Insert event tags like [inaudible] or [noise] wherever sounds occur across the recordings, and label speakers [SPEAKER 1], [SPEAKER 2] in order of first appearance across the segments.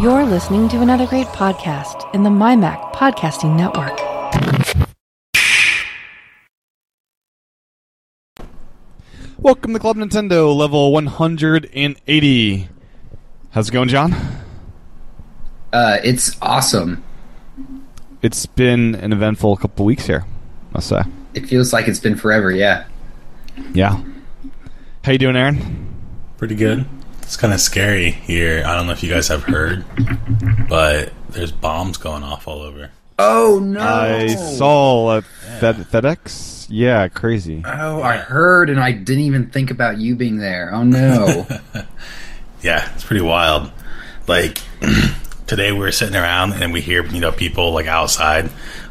[SPEAKER 1] You're listening to another great podcast in the MyMac Podcasting Network.
[SPEAKER 2] Welcome to Club Nintendo, level 180. How's it going, John?
[SPEAKER 3] Uh, it's awesome.
[SPEAKER 2] It's been an eventful couple weeks here, must say.
[SPEAKER 3] It feels like it's been forever. Yeah.
[SPEAKER 2] Yeah. How you doing, Aaron?
[SPEAKER 4] pretty good. It's kind of scary here. I don't know if you guys have heard, but there's bombs going off all over.
[SPEAKER 3] Oh no!
[SPEAKER 2] I saw a Fed- FedEx. Yeah, crazy.
[SPEAKER 3] Oh, I heard, and I didn't even think about you being there.
[SPEAKER 2] [laughs]
[SPEAKER 3] Oh no!
[SPEAKER 4] Yeah, it's pretty wild. Like [clears throat] today, we were sitting around and we hear you know people like outside,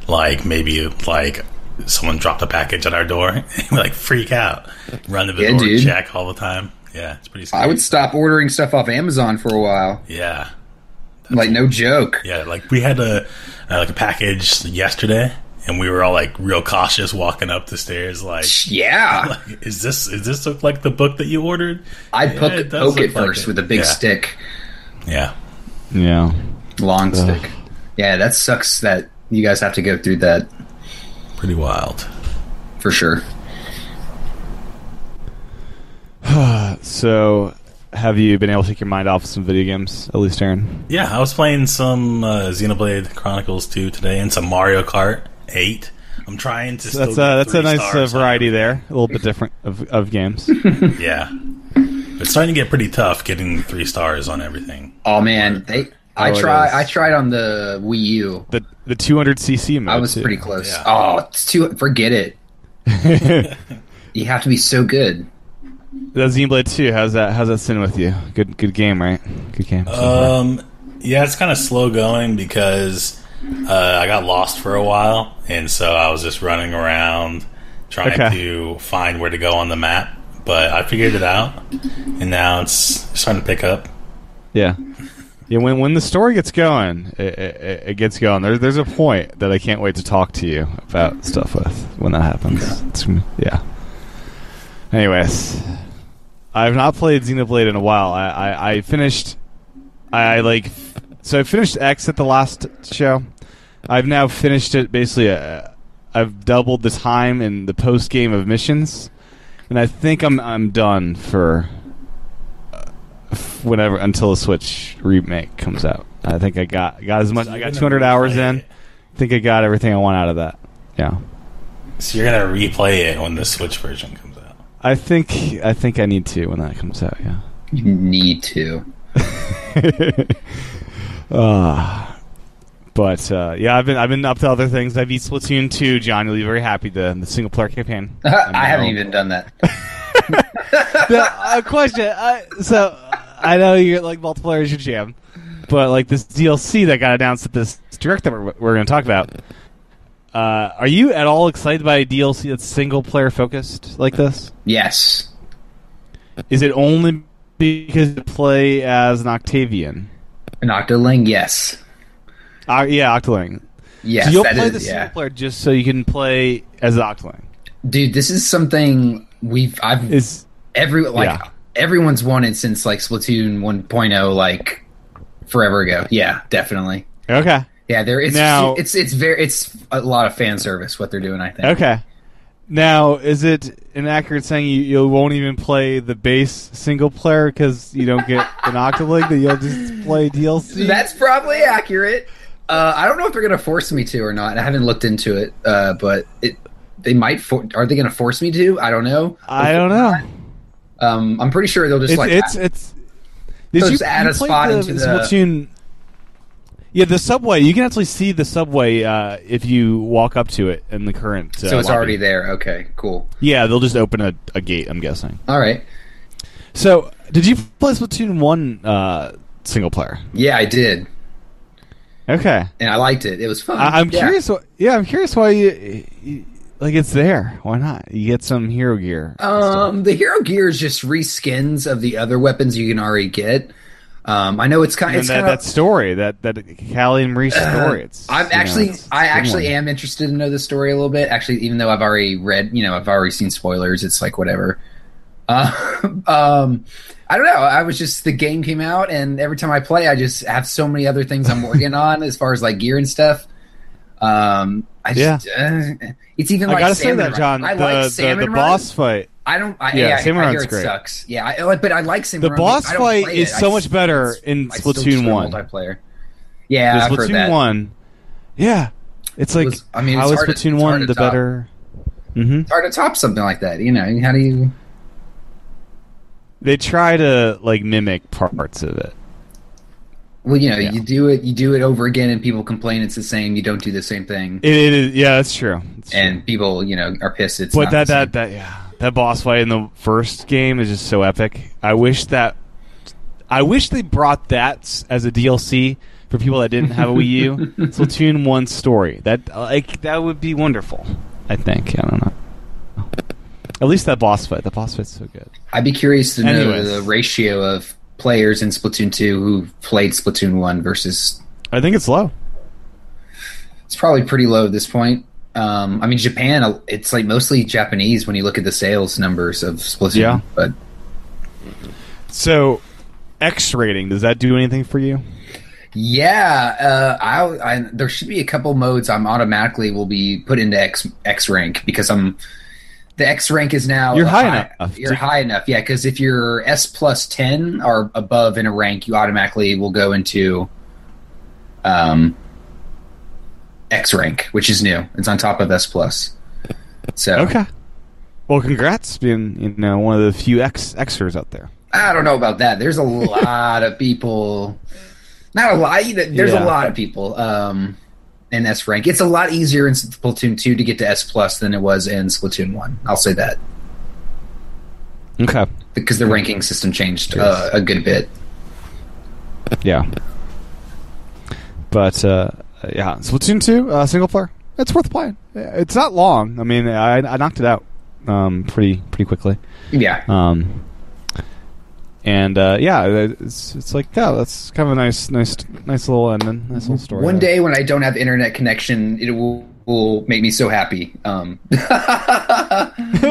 [SPEAKER 4] like maybe like someone dropped a package at our door, [laughs] and we like freak out, run to the
[SPEAKER 3] Yeah,
[SPEAKER 4] door,
[SPEAKER 3] dude.
[SPEAKER 4] check all the time. Yeah, it's pretty scary.
[SPEAKER 3] I would stop ordering stuff off Amazon for a while.
[SPEAKER 4] Yeah,
[SPEAKER 3] Like no joke.
[SPEAKER 4] Yeah, like we had a uh, like a package yesterday, and we were all like real cautious walking up the stairs. Like, [laughs]
[SPEAKER 3] Yeah,
[SPEAKER 4] like, is this is this look like the book that you ordered?
[SPEAKER 3] I'd
[SPEAKER 4] Yeah,
[SPEAKER 3] poke,
[SPEAKER 4] it does
[SPEAKER 3] poke
[SPEAKER 4] look
[SPEAKER 3] it
[SPEAKER 4] like
[SPEAKER 3] first
[SPEAKER 4] it.
[SPEAKER 3] with a big
[SPEAKER 4] Yeah.
[SPEAKER 3] stick,
[SPEAKER 4] Yeah,
[SPEAKER 2] Yeah.
[SPEAKER 3] long stick. Yeah, that sucks. That you guys have to go through that
[SPEAKER 4] pretty wild.
[SPEAKER 3] for sure.
[SPEAKER 2] So, have you been able to take your mind off some video games, at least, Aaron?
[SPEAKER 4] Yeah, I was playing some uh, Xenoblade Chronicles 2 today and some Mario Kart 8. I'm trying to.
[SPEAKER 2] That's a, that's a nice uh, variety there. A little bit different of, of
[SPEAKER 3] [laughs]
[SPEAKER 2] games.
[SPEAKER 4] Yeah, it's starting to get pretty tough getting three stars on everything.
[SPEAKER 3] Oh man, they. I
[SPEAKER 2] Oh, it
[SPEAKER 3] try.
[SPEAKER 2] is.
[SPEAKER 3] I tried on the Wii U.
[SPEAKER 2] The the 200cc mode.
[SPEAKER 3] I was
[SPEAKER 2] too.
[SPEAKER 3] pretty close.
[SPEAKER 4] Yeah.
[SPEAKER 3] Oh, it's too. Forget it.
[SPEAKER 2] [laughs]
[SPEAKER 3] you have to be so good.
[SPEAKER 2] That Xenoblade 2, how's that how's that sitting with you? Good good game, right? Good game. so far.
[SPEAKER 4] Um, yeah, it's kind of slow going because uh, I got lost for a while, and so I was just running around trying
[SPEAKER 2] Okay.
[SPEAKER 4] to find where to go on the map. But I figured it out, and now it's starting to pick up.
[SPEAKER 2] yeah. Yeah, when when the story gets going, it, it, it gets going. There's there's a point that I can't wait to talk to you about stuff with when that happens. It's gonna- yeah. Anyways, I've not played Xenoblade in a while. I I, I finished, I, I like, so I finished X at the last show. I've now finished it basically. Uh, I've doubled the time in the post game of missions, and I think I'm I'm done for uh, whenever until the Switch remake comes out. I think I got got as much. I got 200 hours in. I think I got everything I want out of that. Yeah,
[SPEAKER 4] So you're gonna replay it when the Switch version comes out.
[SPEAKER 2] I think I think I need to when that comes out. Yeah.
[SPEAKER 3] You need to.
[SPEAKER 2] [laughs] Uh, but uh, yeah, I've been I've been up to other things. I beat Splatoon two. John, you'll be very happy. The the single player campaign. I'm
[SPEAKER 3] [laughs] I haven't
[SPEAKER 2] now-
[SPEAKER 3] even done that.
[SPEAKER 2] No, uh, question. I, so [laughs] I know you like multiplayer is your jam, but like this DLC that got announced at this direct that we're, we're going to talk about. Uh, are you at all excited by a DLC that's single player focused like this?
[SPEAKER 3] Yes.
[SPEAKER 2] Is it only because you play as an Octavian?
[SPEAKER 3] An Octoling, yes.
[SPEAKER 2] Uh, yeah, Octoling.
[SPEAKER 3] Yes,
[SPEAKER 2] So you'll
[SPEAKER 3] that
[SPEAKER 2] play
[SPEAKER 3] is-
[SPEAKER 2] the single
[SPEAKER 3] yeah.
[SPEAKER 2] player just so you can play as an Octoling.
[SPEAKER 3] Dude, this is something we've I've
[SPEAKER 2] Is
[SPEAKER 3] every like
[SPEAKER 2] yeah.
[SPEAKER 3] everyone's wanted since like Splatoon 1.0 like forever ago. Yeah, definitely.
[SPEAKER 2] okay.
[SPEAKER 3] Yeah, there it's
[SPEAKER 2] Now-
[SPEAKER 3] it's it's very it's a lot of fan service what they're doing, I think.
[SPEAKER 2] Okay. Now, is it inaccurate saying you, you won't even play the base single player because you don't
[SPEAKER 3] [laughs]
[SPEAKER 2] get an Octoling, that you'll just play DLC?
[SPEAKER 3] That's probably accurate. Uh, I don't know if they're going to force me to or not. I haven't looked into it, uh, but it they might. For- are they going to force me to? I don't know.
[SPEAKER 2] I don't know.
[SPEAKER 3] Um, I'm pretty sure they'll just
[SPEAKER 2] It's
[SPEAKER 3] like
[SPEAKER 2] it's it's. Did
[SPEAKER 3] just add a
[SPEAKER 2] played
[SPEAKER 3] spot into the-
[SPEAKER 2] Splatoon? Yeah, the subway. You can actually see the subway uh, if you walk up to it in the current. Uh,
[SPEAKER 3] so it's
[SPEAKER 2] lobby.
[SPEAKER 3] already there. Okay, cool.
[SPEAKER 2] Yeah, they'll just open a, a gate. I'm guessing.
[SPEAKER 3] All right.
[SPEAKER 2] So, did you play Splatoon one uh, single player?
[SPEAKER 3] Yeah, I did,
[SPEAKER 2] Okay.
[SPEAKER 3] and I liked it. It was fun.
[SPEAKER 2] I, I'm
[SPEAKER 3] Yeah.
[SPEAKER 2] curious. Wh- yeah, I'm curious why you, you like it's there. Why not? You get some hero gear.
[SPEAKER 3] Um, the hero gear is just reskins of the other weapons you can already get. Um, I know it's kind.
[SPEAKER 2] and
[SPEAKER 3] It's
[SPEAKER 2] that,
[SPEAKER 3] kind
[SPEAKER 2] that
[SPEAKER 3] of.
[SPEAKER 2] story, that that Callie and Marie story. It's
[SPEAKER 3] I'm
[SPEAKER 2] you know,
[SPEAKER 3] actually,
[SPEAKER 2] it's- it's
[SPEAKER 3] I
[SPEAKER 2] a good
[SPEAKER 3] actually
[SPEAKER 2] one.
[SPEAKER 3] am interested to know the story a little bit. Actually, even though I've already read, you know, I've already seen spoilers. It's like whatever. [laughs] Uh, um, I don't know. I was just the game came out, and every time I play, I just have so many other
[SPEAKER 2] [laughs]
[SPEAKER 3] things I'm working on as far as like gear and stuff. Um, I just, uh, it's even.
[SPEAKER 2] I
[SPEAKER 3] like
[SPEAKER 2] gotta say
[SPEAKER 3] Salmon
[SPEAKER 2] that,
[SPEAKER 3] Run.
[SPEAKER 2] John.
[SPEAKER 3] I
[SPEAKER 2] the,
[SPEAKER 3] like
[SPEAKER 2] the,
[SPEAKER 3] Salmon
[SPEAKER 2] the
[SPEAKER 3] Run.
[SPEAKER 2] boss fight.
[SPEAKER 3] I don't. I,
[SPEAKER 2] Yeah,
[SPEAKER 3] yeah,
[SPEAKER 2] Salmon
[SPEAKER 3] I, I
[SPEAKER 2] Run's
[SPEAKER 3] hear it
[SPEAKER 2] great.
[SPEAKER 3] sucks. Yeah, I, like- but I like Salmon
[SPEAKER 2] The
[SPEAKER 3] Run,
[SPEAKER 2] boss
[SPEAKER 3] but I don't
[SPEAKER 2] fight
[SPEAKER 3] play
[SPEAKER 2] is
[SPEAKER 3] it.
[SPEAKER 2] so
[SPEAKER 3] I
[SPEAKER 2] much
[SPEAKER 3] s-
[SPEAKER 2] better in
[SPEAKER 3] I still
[SPEAKER 2] Splatoon
[SPEAKER 3] just play
[SPEAKER 2] one.
[SPEAKER 3] multiplayer. Yeah, I've
[SPEAKER 2] Splatoon
[SPEAKER 3] heard that.
[SPEAKER 2] one. Yeah, it's like
[SPEAKER 3] was- I mean, it's
[SPEAKER 2] how is
[SPEAKER 3] hard to-
[SPEAKER 2] Splatoon
[SPEAKER 3] it's hard
[SPEAKER 2] one
[SPEAKER 3] to
[SPEAKER 2] the
[SPEAKER 3] top.
[SPEAKER 2] better? hmm
[SPEAKER 3] It's hard to top something like that. You know, how do you?
[SPEAKER 2] They try to like mimic parts of it.
[SPEAKER 3] Well, you know,
[SPEAKER 2] Yeah.
[SPEAKER 3] you do it. You do it over again, and people complain it's the same. You don't do the same thing,
[SPEAKER 2] It, it is yeah, that's true. It's true.
[SPEAKER 3] and people, you know, are pissed. It's
[SPEAKER 2] but
[SPEAKER 3] not
[SPEAKER 2] that
[SPEAKER 3] the
[SPEAKER 2] that that yeah, that boss fight in the first game is just so epic. I wish that I wish they brought that s- as a DLC for people that didn't have a Wii U.
[SPEAKER 3] [laughs]
[SPEAKER 2] Splatoon one story that like that would be wonderful. I think I don't know. At least that boss fight. The boss fight's so good.
[SPEAKER 3] I'd be curious to know
[SPEAKER 2] Anyways.
[SPEAKER 3] the ratio of players in Splatoon 2 who played Splatoon 1 versus.
[SPEAKER 2] I think it's low.
[SPEAKER 3] It's probably pretty low at this point. Um, I mean, Japan, uh, it's like mostly Japanese when you look at the sales numbers of Splatoon.
[SPEAKER 2] Yeah.
[SPEAKER 3] But
[SPEAKER 2] So, X rating does that do anything for you?
[SPEAKER 3] yeah, uh, I'll, I there should be a couple modes I'm automatically will be put into X X rank because I'm the X rank is now
[SPEAKER 2] You're
[SPEAKER 3] a
[SPEAKER 2] high enough.
[SPEAKER 3] You're high enough, yeah. Because if you're S plus ten or above in a rank, you automatically will go into um, X rank, which is new. It's on top of S plus. So
[SPEAKER 2] Okay. Well, congrats being you know one of the few X Xers out there.
[SPEAKER 3] I don't know about that.
[SPEAKER 2] [laughs]
[SPEAKER 3] There's a lot of people. Not a lot. you know, There's
[SPEAKER 2] Yeah.
[SPEAKER 3] a lot of people um, in S rank. It's a lot easier in Splatoon two to get to S plus than it was in Splatoon one. I'll say that
[SPEAKER 2] Okay.
[SPEAKER 3] because the ranking system changed uh, a good bit.
[SPEAKER 2] Yeah. But uh, yeah, Splatoon two uh, single player. It's worth playing. Uh, It's not long. I mean, I, I knocked it out um, pretty pretty quickly.
[SPEAKER 3] Yeah.
[SPEAKER 2] Um, and uh, yeah, it's, it's like yeah, that's kind of a nice nice nice little ending, nice little story.
[SPEAKER 3] One
[SPEAKER 2] there.
[SPEAKER 3] day when I don't have internet connection, it will, will make me so happy. Um, [laughs] but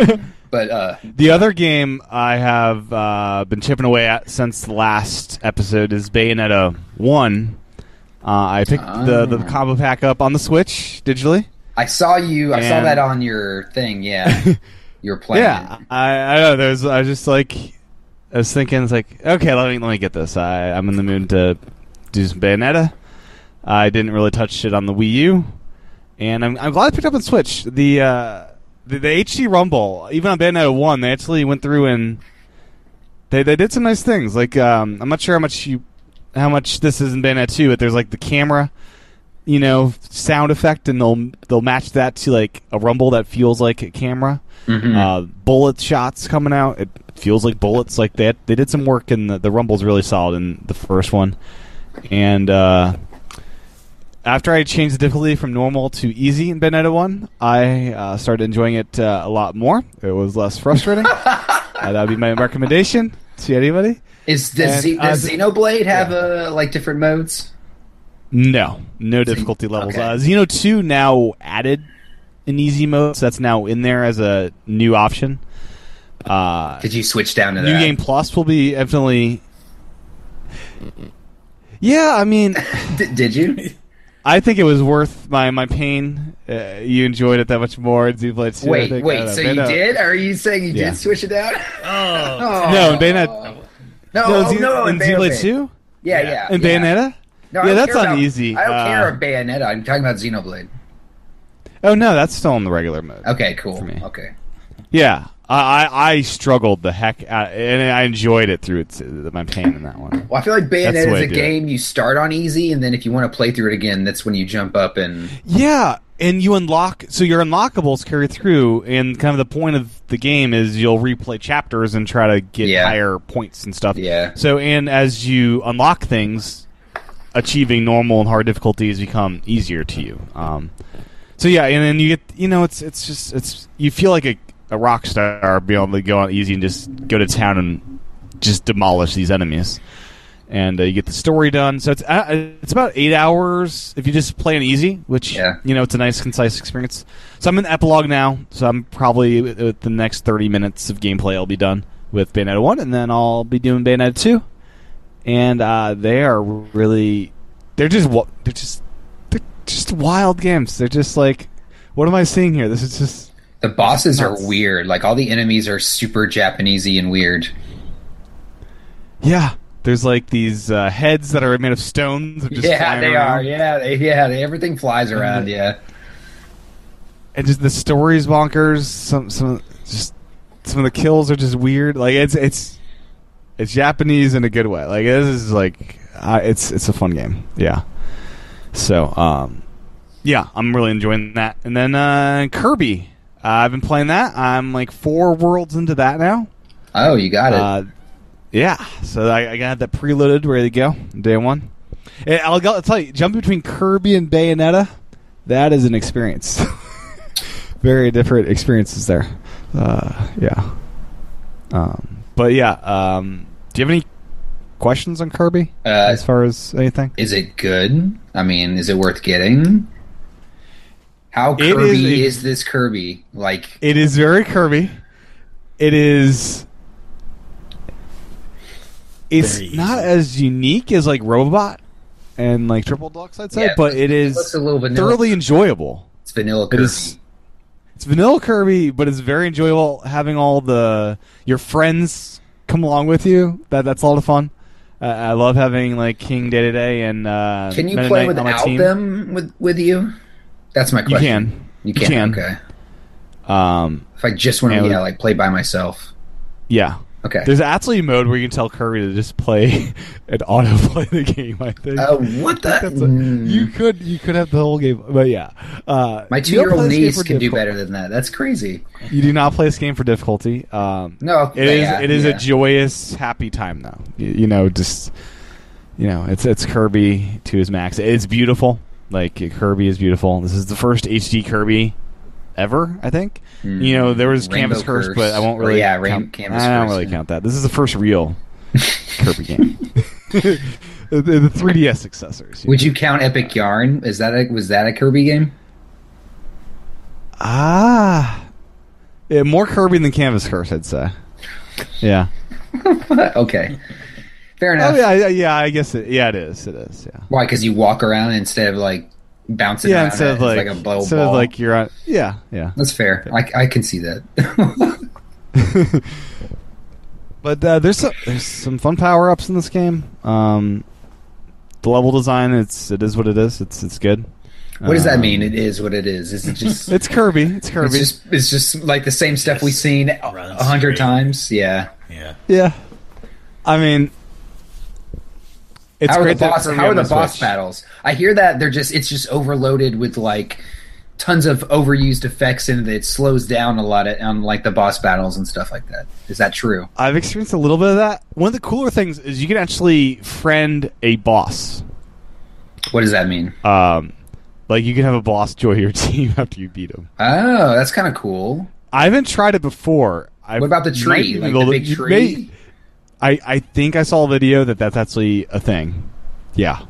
[SPEAKER 3] uh,
[SPEAKER 2] The other game I have uh, been chipping away at since the last episode is Bayonetta 1. Uh, I picked the,
[SPEAKER 3] Ah.
[SPEAKER 2] the combo pack up on the Switch digitally.
[SPEAKER 3] I saw you. I saw
[SPEAKER 2] And-
[SPEAKER 3] that on your thing. Yeah,
[SPEAKER 2] [laughs]
[SPEAKER 3] you were playing.
[SPEAKER 2] Yeah, I, I know. There's, I was just like, I was thinking, it's like, okay, let me let me get this. I, I'm in the mood to do some Bayonetta. I didn't really touch it on the Wii U, and I'm, I'm glad I picked up on Switch. The uh, the, the HD Rumble, even on Bayonetta One, they actually went through and they they did some nice things. Like, um, I'm not sure how much you how much this is in Bayonetta Two, but there's like the camera. You know, sound effect, and they'll they'll match that to like a rumble that feels like a camera
[SPEAKER 3] Mhm.
[SPEAKER 2] uh, bullet shots coming out. It feels like bullets. Like that, they did some work, and the, the rumble's really solid in the first one. And uh, after I changed the difficulty from normal to easy in Benetta One, I uh, started enjoying it uh, a lot more. It was less frustrating.
[SPEAKER 3] [laughs]
[SPEAKER 2] uh, that would be my recommendation to anybody.
[SPEAKER 3] Is does,
[SPEAKER 2] And,
[SPEAKER 3] Ze-
[SPEAKER 2] uh,
[SPEAKER 3] does
[SPEAKER 2] th-
[SPEAKER 3] Xenoblade have uh, like different modes?
[SPEAKER 2] No, no difficulty levels.
[SPEAKER 3] okay.
[SPEAKER 2] Uh, Xeno Two now added an easy mode, so that's now in there as a new option. Uh,
[SPEAKER 3] Did you switch down to
[SPEAKER 2] New
[SPEAKER 3] that?
[SPEAKER 2] Game Plus will be definitely. Yeah, I mean,
[SPEAKER 3] [laughs] D- did
[SPEAKER 2] [laughs]
[SPEAKER 3] you?
[SPEAKER 2] I think it was worth my my pain. Uh, you enjoyed it that much more. You played two, I
[SPEAKER 3] wait,
[SPEAKER 2] think. I don't
[SPEAKER 3] wait.
[SPEAKER 2] know.
[SPEAKER 3] So you
[SPEAKER 2] Bayonetta-
[SPEAKER 3] did? Are you saying you
[SPEAKER 2] Yeah.
[SPEAKER 3] did switch it down? [laughs]
[SPEAKER 4] Oh,
[SPEAKER 3] Oh,
[SPEAKER 2] No, in Bayonetta.
[SPEAKER 3] No,
[SPEAKER 2] No,
[SPEAKER 3] oh,
[SPEAKER 2] Z-
[SPEAKER 3] no,
[SPEAKER 2] in
[SPEAKER 3] Bayonetta.
[SPEAKER 2] Xenoblade Two.
[SPEAKER 3] Yeah, yeah.
[SPEAKER 2] In
[SPEAKER 3] yeah.
[SPEAKER 2] Bayonetta.
[SPEAKER 3] No, I
[SPEAKER 2] yeah,
[SPEAKER 3] don't
[SPEAKER 2] that's
[SPEAKER 3] care about-
[SPEAKER 2] uneasy.
[SPEAKER 3] I don't
[SPEAKER 2] Uh,
[SPEAKER 3] care about Bayonetta. I'm talking about Xenoblade.
[SPEAKER 2] Oh no, that's still in the regular mode.
[SPEAKER 3] Okay, cool.
[SPEAKER 2] me.
[SPEAKER 3] Okay.
[SPEAKER 2] Yeah, I I, I struggled the heck out, and I enjoyed it through its, my pain in that one.
[SPEAKER 3] Well, I feel
[SPEAKER 2] That's
[SPEAKER 3] like
[SPEAKER 2] the
[SPEAKER 3] Bayonetta
[SPEAKER 2] way
[SPEAKER 3] is
[SPEAKER 2] I
[SPEAKER 3] a
[SPEAKER 2] do it.
[SPEAKER 3] game you start on easy, and then if you want to play through it again, that's when you jump up and
[SPEAKER 2] Yeah, and you unlock so your unlockables carry through, and kind of the point of the game is you'll replay chapters and try to get
[SPEAKER 3] Yeah.
[SPEAKER 2] higher points and stuff.
[SPEAKER 3] Yeah.
[SPEAKER 2] So and as you unlock things, achieving normal and hard difficulties become easier to you. Um, so yeah, and then you get you know it's it's just it's you feel like a, a rock star being able to go on easy and just go to town and just demolish these enemies and uh, you get the story done. So it's uh, it's about eight hours if you just play an easy, which
[SPEAKER 3] Yeah.
[SPEAKER 2] you know it's a nice concise uh, experience. So I'm in epilogue now, so I'm probably with with the next thirty minutes of gameplay I'll be done. with Bayonetta 1, and then I'll be doing Bayonetta 2. And uh, they are really. They're just. wa- They're just. They're just wild games. They're just like. What am I seeing here? This is just.
[SPEAKER 3] The bosses are
[SPEAKER 2] Nuts.
[SPEAKER 3] weird. Like all the enemies are super Japanesey and weird.
[SPEAKER 2] Yeah. There's like these uh, heads that are made of stones. That just
[SPEAKER 3] yeah,
[SPEAKER 2] flying
[SPEAKER 3] they
[SPEAKER 2] around. Uh-huh.
[SPEAKER 3] are. Yeah, they, yeah. They, everything flies around. Yeah.
[SPEAKER 2] and just the stories bonkers. Some some just some of the kills are just weird. Like it's it's it's Japanese in a good way. Like this is like uh, it's it's a fun game. Yeah. So um, yeah, I'm really enjoying that. And then uh, Kirby, uh, I've been playing that. I'm like four worlds into that now.
[SPEAKER 3] Oh, you got it.
[SPEAKER 2] Uh, yeah, so I, I got that preloaded, ready to go, day one. And I'll, go- I'll tell you, jumping between Kirby and Bayonetta, that is an experience. [laughs] Very different experiences there. Uh, yeah. Um, but yeah, um, do you have any questions on Kirby
[SPEAKER 3] Uh,
[SPEAKER 2] as far as anything?
[SPEAKER 3] is it good? I mean, is it worth getting? How
[SPEAKER 2] It is
[SPEAKER 3] Kirby is,
[SPEAKER 2] a-
[SPEAKER 3] this Kirby? Like,
[SPEAKER 2] It is very curvy. It is. It's
[SPEAKER 4] Very
[SPEAKER 2] not
[SPEAKER 4] easy.
[SPEAKER 2] as unique as like Robot and like Triple Deluxe, I'd say,
[SPEAKER 3] Yeah,
[SPEAKER 2] but it is
[SPEAKER 3] looks a little vanilla.
[SPEAKER 2] thoroughly enjoyable.
[SPEAKER 3] it's vanilla
[SPEAKER 2] It
[SPEAKER 3] Kirby.
[SPEAKER 2] is. It's vanilla Kirby, but it's very enjoyable having all the your friends come along with you. That that's a lot of fun. Uh, I love having like King Day to Day and uh,
[SPEAKER 3] Can you
[SPEAKER 2] Meta
[SPEAKER 3] play
[SPEAKER 2] Knight on my
[SPEAKER 3] without
[SPEAKER 2] team.
[SPEAKER 3] them with with you? That's my
[SPEAKER 2] You
[SPEAKER 3] question.
[SPEAKER 2] can. You
[SPEAKER 3] You can.
[SPEAKER 2] can.
[SPEAKER 3] Okay.
[SPEAKER 2] Um,
[SPEAKER 3] If I just want
[SPEAKER 2] Yeah,
[SPEAKER 3] to,
[SPEAKER 2] we-
[SPEAKER 3] yeah, like play by myself.
[SPEAKER 2] yeah.
[SPEAKER 3] Okay.
[SPEAKER 2] There's actually a mode where you can tell Kirby to just play [laughs] and autoplay the game. I think
[SPEAKER 3] Uh, what the? Mm.
[SPEAKER 2] That's a- you could you could have the whole game, but yeah. Uh,
[SPEAKER 3] My
[SPEAKER 2] you don't
[SPEAKER 3] two year
[SPEAKER 2] play
[SPEAKER 3] old
[SPEAKER 2] this game
[SPEAKER 3] niece
[SPEAKER 2] for
[SPEAKER 3] can do
[SPEAKER 2] difficult-
[SPEAKER 3] better than that. That's crazy.
[SPEAKER 2] You do not play this game for difficulty. Um,
[SPEAKER 3] No,
[SPEAKER 2] it is
[SPEAKER 3] yeah,
[SPEAKER 2] it is
[SPEAKER 3] yeah.
[SPEAKER 2] a joyous, happy time though. You, you know, just you know, it's it's Kirby to his max. It's beautiful. Like Kirby is beautiful. This is the first HD Kirby ever, I think. You know, there was
[SPEAKER 3] Hmm. Rainbow
[SPEAKER 2] Canvas Curse,
[SPEAKER 3] Curse.
[SPEAKER 2] but I won't
[SPEAKER 3] Or,
[SPEAKER 2] really
[SPEAKER 3] yeah, Rain-
[SPEAKER 2] count-
[SPEAKER 3] Canvas
[SPEAKER 2] I don't
[SPEAKER 3] Curse,
[SPEAKER 2] really
[SPEAKER 3] yeah.
[SPEAKER 2] count that. This is the first
[SPEAKER 3] [laughs]
[SPEAKER 2] real Kirby game. [laughs] the, the- the 3DS successors.
[SPEAKER 3] Would you count Epic Yarn? Is that a, was that a Kirby game?
[SPEAKER 2] Ah. Yeah, more Kirby than Canvas Curse, I'd say. Yeah.
[SPEAKER 3] [laughs] okay, fair enough.
[SPEAKER 2] Oh yeah, yeah, yeah, I guess it. Yeah, it is. It is. Yeah.
[SPEAKER 3] Why? Because you walk around instead of like bouncing.
[SPEAKER 2] yeah,
[SPEAKER 3] around
[SPEAKER 2] instead of
[SPEAKER 3] it's
[SPEAKER 2] like,
[SPEAKER 3] a blow
[SPEAKER 2] instead
[SPEAKER 3] ball.
[SPEAKER 2] of like you're on. Yeah, yeah. [laughs]
[SPEAKER 3] That's fair. I, I can see that. [laughs]
[SPEAKER 2] But uh, there's some, there's some fun power ups in this game. Um, the level design, it's it is what it is. It's it's good.
[SPEAKER 3] what does that
[SPEAKER 2] Um,
[SPEAKER 3] mean? It is what it is. Is it
[SPEAKER 2] [laughs]
[SPEAKER 3] just?
[SPEAKER 2] It's Kirby. It's Kirby.
[SPEAKER 3] It's just it's just like the same stuff we've seen a
[SPEAKER 4] Runs
[SPEAKER 3] hundred
[SPEAKER 4] straight.
[SPEAKER 3] times. Yeah.
[SPEAKER 4] Yeah.
[SPEAKER 2] yeah. I mean, it's
[SPEAKER 3] how are the
[SPEAKER 2] great that
[SPEAKER 3] boss?
[SPEAKER 2] Kirby
[SPEAKER 3] How are
[SPEAKER 2] on
[SPEAKER 3] the
[SPEAKER 2] the
[SPEAKER 3] boss
[SPEAKER 2] Switch-
[SPEAKER 3] battles? I hear that they're just it's just overloaded with like tons of overused effects and it slows down a lot of, on like the boss battles and stuff like that. Is that true?
[SPEAKER 2] I've experienced a little bit of that. One of the cooler things is you can actually friend a boss.
[SPEAKER 3] What does that mean?
[SPEAKER 2] Um, like you can have a boss join your [laughs] team after you beat him.
[SPEAKER 3] Oh, that's kind of cool.
[SPEAKER 2] I haven't tried it before. I
[SPEAKER 3] What about the tree?
[SPEAKER 2] might be
[SPEAKER 3] Like
[SPEAKER 2] able
[SPEAKER 3] the
[SPEAKER 2] to-
[SPEAKER 3] big
[SPEAKER 2] you
[SPEAKER 3] tree?
[SPEAKER 2] may- I I think I saw a video that that's actually a thing. Yeah,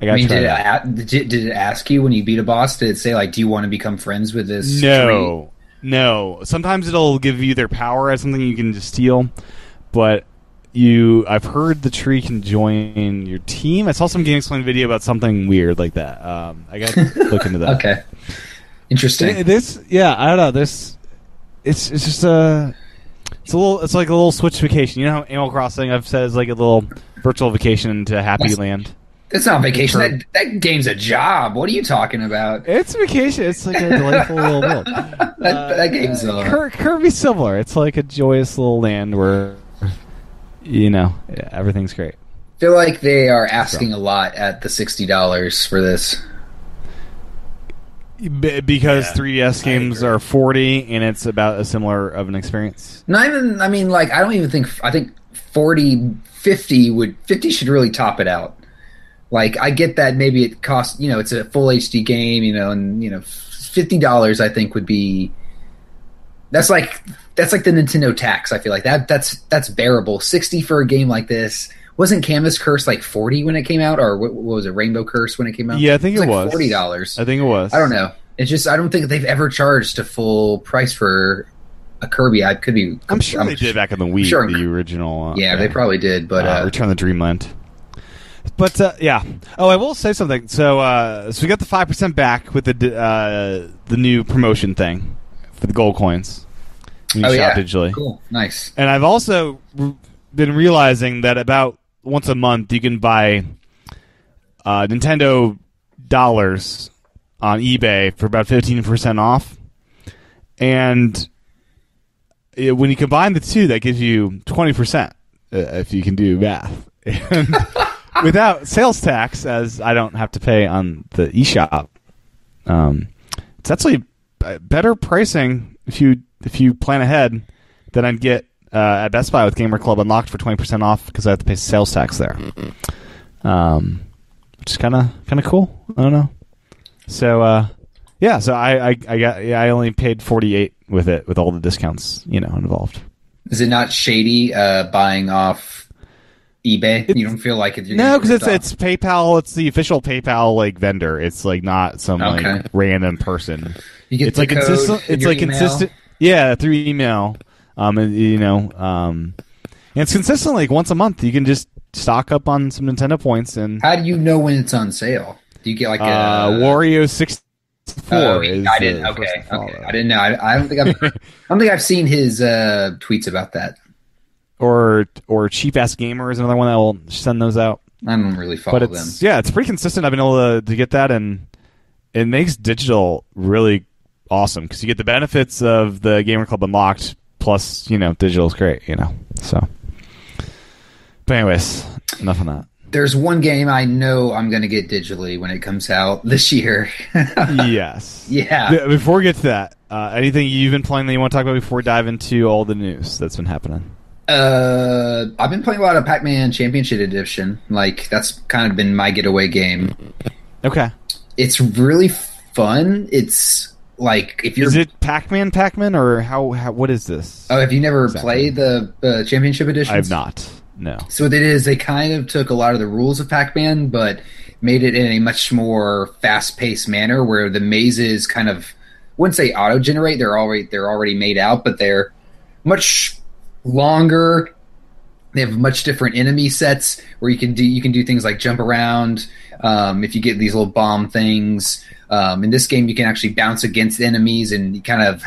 [SPEAKER 2] I got
[SPEAKER 3] I mean,
[SPEAKER 2] try
[SPEAKER 3] did it,
[SPEAKER 2] that.
[SPEAKER 3] a- did, did it ask you when you beat a boss? Did it say like, "Do you want to become friends with this?"
[SPEAKER 2] No, no. Sometimes it'll give you their power as something you can just steal, but you. I've heard the tree can join your team. I saw some game explain video about something weird like that. Um, I got to look into that.
[SPEAKER 3] tree? [laughs] Okay. Interesting.
[SPEAKER 2] Th- This, yeah, I don't know. This, it's it's just a, it's a little, it's like a little switch vacation. You know how Animal Crossing I've said is like a little virtual vacation to Happy
[SPEAKER 3] Yes.
[SPEAKER 2] Land.
[SPEAKER 3] That's not vacation. That, that game's a job. What are you talking about?
[SPEAKER 2] It's a vacation. It's like a delightful little [laughs] world.
[SPEAKER 3] That, that game's a
[SPEAKER 2] Cur- Kirby's similar. It's like a joyous little land where, you know, yeah, everything's great.
[SPEAKER 3] feel like they are asking a lot at the sixty dollars for this.
[SPEAKER 2] B- because
[SPEAKER 4] Yeah,
[SPEAKER 2] 3DS
[SPEAKER 4] I
[SPEAKER 2] games
[SPEAKER 4] agree.
[SPEAKER 2] are 40 and it's about a similar of an experience.
[SPEAKER 3] Not even. I mean, like I don't even think. I think 40, 50 would fifty should really top it out. Like I get that maybe it costs. You know, it's a full HD game. You know, and you know, fifty dollars I think would be. That's like that's like the Nintendo tax. I feel like that that's that's bearable. Sixty for a game like this. Wasn't Canvas Curse like forty when it came out, or what, what was it, Rainbow Curse when it came out?
[SPEAKER 2] Yeah, I think it
[SPEAKER 3] like
[SPEAKER 2] was.
[SPEAKER 3] forty dollars.
[SPEAKER 2] I think it was.
[SPEAKER 3] I don't know. It's just I don't think they've ever charged a full price for a Kirby. I could be.
[SPEAKER 2] I'm sure they did back in the Wii,
[SPEAKER 3] sure-
[SPEAKER 2] the original. Uh,
[SPEAKER 3] Yeah, they probably did, but
[SPEAKER 2] uh,
[SPEAKER 3] uh,
[SPEAKER 2] Return of the Dreamland. But uh, yeah. Oh, I will say something. So, uh, so we got the five percent back with the d- uh, the new promotion thing for the gold coins when you
[SPEAKER 3] oh
[SPEAKER 2] shop
[SPEAKER 3] yeah,
[SPEAKER 2] digitally.
[SPEAKER 3] cool, nice.
[SPEAKER 2] And I've also r- been realizing that about once a month you can buy uh, Nintendo dollars on eBay for about 15% off. And it, when you combine the two, that gives you 20% uh, if you can do math. [laughs] And without sales tax, as I don't have to pay on the eShop, um, it's actually b- better pricing if you if you plan ahead than I'd get uh, at Best Buy with Gamer Club Unlocked for 20% off because I have to pay sales tax there. Um, which is kind of kind of cool. I don't know. So uh, yeah, so I, I I got yeah I only paid 48 with it with all the discounts you know involved.
[SPEAKER 3] Is it not shady uh, buying off eBay? you don't feel like it? you're
[SPEAKER 2] No,
[SPEAKER 3] getting
[SPEAKER 2] because it's
[SPEAKER 3] ripped
[SPEAKER 2] it's PayPal. It's the official PayPal like vendor. It's like not some
[SPEAKER 3] Okay.
[SPEAKER 2] like random person.
[SPEAKER 3] off? You get
[SPEAKER 2] it's
[SPEAKER 3] the
[SPEAKER 2] like
[SPEAKER 3] code
[SPEAKER 2] consistent.
[SPEAKER 3] in
[SPEAKER 2] It's
[SPEAKER 3] your
[SPEAKER 2] like
[SPEAKER 3] email.
[SPEAKER 2] consistent. Yeah, through email. Um, and, you know, um, and it's consistent. Like once a month, you can just stock up on some Nintendo points and
[SPEAKER 3] How do you know when it's on sale? Do you get like
[SPEAKER 2] uh,
[SPEAKER 3] a
[SPEAKER 2] Wario sixty four.
[SPEAKER 3] Oh,
[SPEAKER 2] is
[SPEAKER 3] I didn't.
[SPEAKER 2] the
[SPEAKER 3] Okay,
[SPEAKER 2] first to
[SPEAKER 3] okay.
[SPEAKER 2] follow.
[SPEAKER 3] I didn't know. I, I don't think I've. I don't think I've seen his uh, tweets about that.
[SPEAKER 2] Or or cheap ass gamer is another one that will send those out.
[SPEAKER 3] I don't really follow
[SPEAKER 2] but
[SPEAKER 3] them.
[SPEAKER 2] it's yeah, it's pretty consistent. I've been able to, to get that, and it makes digital really awesome because you get the benefits of the gamer club unlocked. Plus, you know, digital's great. You know, so. But anyways, enough on
[SPEAKER 3] [coughs]
[SPEAKER 2] that.
[SPEAKER 3] There's one game I know I'm going to get digitally when it comes out [laughs] this year.
[SPEAKER 2] yes.
[SPEAKER 3] yeah.
[SPEAKER 2] Be- Before we get to that, uh, anything you've been playing that you want to talk about before we dive into all the news that's been happening?
[SPEAKER 3] Uh, I've been playing a lot of Pac-Man Championship Edition. Like that's kind of been my getaway game.
[SPEAKER 2] Okay.
[SPEAKER 3] It's really fun. It's like if you're
[SPEAKER 2] Is it Pac-Man, Pac-Man, or how? how what is this?
[SPEAKER 3] oh, have you never
[SPEAKER 2] Exactly.
[SPEAKER 3] played the uh, Championship Edition?
[SPEAKER 2] I have not. No.
[SPEAKER 3] So what it is, they kind of took a lot of the rules of Pac-Man, but made it in a much more fast-paced manner, where the mazes kind of I wouldn't say auto-generate; they're already they're already made out, but they're much longer. They have much different enemy sets where you can do you can do things like jump around. Um, if you get these little bomb things, um, in this game you can actually bounce against enemies and you kind of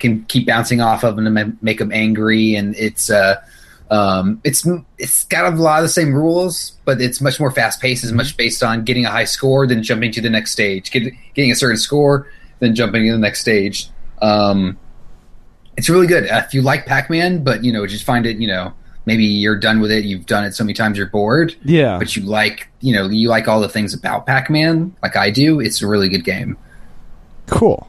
[SPEAKER 3] can keep bouncing off of them to ma- make them angry. And it's uh, um, it's it's got a lot of the same rules, but it's much more fast paced. It's much based on getting a high score, then jumping to the next stage, get, getting a certain score, then jumping to the next stage. Um, it's really good Uh, if you like Pac Man, but you know just find it. You know maybe you're done with it. You've done it so many times, you're bored.
[SPEAKER 2] Yeah.
[SPEAKER 3] But you like you know you like all the things about Pac Man, like I do. It's a really good game.
[SPEAKER 2] Cool.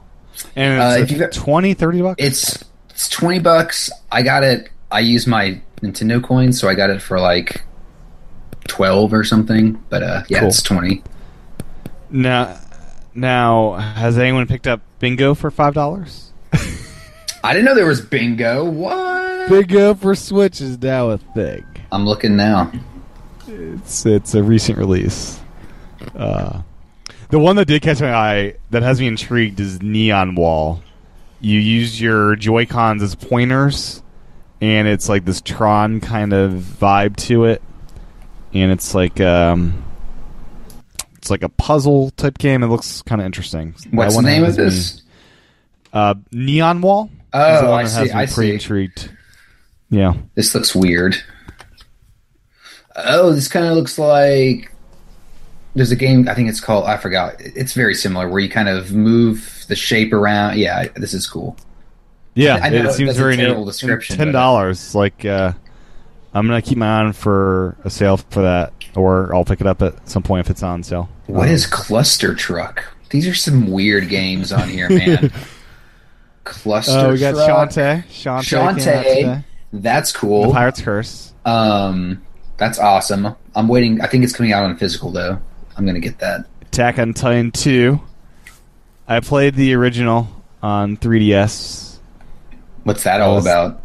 [SPEAKER 2] And
[SPEAKER 3] Uh,
[SPEAKER 2] it's
[SPEAKER 3] if you
[SPEAKER 2] like
[SPEAKER 3] got-
[SPEAKER 2] 20, 30 bucks.
[SPEAKER 3] It's it's twenty bucks. I got it. I use my Nintendo coins, so I got it for like twelve or something. But uh, yeah,
[SPEAKER 2] Cool.
[SPEAKER 3] it's twenty.
[SPEAKER 2] Now, now, has anyone picked up Bingo for five dollars?
[SPEAKER 3] I didn't know there was bingo. What?
[SPEAKER 2] Bingo for Switch is now a thing.
[SPEAKER 3] I'm looking now.
[SPEAKER 2] It's it's a recent release. Uh, the one that did catch my eye that has me intrigued is Neon Wall. You use your Joy Cons as pointers, and it's like this Tron kind of vibe to it, and it's like um, it's like a puzzle type game. It looks kind of interesting.
[SPEAKER 3] What's
[SPEAKER 2] That
[SPEAKER 3] the
[SPEAKER 2] one
[SPEAKER 3] name of
[SPEAKER 2] has me-
[SPEAKER 3] this?
[SPEAKER 2] Uh, Neon Wall.
[SPEAKER 3] Oh,
[SPEAKER 2] is the one
[SPEAKER 3] I
[SPEAKER 2] that
[SPEAKER 3] see,
[SPEAKER 2] Has me
[SPEAKER 3] I
[SPEAKER 2] pretty
[SPEAKER 3] see.
[SPEAKER 2] intrigued. Yeah.
[SPEAKER 3] This looks weird. Oh, this kind of looks like there's a game. I think it's called. I forgot. It's very similar where you kind of move the shape around. Yeah, this is cool.
[SPEAKER 2] Yeah,
[SPEAKER 3] I know
[SPEAKER 2] it seems
[SPEAKER 3] that's a
[SPEAKER 2] very
[SPEAKER 3] terrible
[SPEAKER 2] new.
[SPEAKER 3] description,
[SPEAKER 2] Ten dollars. Like, uh, I'm gonna keep my eye on for a sale for that, or I'll pick it up at some point if it's on sale.
[SPEAKER 3] What is Cluster Truck? These are some weird games on
[SPEAKER 2] [laughs]
[SPEAKER 3] here, man. Cluster
[SPEAKER 2] Oh, we got
[SPEAKER 3] Truck.
[SPEAKER 2] Shantae. Shantae. came out
[SPEAKER 3] Shantae.
[SPEAKER 2] today.
[SPEAKER 3] That's
[SPEAKER 2] The
[SPEAKER 3] cool.
[SPEAKER 2] Pirate's Curse.
[SPEAKER 3] Um, that's awesome. I'm waiting. I think it's coming out on physical, though. I'm going to get that.
[SPEAKER 2] Attack on Titan 2. I played the original on 3DS.
[SPEAKER 3] What's that all
[SPEAKER 2] Awesome.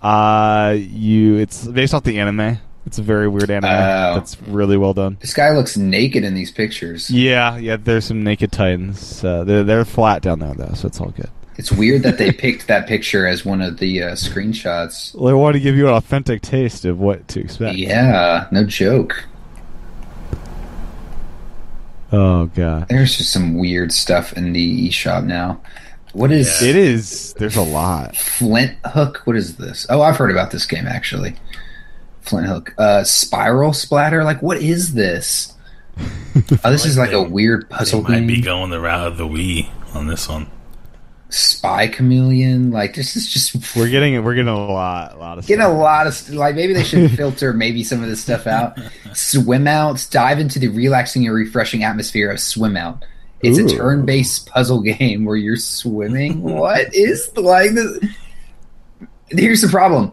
[SPEAKER 3] about?
[SPEAKER 2] Uh, you. It's based off the anime. It's a very weird anime.
[SPEAKER 3] Oh.
[SPEAKER 2] That's really well done.
[SPEAKER 3] This guy looks naked in these pictures.
[SPEAKER 2] Yeah, yeah. There's some naked titans. Uh, they're they're flat down there though, so it's all good.
[SPEAKER 3] It's weird
[SPEAKER 2] [laughs]
[SPEAKER 3] that they picked that picture as one of the uh, screenshots.
[SPEAKER 2] They want to give you an authentic taste of what to expect.
[SPEAKER 3] Yeah, no joke.
[SPEAKER 2] Oh god,
[SPEAKER 3] There's just some weird stuff in the eShop now. What is
[SPEAKER 2] it is. There's a lot.
[SPEAKER 3] Flint Hook? What is this? Oh, I've heard about this game actually. Flint Hook. Uh, Spiral Splatter? Like, what is this? Oh, this is like a weird
[SPEAKER 4] They
[SPEAKER 3] puzzle
[SPEAKER 4] might
[SPEAKER 3] game.
[SPEAKER 4] be going the route of the Wii on this one.
[SPEAKER 3] Spy Chameleon? Like, this is just
[SPEAKER 2] We're getting we're getting a lot, a lot of
[SPEAKER 3] get a
[SPEAKER 2] stuff.
[SPEAKER 3] lot of st- like maybe
[SPEAKER 2] [laughs]
[SPEAKER 3] they should filter maybe some of this stuff out swim outs dive into the relaxing and refreshing atmosphere of swim out it's
[SPEAKER 2] Ooh.
[SPEAKER 3] a turn-based puzzle game where you're
[SPEAKER 2] [laughs]
[SPEAKER 3] swimming what is like this here's the problem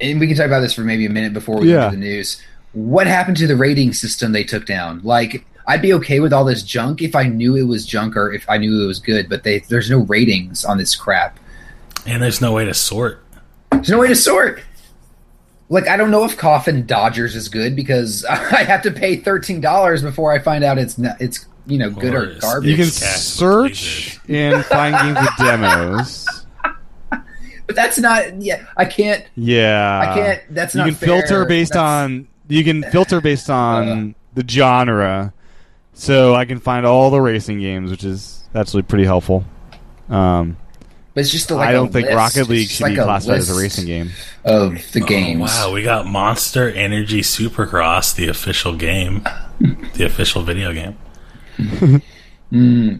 [SPEAKER 3] and we can talk about this for maybe a minute before we
[SPEAKER 2] Yeah.
[SPEAKER 3] get to the news what happened to the rating system they took down like i'd be okay with all this junk if i knew it was junk or if i knew it was good but they there's no ratings on this crap
[SPEAKER 4] And there's no way to sort.
[SPEAKER 3] there's no way to sort. Like I don't know if Coffin Dodgers is good because [laughs] I have to pay thirteen dollars before I find out it's not, it's you know good
[SPEAKER 4] Or
[SPEAKER 3] or
[SPEAKER 4] it's-
[SPEAKER 3] garbage.
[SPEAKER 2] You can
[SPEAKER 4] Mixed cast
[SPEAKER 2] search and find games with demos.
[SPEAKER 3] but that's not. Yeah, I can't.
[SPEAKER 2] Yeah,
[SPEAKER 3] I can't. That's
[SPEAKER 2] you
[SPEAKER 3] not.
[SPEAKER 2] can
[SPEAKER 3] fair.
[SPEAKER 2] filter based
[SPEAKER 3] That's- Uh.
[SPEAKER 2] on you can filter
[SPEAKER 3] [laughs]
[SPEAKER 2] based on the genre so i can find all the racing games which is actually pretty helpful um,
[SPEAKER 3] But it's just like
[SPEAKER 2] i don't
[SPEAKER 3] a
[SPEAKER 2] think
[SPEAKER 3] list.
[SPEAKER 2] rocket league
[SPEAKER 3] It's
[SPEAKER 2] should
[SPEAKER 3] like
[SPEAKER 2] be
[SPEAKER 3] a
[SPEAKER 2] classified as a
[SPEAKER 3] list
[SPEAKER 2] racing game
[SPEAKER 3] of
[SPEAKER 2] Oh,
[SPEAKER 3] the games.
[SPEAKER 4] Wow, we got Monster Energy Supercross, the official game, the official video game.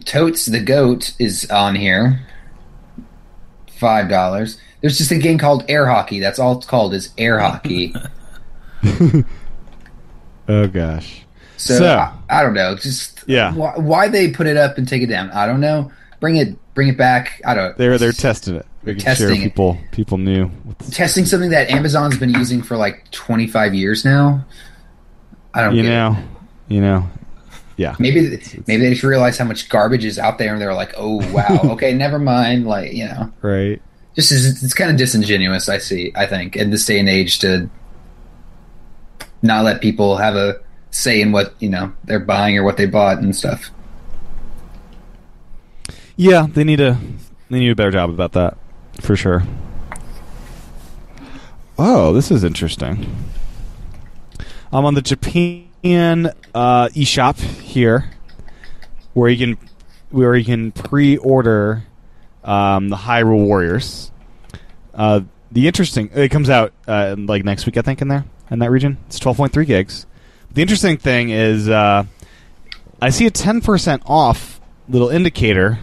[SPEAKER 3] Totes the Goat is on here. Five dollars. There's just a game called air hockey. That's all it's called is air hockey.
[SPEAKER 2] oh gosh
[SPEAKER 3] So,
[SPEAKER 2] So-
[SPEAKER 3] I, I don't know. Just
[SPEAKER 2] Yeah.
[SPEAKER 3] Why, why they put it up and take it down? I don't know. Bring it, bring it back. I don't.
[SPEAKER 2] they're they're testing it they can
[SPEAKER 3] testing
[SPEAKER 2] share
[SPEAKER 3] it.
[SPEAKER 2] people people knew what's-
[SPEAKER 3] testing something that Amazon's been using for like 25 years now. I don't
[SPEAKER 2] you
[SPEAKER 3] get it.
[SPEAKER 2] know you know yeah
[SPEAKER 3] Maybe th- maybe they just realize how much garbage is out there, and they're like, "Oh
[SPEAKER 2] [laughs]
[SPEAKER 3] wow, okay, never mind." Like you know,
[SPEAKER 2] right
[SPEAKER 3] just is, it's kind of disingenuous. I see. I think in this day and age to not let people have a say in what you know they're buying or what they bought and stuff.
[SPEAKER 2] yeah they need a they need a better job about that for sure oh this is interesting i'm on the japan uh, eShop here where you can where you can pre-order um, the hyrule warriors uh, the interesting it comes out uh, like next week i think in there in that region it's 12.3 gigs the interesting thing is uh, i see a 10% off little indicator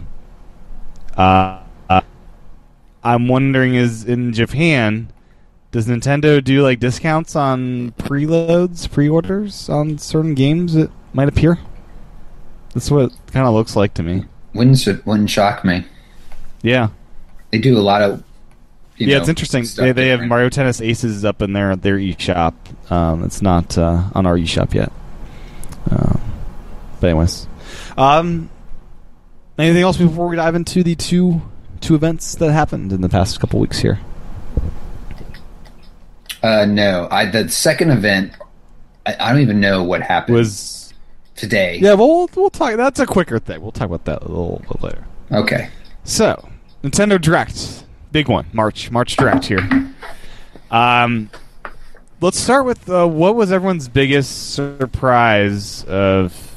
[SPEAKER 2] uh, uh, I'm wondering is in Japan, does Nintendo do like discounts on preloads, pre-orders on certain games that might appear? That's what it kind of looks like to me.
[SPEAKER 3] Wouldn't wouldn't shock me.
[SPEAKER 2] Yeah,
[SPEAKER 3] They do a lot of. you
[SPEAKER 2] yeah,
[SPEAKER 3] know,
[SPEAKER 2] it's interesting.
[SPEAKER 3] stuff
[SPEAKER 2] They, they have
[SPEAKER 3] different.
[SPEAKER 2] Mario Tennis Aces up in their their eShop. Um, it's not uh, on our eShop yet. Um, but anyways, um, anything else before we dive into the two two events that happened in the past couple weeks here?
[SPEAKER 3] Uh, no, I the second event. I, I don't even know what happened
[SPEAKER 2] was
[SPEAKER 3] today.
[SPEAKER 2] yeah. Well, we'll, we'll talk. That's a quicker thing. We'll talk about that a little bit later.
[SPEAKER 3] Okay.
[SPEAKER 2] So, Nintendo Direct, big one, March, March Direct here. Um, let's start with uh, what was everyone's biggest surprise of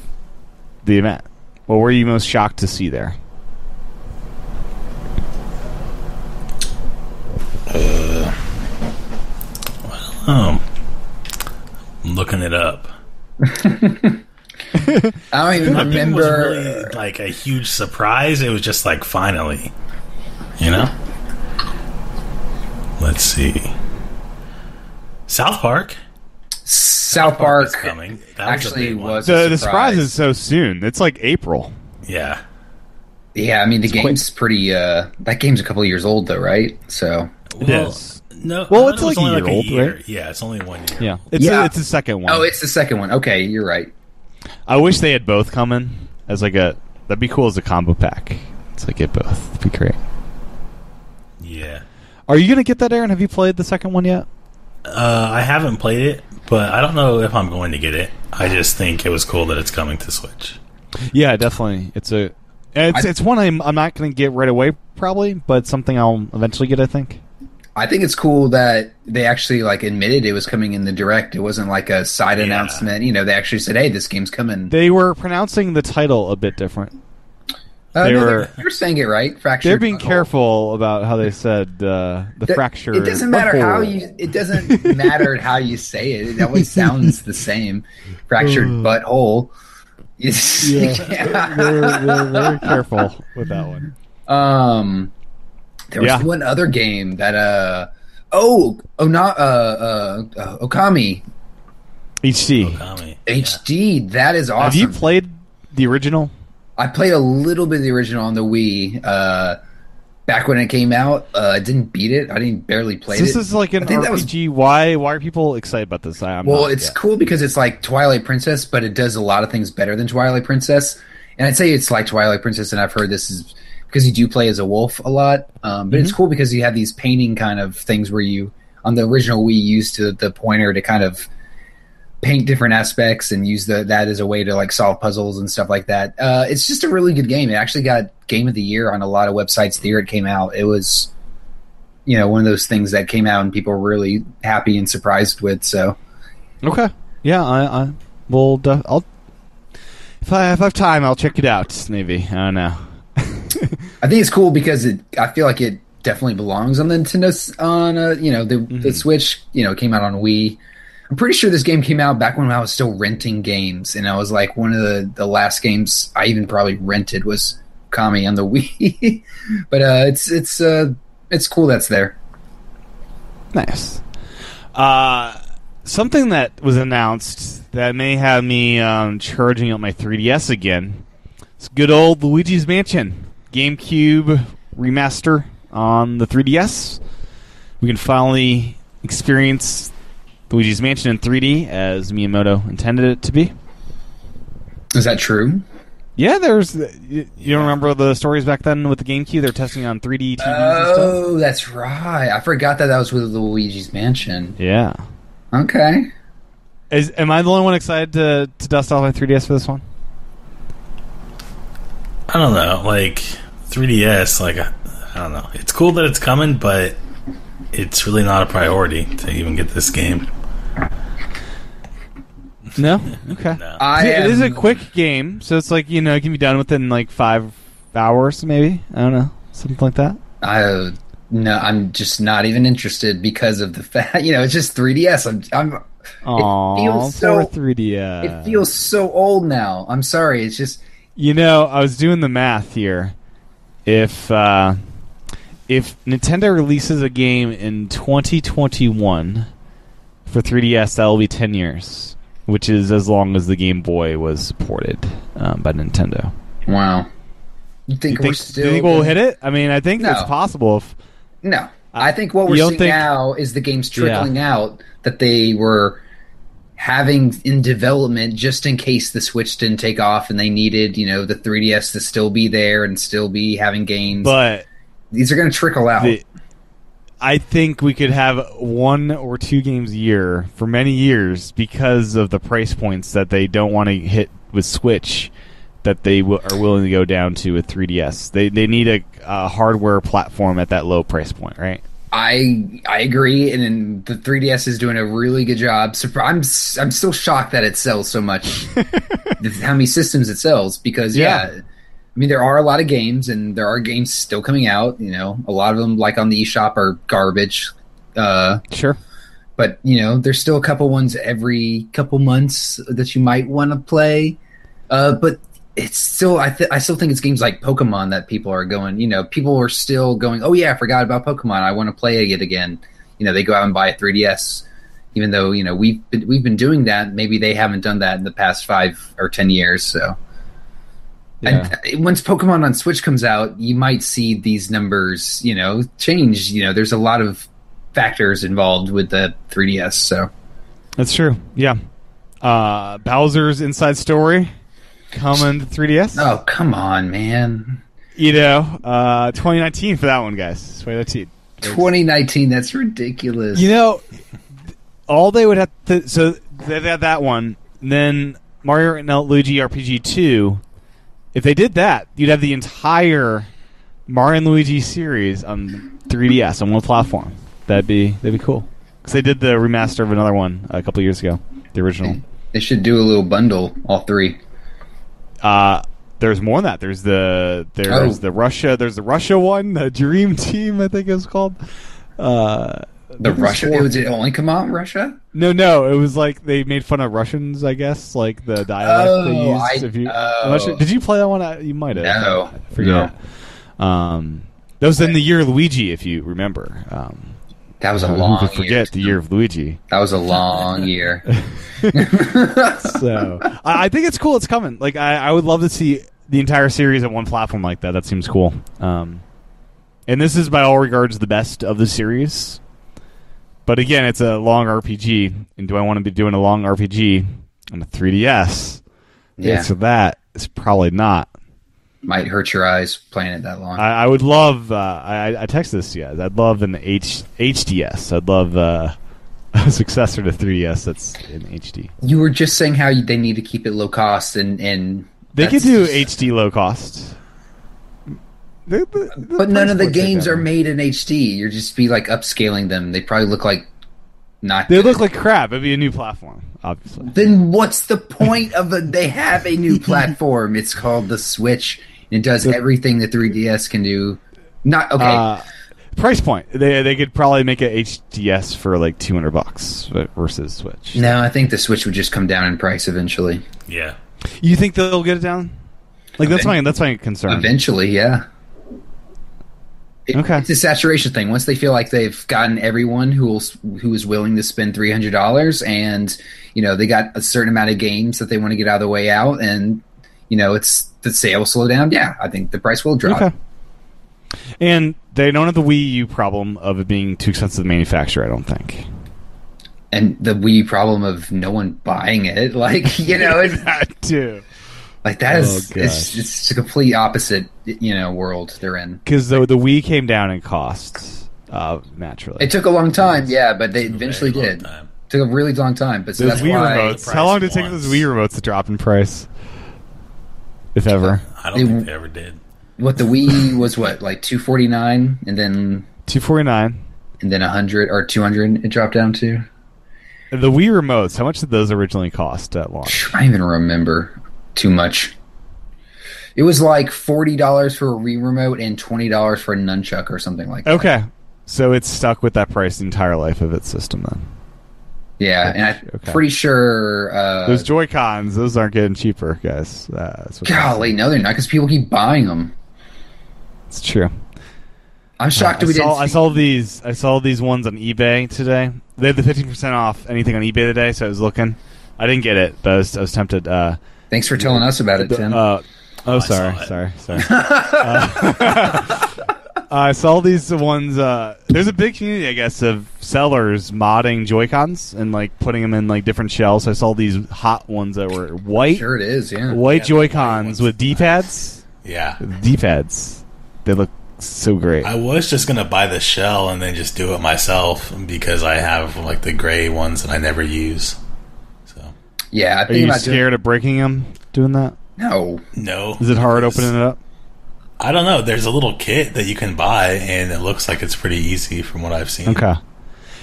[SPEAKER 2] the event. What were you most shocked to see there?
[SPEAKER 4] Oh, I'm looking it up.
[SPEAKER 3] I don't even
[SPEAKER 4] Nothing was
[SPEAKER 3] remember.
[SPEAKER 4] really like a huge surprise. It was just like finally, you know. Let's see. South Park
[SPEAKER 3] South
[SPEAKER 4] is
[SPEAKER 3] Park
[SPEAKER 4] coming. That
[SPEAKER 3] actually
[SPEAKER 4] was, a big one.
[SPEAKER 3] was
[SPEAKER 2] The,
[SPEAKER 3] a
[SPEAKER 2] the surprise
[SPEAKER 3] surprise.
[SPEAKER 2] is so soon. It's like April.
[SPEAKER 4] yeah.
[SPEAKER 3] Yeah, I mean the game's pretty. uh That game's a couple years old though, right? So
[SPEAKER 4] Well,
[SPEAKER 2] is.
[SPEAKER 4] No, I
[SPEAKER 2] Well,
[SPEAKER 4] thought
[SPEAKER 2] it's
[SPEAKER 4] it was
[SPEAKER 2] like a
[SPEAKER 4] only
[SPEAKER 2] year old,
[SPEAKER 4] year.
[SPEAKER 2] right?
[SPEAKER 4] Yeah, it's only one year.
[SPEAKER 2] Yeah, it's
[SPEAKER 3] Yeah.
[SPEAKER 2] A, it's the second one.
[SPEAKER 3] oh, it's the second one. Okay, you're right.
[SPEAKER 2] I wish they had both come in as like a. That'd be cool as a combo pack. It's like get both. That'd be great.
[SPEAKER 4] Yeah.
[SPEAKER 2] Are you gonna get that, Aaron? Have you played the second one yet?
[SPEAKER 4] Uh, I haven't played it, but I don't know if I'm going to get it. I just think it was cool that it's coming to Switch.
[SPEAKER 2] Yeah, definitely. It's a It's
[SPEAKER 3] I-
[SPEAKER 2] it's one I'm I'm not going to get right away probably, but something I'll eventually get. I think.
[SPEAKER 3] I think it's cool that they actually like admitted it was coming in the direct. It wasn't like a side announcement. You know, they actually said, "Hey, this game's coming."
[SPEAKER 2] They were pronouncing the title a bit different.
[SPEAKER 3] Oh,
[SPEAKER 2] they
[SPEAKER 3] no,
[SPEAKER 2] were-
[SPEAKER 3] they're, they're saying it right. Fractured.
[SPEAKER 2] They're being
[SPEAKER 3] butthole.
[SPEAKER 2] careful about how they said uh, the
[SPEAKER 3] That-
[SPEAKER 2] fracture.
[SPEAKER 3] It doesn't matter how
[SPEAKER 2] butthole.
[SPEAKER 3] you. It doesn't matter how you say it.
[SPEAKER 2] [laughs]
[SPEAKER 3] It always sounds the same. Fractured
[SPEAKER 2] Mm.
[SPEAKER 3] butthole. [laughs] It's-
[SPEAKER 2] they're, they're
[SPEAKER 3] [laughs]
[SPEAKER 2] very careful with that one.
[SPEAKER 3] Um, there was
[SPEAKER 2] Yeah.
[SPEAKER 3] one other game that uh oh Ona, uh, uh, uh, Okami
[SPEAKER 2] HD.
[SPEAKER 4] Tommy.
[SPEAKER 3] HD. That is awesome.
[SPEAKER 2] Have you played the original?
[SPEAKER 3] I played a little bit of the original on the Wii uh, back when it came out. Uh, I didn't beat it. I didn't barely play
[SPEAKER 2] This
[SPEAKER 3] it.
[SPEAKER 2] is like an
[SPEAKER 3] I think that was-
[SPEAKER 2] RPG. Why why are people excited about this? I, am
[SPEAKER 3] well,
[SPEAKER 2] not-
[SPEAKER 3] it's
[SPEAKER 2] yeah.
[SPEAKER 3] cool because it's like Twilight Princess, but it does a lot of things better than Twilight Princess. And I'd say it's like Twilight Princess, and I've heard this is because you do play as a wolf a lot. Um, but it's cool because you have these painting kind of things where you on the original Wii you used to the pointer to kind of paint different aspects and use the, that as a way to like solve puzzles and stuff like that. Uh, it's just a really good game. It actually got game of the year on a lot of websites the year it came out. It was, you know, one of those things that came out and people were really happy and surprised with. So
[SPEAKER 2] okay. Yeah, I, I will. def- I'll if I if I have time, I'll check it out. Maybe I don't know.
[SPEAKER 3] I think it's cool because it. I feel like it definitely belongs on the Nintendo s- on a, you know the
[SPEAKER 2] Mm-hmm.
[SPEAKER 3] the Switch. You know, it came out on Wii. I'm pretty sure this game came out back when I was still renting games, and I was like one of the the last games I even probably rented was Kami on the [laughs] Wii. but uh, it's it's uh, it's cool that's there.
[SPEAKER 2] Nice. Uh, something that was announced that may have me um, charging up my 3DS again. It's good old Luigi's Mansion GameCube remaster on the 3DS. We can finally experience Luigi's Mansion in 3D as Miyamoto intended it to be.
[SPEAKER 3] Is that true?
[SPEAKER 2] Yeah, there's. You, you don't remember the stories back then with the GameCube? They're testing on 3D TVs and stuff.
[SPEAKER 3] Oh, that's right. I forgot that that was with Luigi's Mansion.
[SPEAKER 2] Yeah.
[SPEAKER 3] Okay.
[SPEAKER 2] Is, am I the only one excited to, to dust off my 3DS for this one?
[SPEAKER 4] I don't know, like 3DS, like I don't know. It's cool that it's coming, but it's really not a priority to even get this game.
[SPEAKER 2] No. Okay.
[SPEAKER 4] No.
[SPEAKER 3] I
[SPEAKER 2] it is a
[SPEAKER 3] am-
[SPEAKER 2] quick game, so it's like you know it can be done within like five hours, maybe. I don't know, something like that.
[SPEAKER 3] I no, I'm just not even interested because of the fact [laughs] you know it's just 3ds. I'm I'm
[SPEAKER 2] Aww,
[SPEAKER 3] feels so-
[SPEAKER 2] poor uh, 3DS.
[SPEAKER 3] it feels so old now. I'm sorry. It's just
[SPEAKER 2] You know, I was doing the math here. If uh, if Nintendo releases a game in 2021 for 3DS, that'll be 10 years, which is as long as the Game Boy was supported um, by Nintendo.
[SPEAKER 3] wow. You think
[SPEAKER 2] You think,
[SPEAKER 3] we're still
[SPEAKER 2] you think we'll hit it? I mean, I think
[SPEAKER 3] No.
[SPEAKER 2] it's possible. If,
[SPEAKER 3] No. I think what
[SPEAKER 2] You
[SPEAKER 3] we're
[SPEAKER 2] don't
[SPEAKER 3] seeing
[SPEAKER 2] think-
[SPEAKER 3] now is the games trickling out that they were having in development just in case the Switch didn't take off and they needed, you know, the 3DS to still be there and still be having games.
[SPEAKER 2] but
[SPEAKER 3] These are going to trickle out.
[SPEAKER 2] the, I think we could have one or two games a year for many years because of the price points that they don't want to hit with Switch that they w- are willing to go down to with 3DS. They they need a, a hardware platform at that low price point, right?
[SPEAKER 3] I I agree, and, then the 3ds is doing a really good job. Surpri- I'm s- I'm still shocked that it sells so much. how many systems it sells? Because yeah.
[SPEAKER 2] Yeah.
[SPEAKER 3] I mean there are a lot of games, and there are games still coming out. You know, a lot of them like on the eShop are garbage. Uh,
[SPEAKER 2] Sure.
[SPEAKER 3] but you know, there's still a couple ones every couple months that you might want to play. Uh, but it's still I th- I still think it's games like Pokemon that people are going. You know, people are still going. Oh yeah, I forgot about Pokemon. I want to play it again. You know, they go out and buy a 3DS, even though you know we've been, we've been doing that. Maybe they haven't done that in the past five or ten years. So.
[SPEAKER 2] Yeah.
[SPEAKER 3] And uh, once Pokemon on Switch comes out, you might see these numbers, you know, change. You know, there's a lot of factors involved with the 3DS. So
[SPEAKER 2] That's true. Yeah. Uh, Bowser's Inside Story coming to 3DS.
[SPEAKER 3] Oh, come on, man.
[SPEAKER 2] You know, uh, 2019 for that one, guys. 2019.
[SPEAKER 3] 2019, that's ridiculous.
[SPEAKER 2] You know, all they would have to so they had that one. and Then Mario and Luigi RPG two If they did that, you'd have the entire Mario and Luigi series on 3DS on one platform. That'd be that'd be cool. Because they did the remaster of another one a couple years ago, the original.
[SPEAKER 3] They should do a little bundle, all three.
[SPEAKER 2] Uh, there's more than that. There's the there's
[SPEAKER 3] Oh.
[SPEAKER 2] the Russia. There's the Russia one, the Dream Team, I think it was called. Uh,
[SPEAKER 3] The Russia. It was it only come out in Russia?
[SPEAKER 2] no, no, it was like they made fun of Russians, I guess, like the dialect they
[SPEAKER 3] Oh,
[SPEAKER 2] used.
[SPEAKER 3] I-
[SPEAKER 2] if you,
[SPEAKER 3] oh.
[SPEAKER 2] I'm not sure- did you play that one? I- You might have.
[SPEAKER 3] No.
[SPEAKER 2] I forget. Um, that was in the year of Luigi, if you remember. Um,
[SPEAKER 3] That was a
[SPEAKER 2] who could
[SPEAKER 3] long
[SPEAKER 2] forget
[SPEAKER 3] year.
[SPEAKER 2] the year of Luigi.
[SPEAKER 3] That was a
[SPEAKER 2] [laughs]
[SPEAKER 3] long year.
[SPEAKER 2] So I, I think it's cool. It's coming. Like I, I would love to see the entire series on one platform like that. That seems cool. Um, and this is by all regards the best of the series. But again, it's a long RPG, and do I want to be doing a long RPG on a 3DS?
[SPEAKER 3] Yeah,
[SPEAKER 2] So that is probably not.
[SPEAKER 3] might hurt your eyes playing it that long.
[SPEAKER 2] I, I would love. Uh, I, I- I texted this to you guys. I'd love an H, HDS. I'd love uh, [laughs] a successor to 3DS that's in HD.
[SPEAKER 3] you were just saying how you, they need to keep it low cost and and
[SPEAKER 2] They could
[SPEAKER 3] that's
[SPEAKER 2] do
[SPEAKER 3] just-
[SPEAKER 2] HD low cost. They- the- the
[SPEAKER 3] But none
[SPEAKER 2] price
[SPEAKER 3] of
[SPEAKER 2] point's
[SPEAKER 3] the
[SPEAKER 2] like
[SPEAKER 3] games
[SPEAKER 2] that.
[SPEAKER 3] are made in HD. You're just be like upscaling them. They probably look like not.
[SPEAKER 2] They
[SPEAKER 3] good.
[SPEAKER 2] look like crap. It'd be a new platform, obviously.
[SPEAKER 3] Then what's the point of the? They have a new platform. It's called the Switch. It does everything the 3DS can do. Not okay.
[SPEAKER 2] Uh, price point. They they could probably make a HDS for like two hundred bucks versus Switch.
[SPEAKER 3] no, I think the Switch would just come down in price eventually.
[SPEAKER 4] Yeah.
[SPEAKER 2] You think they'll get it down? Like that's my that's my concern.
[SPEAKER 3] Eventually, yeah. It-
[SPEAKER 2] Okay.
[SPEAKER 3] It's a saturation thing. Once they feel like they've gotten everyone who will, who is willing to spend three hundred dollars, and you know they got a certain amount of games that they want to get out of the way out, and you know it's the sale will slow down. Yeah, I think the price will drop.
[SPEAKER 2] Okay. And they don't have the Wii U problem of it being too expensive to manufacture. I don't think.
[SPEAKER 3] [laughs] And the Wii problem of no one buying it, [laughs] like you know, it's,
[SPEAKER 2] That too.
[SPEAKER 3] like that is
[SPEAKER 2] Oh,
[SPEAKER 3] it's,
[SPEAKER 2] gosh.
[SPEAKER 3] it's the complete opposite you know world they're in.
[SPEAKER 2] Because the the Wii came down in costs uh, naturally.
[SPEAKER 3] It took a long time, yeah, but they eventually
[SPEAKER 4] Very long
[SPEAKER 3] did.
[SPEAKER 4] time.
[SPEAKER 3] Took a really long time, but so
[SPEAKER 2] Those
[SPEAKER 3] that's
[SPEAKER 2] Wii
[SPEAKER 3] why.
[SPEAKER 2] remotes.
[SPEAKER 4] the
[SPEAKER 2] How long did it
[SPEAKER 4] price
[SPEAKER 2] take those
[SPEAKER 4] once.
[SPEAKER 2] Wii remotes to drop in price? If ever.
[SPEAKER 4] I don't
[SPEAKER 3] They-
[SPEAKER 4] think they ever did.
[SPEAKER 3] what the Wii was what like 249 and then
[SPEAKER 2] 249.
[SPEAKER 3] and then 100 or 200 it dropped down to
[SPEAKER 2] The Wii remotes, how much did those originally cost at launch?
[SPEAKER 3] I don't even remember too much it was like $40 for a Wii remote and $20 for a nunchuck or something like that
[SPEAKER 2] Okay. So it's stuck with that price the entire life of its system then.
[SPEAKER 3] yeah and I'm
[SPEAKER 2] Okay.
[SPEAKER 3] pretty sure uh,
[SPEAKER 2] Those Joy Cons, those aren't getting cheaper, guys. Uh, that's what
[SPEAKER 3] golly no they're not because people keep buying them
[SPEAKER 2] it's true.
[SPEAKER 3] I'm shocked
[SPEAKER 2] I
[SPEAKER 3] we
[SPEAKER 2] saw, I
[SPEAKER 3] didn't see-
[SPEAKER 2] saw these. I saw these ones on eBay today. They had the fifteen percent off anything on eBay today, so I was looking. I didn't get it, but I was, I was tempted. Uh,
[SPEAKER 3] thanks for telling us about it Tim
[SPEAKER 2] Uh, oh,
[SPEAKER 4] I
[SPEAKER 2] sorry,
[SPEAKER 4] saw it.
[SPEAKER 2] sorry, sorry, Uh, [laughs] I saw these ones. Uh, there's a big community, I guess, of sellers modding Joy Cons and like putting them in like different shells. So I saw these hot ones that were white,
[SPEAKER 3] sure it is yeah
[SPEAKER 2] white
[SPEAKER 4] Yeah, the
[SPEAKER 2] Joy
[SPEAKER 4] white
[SPEAKER 2] Cons
[SPEAKER 4] ones.
[SPEAKER 2] with D pads.
[SPEAKER 4] Yeah.
[SPEAKER 2] D pads. They look so great.
[SPEAKER 4] I was just gonna buy the shell and then just do it myself because I have like the gray ones that I never use. So
[SPEAKER 3] yeah I
[SPEAKER 2] Are
[SPEAKER 3] think
[SPEAKER 2] you
[SPEAKER 3] about doing-
[SPEAKER 2] scared of breaking them? Doing that?
[SPEAKER 3] no
[SPEAKER 4] no,
[SPEAKER 2] Is it hard
[SPEAKER 4] because-
[SPEAKER 2] opening it up?
[SPEAKER 4] I don't know. There's a little kit that you can buy, and it looks like it's pretty easy from what I've seen.
[SPEAKER 2] Okay.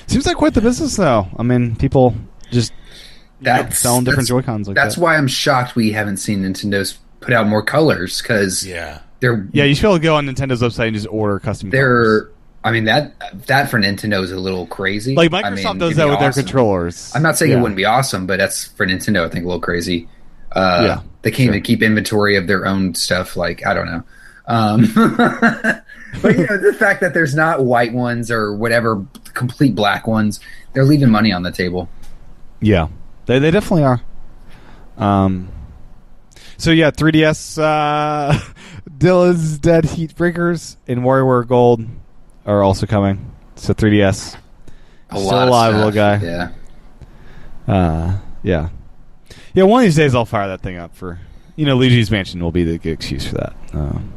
[SPEAKER 2] Seems like quite the business, though. I mean, people just
[SPEAKER 3] that's
[SPEAKER 2] selling different
[SPEAKER 3] that's-
[SPEAKER 2] Joy Cons like
[SPEAKER 3] that's
[SPEAKER 2] that.
[SPEAKER 3] why I'm shocked we haven't seen Nintendo's put out more colors because
[SPEAKER 4] Yeah.
[SPEAKER 3] they're
[SPEAKER 2] Yeah, you should be able to go on Nintendo's website and just order custom. colors.
[SPEAKER 3] they're. I mean that that for Nintendo is a little crazy.
[SPEAKER 2] like
[SPEAKER 3] I
[SPEAKER 2] Microsoft
[SPEAKER 3] mean,
[SPEAKER 2] does
[SPEAKER 3] it'd
[SPEAKER 2] that
[SPEAKER 3] be
[SPEAKER 2] with their
[SPEAKER 3] awesome.
[SPEAKER 2] controllers.
[SPEAKER 3] I'm not saying
[SPEAKER 2] Yeah.
[SPEAKER 3] it wouldn't be awesome, but that's for Nintendo. I think a little crazy. Uh,
[SPEAKER 2] Yeah,
[SPEAKER 3] they can't even keep inventory of their own stuff. Like I don't know. Um, [laughs] but you know the fact that there's not white ones or whatever complete black ones, they're leaving money on the table.
[SPEAKER 2] Yeah, they they definitely are. Um. So yeah, 3DS, uh, [laughs] Dilla's Dead Heat Breakers and WarioWare Gold are also coming. So 3DS,
[SPEAKER 3] A
[SPEAKER 2] Still
[SPEAKER 3] lot of
[SPEAKER 2] alive,
[SPEAKER 3] stuff.
[SPEAKER 2] little guy.
[SPEAKER 3] Yeah.
[SPEAKER 2] uh, yeah, yeah. One of these days, I'll fire that thing up for you know Luigi's Mansion will be the good excuse for that. Um,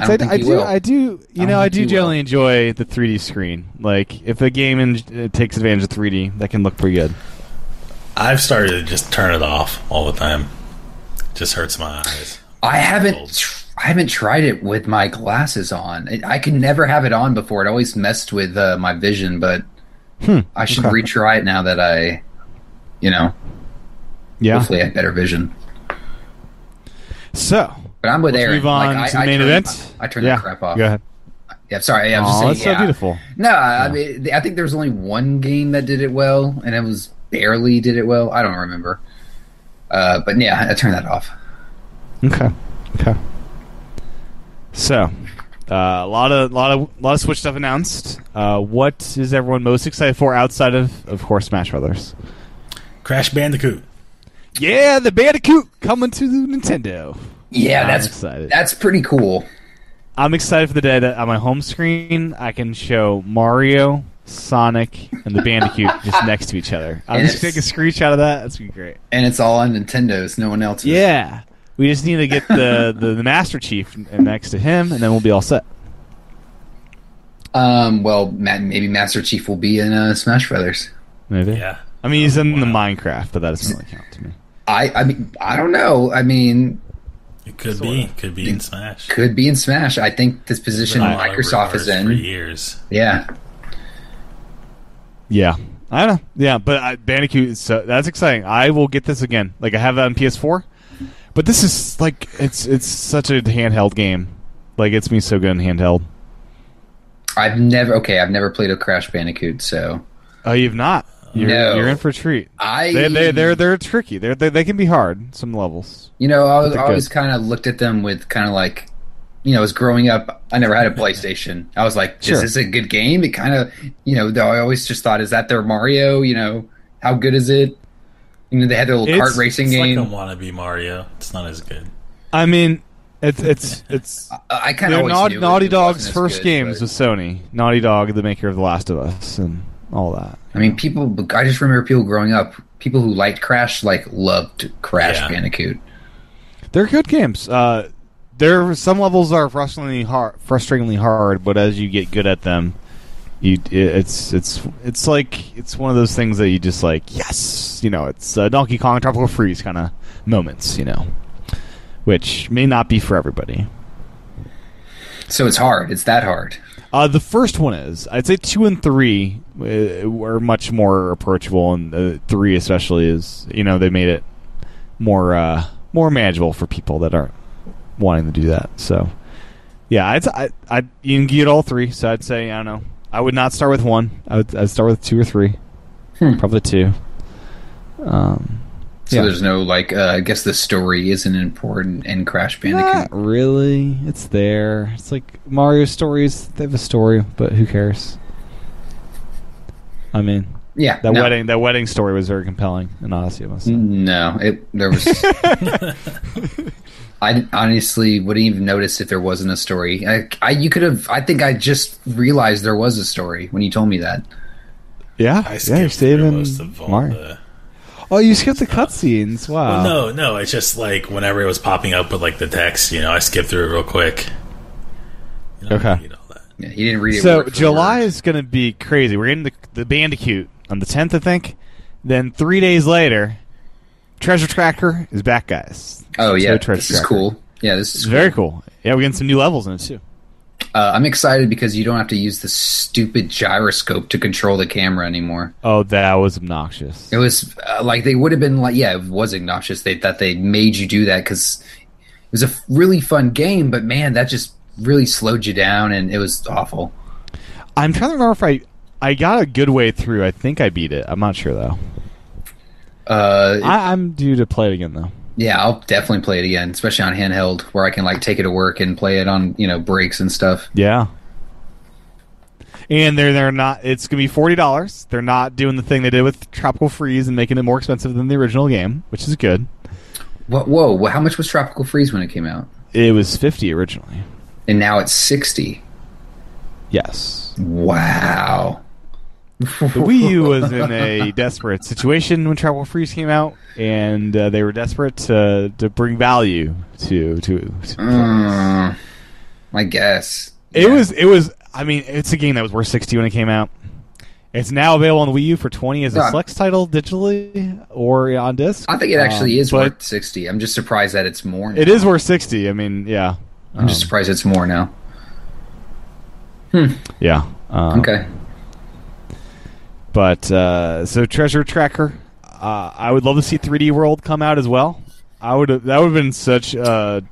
[SPEAKER 3] I
[SPEAKER 2] So
[SPEAKER 3] don't think
[SPEAKER 2] I
[SPEAKER 3] he
[SPEAKER 2] do.
[SPEAKER 3] will.
[SPEAKER 2] I do. You
[SPEAKER 3] I
[SPEAKER 2] know,
[SPEAKER 3] don't
[SPEAKER 2] I
[SPEAKER 3] think
[SPEAKER 2] do
[SPEAKER 3] he will.
[SPEAKER 2] generally enjoy the 3D screen. Like, if a game in, uh, takes advantage of 3D, that can look pretty good.
[SPEAKER 4] I've started to just turn it off all the time. Just hurts my eyes.
[SPEAKER 3] I haven't. Tr- I haven't tried it with my glasses on. It, I could never have it on before. It always messed with uh, my vision, but
[SPEAKER 2] Hmm,
[SPEAKER 3] I should retry it now that I, you know,
[SPEAKER 2] Yeah.
[SPEAKER 3] hopefully I have better vision.
[SPEAKER 2] So
[SPEAKER 3] But I'm with
[SPEAKER 2] let's
[SPEAKER 3] Aaron.
[SPEAKER 2] move on
[SPEAKER 3] Like,
[SPEAKER 2] to the main
[SPEAKER 3] turned-
[SPEAKER 2] event.
[SPEAKER 3] I turned
[SPEAKER 2] yeah.
[SPEAKER 3] that crap off.
[SPEAKER 2] Go ahead.
[SPEAKER 3] Yeah, sorry. I was
[SPEAKER 2] Oh, that's
[SPEAKER 3] just saying.
[SPEAKER 2] so
[SPEAKER 3] yeah.
[SPEAKER 2] beautiful.
[SPEAKER 3] No, I mean, th- I think there was only one game that did it well, and it was barely did it well. I don't remember. Uh, but yeah, I turned that off.
[SPEAKER 2] Okay. Okay. So, uh, a lot of lot of lot of Switch stuff announced. Uh, what is everyone most excited for outside of, of course, Smash Brothers?
[SPEAKER 4] Crash Bandicoot.
[SPEAKER 2] Yeah, the Bandicoot coming to the Nintendo.
[SPEAKER 3] Yeah,
[SPEAKER 2] I'm
[SPEAKER 3] that's
[SPEAKER 2] excited.
[SPEAKER 3] that's pretty cool.
[SPEAKER 2] I'm excited for the day that on my home screen I can show Mario, Sonic, and the
[SPEAKER 3] [laughs]
[SPEAKER 2] Bandicoot just next to each other. I'll
[SPEAKER 3] And
[SPEAKER 2] just
[SPEAKER 3] it's-
[SPEAKER 2] take a screenshot of that. That's gonna be great.
[SPEAKER 3] And it's all on Nintendo. It's no one else.
[SPEAKER 2] Yeah, we just need to get [laughs] the the, the Master Chief n- next to him, and then we'll be all set.
[SPEAKER 3] Um. Well, ma- maybe Master Chief will be in uh, Smash Brothers.
[SPEAKER 2] Maybe.
[SPEAKER 4] Yeah.
[SPEAKER 2] I mean, he's in the
[SPEAKER 4] Wow.
[SPEAKER 2] Minecraft, but that doesn't really count to me.
[SPEAKER 3] I. I mean, I don't know. I mean,
[SPEAKER 4] It could be. Could be in Smash.
[SPEAKER 3] could be in Smash. I think this position
[SPEAKER 4] Been a lot of
[SPEAKER 3] Microsoft is
[SPEAKER 4] rumors for
[SPEAKER 3] in.
[SPEAKER 4] years.
[SPEAKER 3] Yeah.
[SPEAKER 2] Yeah, I don't know. Yeah, but I, Bandicoot is so that's exciting. I will get this again. Like I have that on PS4, but this is like it's it's such a handheld game. Like it's me so good in handheld.
[SPEAKER 3] I've never. Okay, I've never played a Crash Bandicoot, so
[SPEAKER 2] Oh, you've not. You're,
[SPEAKER 3] No.
[SPEAKER 2] you're in for a treat.
[SPEAKER 3] I.
[SPEAKER 2] They they they're they're tricky. They're, they they can be hard some levels.
[SPEAKER 3] You know, I was,
[SPEAKER 2] They're
[SPEAKER 3] I always
[SPEAKER 2] good.
[SPEAKER 3] kind of looked at them with kind of like, you know, as growing up, I never had a PlayStation. I was like,
[SPEAKER 2] Sure.
[SPEAKER 3] is this a good game? It kind of, you know, though I always just thought, is that their Mario? You know, how good is it? You know, they had their little
[SPEAKER 2] It's-
[SPEAKER 3] kart racing
[SPEAKER 4] It's
[SPEAKER 3] game.
[SPEAKER 4] like a wannabe Mario. It's not as good.
[SPEAKER 2] I mean, it's it's it's
[SPEAKER 3] Uh, I kind
[SPEAKER 2] they're
[SPEAKER 3] of
[SPEAKER 2] Naughty, Naughty Dog's first games with Sony. Naughty Dog, the maker of The Last of Us, and all that.
[SPEAKER 3] I mean, people. I just remember people growing up. People who liked Crash like loved Crash
[SPEAKER 4] Yeah.
[SPEAKER 3] Bandicoot.
[SPEAKER 2] They're good games. Uh, there some levels are frustratingly hard, frustratingly hard, but as you get good at them, you it, it's it's it's like it's one of those things that you just like yes, you know, it's uh, Donkey Kong Tropical Freeze kind of moments, you know, which may not be for everybody.
[SPEAKER 3] So it's hard. It's that hard.
[SPEAKER 2] Uh, the first one is. I'd say two and three uh, were much more approachable, and uh, three especially is you know they made it more uh, more manageable for people that aren't wanting to do that. So yeah, I'd, I I you can get all three. So I'd say I don't know. I would not start with one. I would I'd start with two or three, probably two. Um,
[SPEAKER 3] So
[SPEAKER 2] Yeah.
[SPEAKER 3] there's no like. Uh, I guess the story isn't important in Crash
[SPEAKER 2] not
[SPEAKER 3] Bandicoot.
[SPEAKER 2] really. It's there. It's like Mario stories. They have a story, but who cares? I mean.
[SPEAKER 3] yeah,
[SPEAKER 2] That
[SPEAKER 3] no.
[SPEAKER 2] wedding, that wedding story was very compelling in Odyssey. I must say.
[SPEAKER 3] No, it
[SPEAKER 2] [laughs]
[SPEAKER 3] there was. [laughs] I honestly wouldn't even notice if there wasn't a story. I, I you could have. I think I just realized there was a story when you told me that.
[SPEAKER 2] Yeah,
[SPEAKER 4] I
[SPEAKER 2] yeah,
[SPEAKER 4] skipped
[SPEAKER 2] you're
[SPEAKER 4] through
[SPEAKER 2] saving
[SPEAKER 4] most of all
[SPEAKER 2] Mario.
[SPEAKER 4] the-
[SPEAKER 2] Oh, you skipped the cutscenes. Wow.
[SPEAKER 4] Well, no, no. It's just like whenever it was popping up with like the text, you know, I skipped through it real quick. You know, I
[SPEAKER 2] Okay.
[SPEAKER 4] need all that.
[SPEAKER 3] Yeah, he didn't read it.
[SPEAKER 2] So
[SPEAKER 3] word for
[SPEAKER 2] July
[SPEAKER 3] word.
[SPEAKER 2] is going to be crazy. We're getting the the Bandicoot on the tenth, I think. Then three days later, Treasure Tracker is back, guys.
[SPEAKER 3] Oh yeah,
[SPEAKER 2] Treasure
[SPEAKER 3] this is
[SPEAKER 2] Tracker.
[SPEAKER 3] cool. Yeah, this
[SPEAKER 2] It's
[SPEAKER 3] is.
[SPEAKER 2] very cool. Yeah, we're getting some new levels in it too.
[SPEAKER 3] Uh, I'm excited because you don't have to use the stupid gyroscope to control the camera anymore.
[SPEAKER 2] Oh, that was obnoxious.
[SPEAKER 3] It was uh, like they would have been like, yeah, it was obnoxious. They thought they made you do that because it was a f- really fun game, but man, that just really slowed you down, and it was awful.
[SPEAKER 2] I'm trying to remember if I I got a good way through. I think I beat it. I'm not sure though.
[SPEAKER 3] Uh,
[SPEAKER 2] I, I'm due to play it again though.
[SPEAKER 3] Yeah, I'll definitely play it again, especially on handheld, where I can like take it to work and play it on you know breaks and stuff.
[SPEAKER 2] Yeah. And they're they're not. It's gonna be forty dollars. They're not doing the thing they did with Tropical Freeze and making it more expensive than the original game, which is good.
[SPEAKER 3] Wha Whoa, wha- how much was Tropical Freeze when it came out?
[SPEAKER 2] It was fifty originally.
[SPEAKER 3] And now it's sixty.
[SPEAKER 2] Yes.
[SPEAKER 3] Wow.
[SPEAKER 2] The Wii U was in a [laughs] desperate situation when Tropical Freeze came out, and uh, they were desperate to to bring value to to. to
[SPEAKER 3] Mm, I guess
[SPEAKER 2] It was it was. I mean, it's a game that was worth sixty when it came out. It's now available on Wii U for 20 as a
[SPEAKER 3] Yeah.
[SPEAKER 2] Flex title digitally or on disc.
[SPEAKER 3] I think it actually
[SPEAKER 2] Um,
[SPEAKER 3] is
[SPEAKER 2] but
[SPEAKER 3] worth sixty. I'm just surprised that it's more. Now.
[SPEAKER 2] It is worth 60. I mean, yeah.
[SPEAKER 3] I'm just surprised it's more now.
[SPEAKER 2] Yeah. Um,
[SPEAKER 3] Okay.
[SPEAKER 2] But uh, so Treasure Tracker, uh, I would love to see 3D World come out as well. I would that would have been such a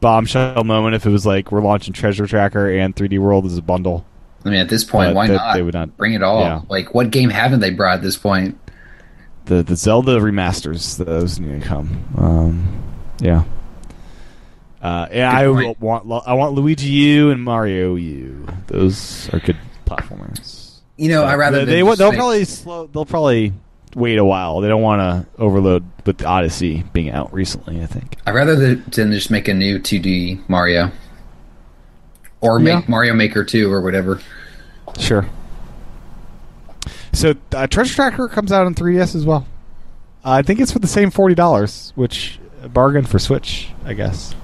[SPEAKER 2] bombshell moment if it was like we're launching Treasure Tracker and 3D World as a bundle.
[SPEAKER 3] I mean, at this point,
[SPEAKER 2] Uh,
[SPEAKER 3] why
[SPEAKER 2] that-
[SPEAKER 3] not?
[SPEAKER 2] they would not-
[SPEAKER 3] bring it all.
[SPEAKER 2] yeah.
[SPEAKER 3] Like, what game haven't they brought at this point?
[SPEAKER 2] The the Zelda remasters those need to come. Um, yeah. Uh, yeah, I
[SPEAKER 3] Good point.
[SPEAKER 2] want lo- I want Luigi U and Mario U. Those are good platformers.
[SPEAKER 3] You know, I rather
[SPEAKER 2] they,
[SPEAKER 3] than
[SPEAKER 2] they will
[SPEAKER 3] just
[SPEAKER 2] they'll
[SPEAKER 3] make-
[SPEAKER 2] probably slow. They'll probably wait a while. They don't want to overload with the Odyssey being out recently. I think.
[SPEAKER 3] I rather than than just make a new 2D Mario, or make
[SPEAKER 2] Yeah.
[SPEAKER 3] Mario Maker 2 or whatever.
[SPEAKER 2] Sure. So uh, Treasure Tracker comes out on 3DS as well. Uh, I think it's for the same forty dollars, which a bargain for Switch, I guess,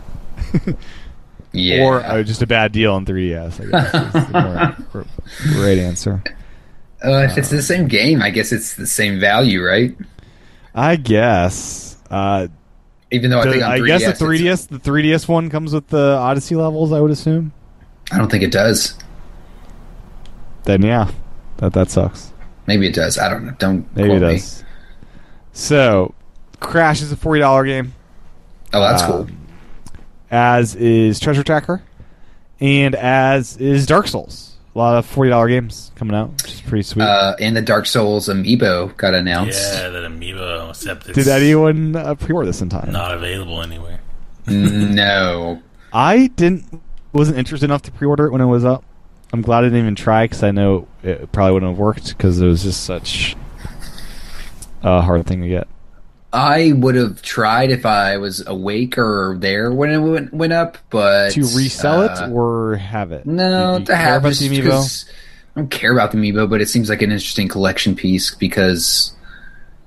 [SPEAKER 3] Yeah.
[SPEAKER 2] or uh, just a bad deal on 3DS. I guess is the more r- right answer.
[SPEAKER 3] uh, if it's the same game, I guess it's the same value, right?
[SPEAKER 2] I guess. Uh,
[SPEAKER 3] Even though I
[SPEAKER 2] do-
[SPEAKER 3] think on 3DS,
[SPEAKER 2] I guess the 3DS,
[SPEAKER 3] it's-
[SPEAKER 2] the 3DS one comes with the Odyssey levels. I would assume.
[SPEAKER 3] I don't think it does.
[SPEAKER 2] Then yeah, that that sucks.
[SPEAKER 3] Maybe it does. I don't know. Don't
[SPEAKER 2] Maybe
[SPEAKER 3] quote
[SPEAKER 2] it
[SPEAKER 3] me.
[SPEAKER 2] does. So, Crash is a forty dollar game,
[SPEAKER 3] Oh, that's
[SPEAKER 2] Uh,
[SPEAKER 3] cool.
[SPEAKER 2] as is Treasure Tracker, and as is Dark Souls. A lot of forty dollar games coming out, which is pretty sweet.
[SPEAKER 3] Uh, and the Dark Souls amiibo got announced.
[SPEAKER 4] Yeah, that amiibo, except it's
[SPEAKER 2] Did anyone uh, pre-order this in time?
[SPEAKER 4] not available anywhere.
[SPEAKER 3] no,
[SPEAKER 2] I didn't. Wasn't interested enough to pre-order it when it was up. I'm glad I didn't even try because I know it probably wouldn't have worked because it was just such a hard thing to get.
[SPEAKER 3] I would have tried if I was awake or there when it went, went up, but
[SPEAKER 2] To resell
[SPEAKER 3] uh,
[SPEAKER 2] it or have it?
[SPEAKER 3] no,
[SPEAKER 2] Do you
[SPEAKER 3] to
[SPEAKER 2] care
[SPEAKER 3] have
[SPEAKER 2] about
[SPEAKER 3] just
[SPEAKER 2] the amiibo?
[SPEAKER 3] 'cause I don't care about the amiibo, but it seems like an interesting collection piece because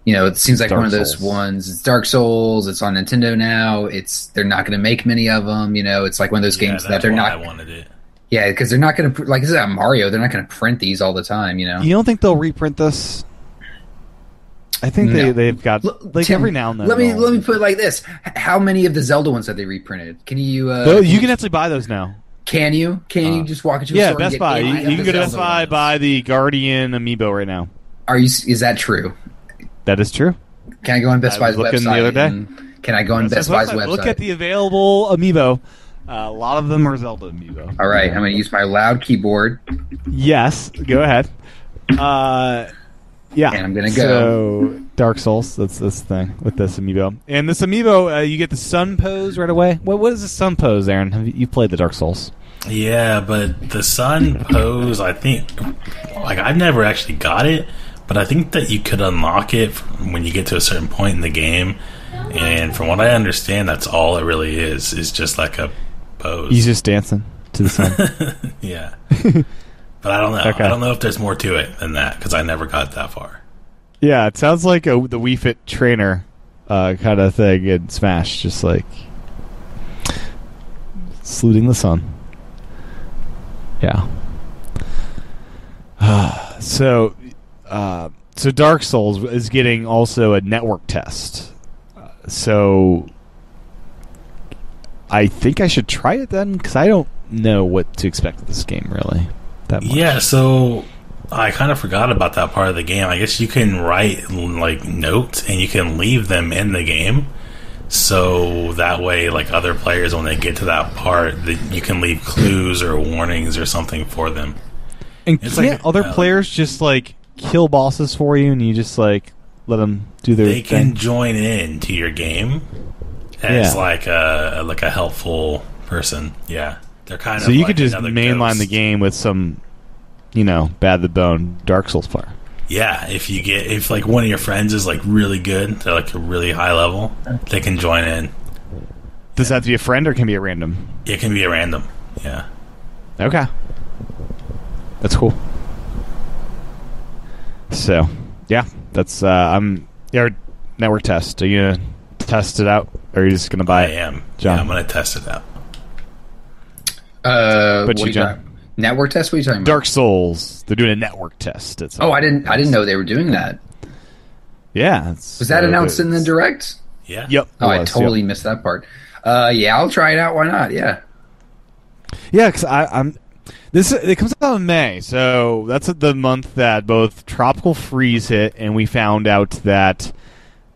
[SPEAKER 3] you know it seems like
[SPEAKER 2] Dark
[SPEAKER 3] one of those
[SPEAKER 2] Souls.
[SPEAKER 3] ones. It's Dark Souls. It's on Nintendo now. It's they're not going to make many of them. You know, it's like one of those
[SPEAKER 4] Yeah,
[SPEAKER 3] games that
[SPEAKER 4] that's
[SPEAKER 3] they're
[SPEAKER 4] why
[SPEAKER 3] not.
[SPEAKER 4] I wanted it.
[SPEAKER 3] Yeah, because they're not going to like this is not Mario. They're not going to print these all the time. You know.
[SPEAKER 2] You don't think they'll reprint this? I think they
[SPEAKER 3] No.
[SPEAKER 2] they've got
[SPEAKER 3] L-
[SPEAKER 2] like
[SPEAKER 3] Tim,
[SPEAKER 2] every now and then.
[SPEAKER 3] Let me
[SPEAKER 2] they'll-
[SPEAKER 3] let me put it like this: H- How many of the Zelda ones have they reprinted? Can you? Uh,
[SPEAKER 2] Though you can actually buy those now.
[SPEAKER 3] Can you? Can you just walk into? a
[SPEAKER 2] Yeah,
[SPEAKER 3] store and
[SPEAKER 2] Best
[SPEAKER 3] get
[SPEAKER 2] Buy. You,
[SPEAKER 3] any of
[SPEAKER 2] you
[SPEAKER 3] the
[SPEAKER 2] can go to Best
[SPEAKER 3] Zelda
[SPEAKER 2] Buy
[SPEAKER 3] ones?
[SPEAKER 2] buy the Guardian amiibo right now.
[SPEAKER 3] Are you? s- Is that true?
[SPEAKER 2] That is true.
[SPEAKER 3] Can I go on Best
[SPEAKER 2] I
[SPEAKER 3] Buy's
[SPEAKER 2] was looking
[SPEAKER 3] website?
[SPEAKER 2] the other day.
[SPEAKER 3] and- Can I go on Best,
[SPEAKER 2] That's
[SPEAKER 3] Buy's
[SPEAKER 2] what I-
[SPEAKER 3] website?
[SPEAKER 2] Look at the available amiibo. Uh, a lot of them are Zelda amiibo.
[SPEAKER 3] All right, I'm going to use my loud keyboard.
[SPEAKER 2] Yes, go ahead. Uh, yeah,
[SPEAKER 3] And I'm gonna
[SPEAKER 2] So, Dark Souls. That's this thing with this amiibo. And this amiibo, uh, you get the sun pose right away. What what is the sun pose, Aaron? Have you, you played the Dark Souls?
[SPEAKER 4] Yeah, but the sun pose, I think, like I've never actually got it, but I think that you could unlock it when you get to a certain point in the game. And from what I understand, that's all it really is. Is just like a pose.
[SPEAKER 2] He's just dancing to the [laughs] sun.
[SPEAKER 4] yeah. [laughs] but I don't know.
[SPEAKER 2] Okay.
[SPEAKER 4] I don't know if there's more to it than that because I never got that far.
[SPEAKER 2] yeah, it sounds like a the Wii Fit trainer uh, kind of thing in Smash, just like saluting the sun. Yeah. [sighs] so, uh, so Dark Souls is getting also a network test. Uh, so, I think I should try it then because I don't know what to expect of this game really. That much.
[SPEAKER 4] Yeah, so I kind of forgot about that part of the game. I guess you can write like notes and you can leave them in the game. So that way, like other players, when they get to that part, that you can leave clues or warnings or something for them.
[SPEAKER 2] And
[SPEAKER 4] It's
[SPEAKER 2] can't
[SPEAKER 4] like-
[SPEAKER 2] other
[SPEAKER 4] uh,
[SPEAKER 2] players just like kill bosses for you, and you just like let them do their
[SPEAKER 4] They
[SPEAKER 2] thing?
[SPEAKER 4] can join in to your game as
[SPEAKER 2] Yeah.
[SPEAKER 4] like a like a helpful person. Yeah, they're kind
[SPEAKER 2] so
[SPEAKER 4] of
[SPEAKER 2] you
[SPEAKER 4] like
[SPEAKER 2] could just
[SPEAKER 4] another
[SPEAKER 2] mainline the
[SPEAKER 4] ghost.
[SPEAKER 2] game with some, you know, bad the bone Dark Souls player.
[SPEAKER 4] Yeah, if you get if like one of your friends is like really good, they're like a really high level, they can join in.
[SPEAKER 2] Does that have to be a friend or can it be a random?
[SPEAKER 4] It can be a random. Yeah.
[SPEAKER 2] Okay, that's cool. So, yeah, that's uh, I'm your network test. Are you gonna test it out, or are you just gonna buy
[SPEAKER 4] I
[SPEAKER 2] it?
[SPEAKER 4] am.
[SPEAKER 2] John.
[SPEAKER 4] Yeah, I'm gonna test it out.
[SPEAKER 3] Uh,
[SPEAKER 2] But
[SPEAKER 3] what
[SPEAKER 2] you,
[SPEAKER 3] do
[SPEAKER 2] John.
[SPEAKER 3] got? Network test? What are you talking about?
[SPEAKER 2] Dark Souls. They're doing a network test. It's
[SPEAKER 3] Oh, I didn't. I didn't know they were doing that.
[SPEAKER 2] Yeah. it's-
[SPEAKER 3] Was that
[SPEAKER 2] uh,
[SPEAKER 3] announced in the
[SPEAKER 2] it's-
[SPEAKER 3] direct?
[SPEAKER 4] Yeah.
[SPEAKER 2] Yep.
[SPEAKER 3] Oh, I
[SPEAKER 2] was, yep.
[SPEAKER 3] totally missed that part. Uh, yeah, I'll try it out. Why not? Yeah.
[SPEAKER 2] Yeah, because I'm. This it comes out in May, so that's the month that both tropical freeze hit, and we found out that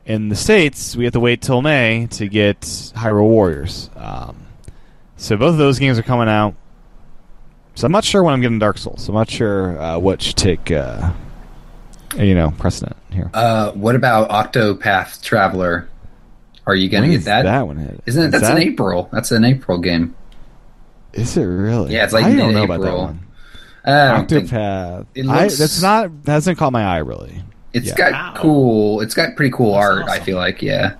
[SPEAKER 2] in the states we have to wait till May to get Hyrule Warriors. Um, so both of those games are coming out. So I'm not sure when I'm getting Dark Souls. I'm not sure uh, what should take, uh, you know, precedent here.
[SPEAKER 3] Uh, what about Octopath Traveler? Are you gonna
[SPEAKER 2] When
[SPEAKER 3] get
[SPEAKER 2] is
[SPEAKER 3] that?
[SPEAKER 2] that one hit?
[SPEAKER 3] Isn't it?
[SPEAKER 2] Is
[SPEAKER 3] That's
[SPEAKER 2] that-
[SPEAKER 3] an April. That's an April game.
[SPEAKER 2] Is it really?
[SPEAKER 3] Yeah, it's like
[SPEAKER 2] I don't know about that
[SPEAKER 3] mid-April.
[SPEAKER 2] one.
[SPEAKER 3] Uh, I don't think-
[SPEAKER 2] Octopath.
[SPEAKER 3] It
[SPEAKER 2] I,
[SPEAKER 3] looks-
[SPEAKER 2] that's not that hasn't caught my eye really.
[SPEAKER 3] It's
[SPEAKER 2] Yeah.
[SPEAKER 3] got
[SPEAKER 4] Wow.
[SPEAKER 3] cool. It's got pretty cool art. I
[SPEAKER 4] awesome.
[SPEAKER 3] feel like yeah.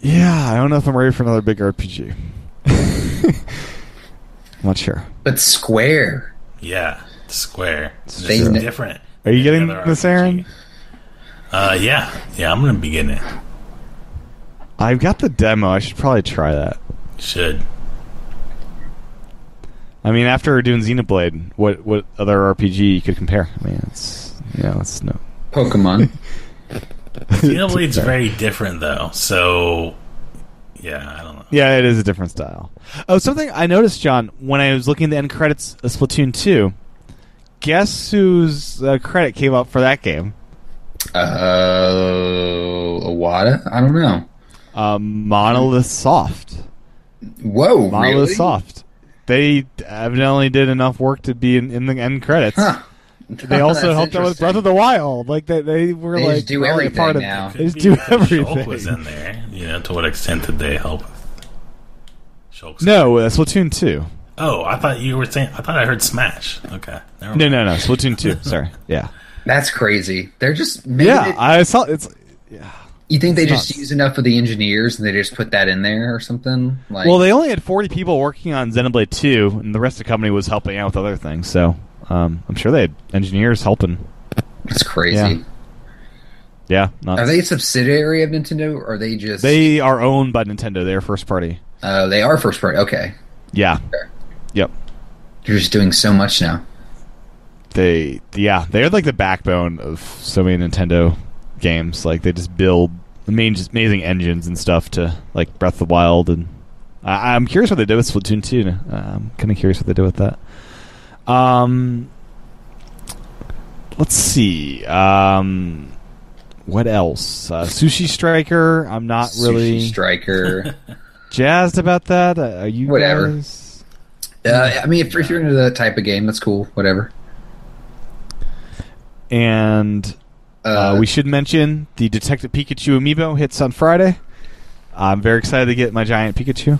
[SPEAKER 2] Yeah, I don't know if I'm ready for another big RPG. I'm [laughs] not sure.
[SPEAKER 3] But Square.
[SPEAKER 4] Yeah. Square. It's just
[SPEAKER 3] They-
[SPEAKER 4] different.
[SPEAKER 2] Are you getting
[SPEAKER 4] Another
[SPEAKER 2] this,
[SPEAKER 4] RPG.
[SPEAKER 2] Aaron?
[SPEAKER 4] Uh, yeah. Yeah, I'm going to begin it.
[SPEAKER 2] I've got the demo. I should probably try that. [laughs]
[SPEAKER 4] Should.
[SPEAKER 2] I mean, after doing Xenoblade, what what other RPG you could compare? I mean, it's you know, it's no. [laughs]
[SPEAKER 3] Pokemon.
[SPEAKER 4] Xenoblade's very different, though. So, yeah, I don't know.
[SPEAKER 2] Yeah, it is a different style. Oh, something I noticed, John, when I was looking at the end credits of Splatoon two. Guess whose uh, credit came up for that game?
[SPEAKER 3] uh, Awada. I don't know.
[SPEAKER 2] Um, Monolith Soft.
[SPEAKER 3] Whoa,
[SPEAKER 2] Monolith
[SPEAKER 3] really?
[SPEAKER 2] Soft. They evidently did enough work to be in, in the end credits.
[SPEAKER 3] Huh.
[SPEAKER 2] They also
[SPEAKER 3] [laughs] That's
[SPEAKER 2] helped out with
[SPEAKER 3] interesting.
[SPEAKER 2] Breath of the Wild. Like they, they were
[SPEAKER 3] They
[SPEAKER 2] like
[SPEAKER 3] just do
[SPEAKER 2] really a
[SPEAKER 3] everything
[SPEAKER 2] part of,
[SPEAKER 3] now.
[SPEAKER 2] They just
[SPEAKER 4] [laughs] Could
[SPEAKER 2] do
[SPEAKER 4] be if Shulk was
[SPEAKER 2] everything.
[SPEAKER 4] in there. You know, to what extent did they help? Shulk's
[SPEAKER 2] No, that's Splatoon two.
[SPEAKER 4] Oh, I thought you were saying. I thought I heard Smash. Okay. Never
[SPEAKER 2] No,
[SPEAKER 4] mind.
[SPEAKER 2] no, no. Splatoon
[SPEAKER 3] [laughs]
[SPEAKER 2] two. Sorry. Yeah.
[SPEAKER 3] That's crazy. They're just maybe
[SPEAKER 2] Yeah,
[SPEAKER 3] they-
[SPEAKER 2] I saw it's.
[SPEAKER 3] you think they
[SPEAKER 2] it's
[SPEAKER 3] just
[SPEAKER 2] nuts.
[SPEAKER 3] use enough of the engineers and they just put that in there or something? Like,
[SPEAKER 2] Well, they only had forty people working on Xenoblade two, and the rest of the company was helping out with other things. So um, I'm sure they had engineers helping.
[SPEAKER 3] that's crazy.
[SPEAKER 2] Yeah. Yeah. Not,
[SPEAKER 3] Are they a subsidiary of Nintendo? Or are they just
[SPEAKER 2] They are owned by Nintendo. They are first party.
[SPEAKER 3] Uh, they are first party. Okay,
[SPEAKER 2] Yeah.
[SPEAKER 3] Sure.
[SPEAKER 2] Yep.
[SPEAKER 3] you're just doing so much now.
[SPEAKER 2] they yeah they're like the backbone of so many nintendo games like they just build amazing, amazing engines and stuff to like breath of the wild and I, i'm curious what they did with splatoon 2 uh, i'm kind of curious what they did with that um let's see um what else uh, sushi striker i'm not really
[SPEAKER 3] Sushi Striker.
[SPEAKER 2] [laughs] jazzed about that Uh, are you
[SPEAKER 3] Whatever.
[SPEAKER 2] guys-
[SPEAKER 3] uh, I mean, if, if you're into that type of game, that's cool. Whatever.
[SPEAKER 2] and Uh, we should mention the Detective Pikachu amiibo hits on Friday. I'm very excited to get my giant Pikachu.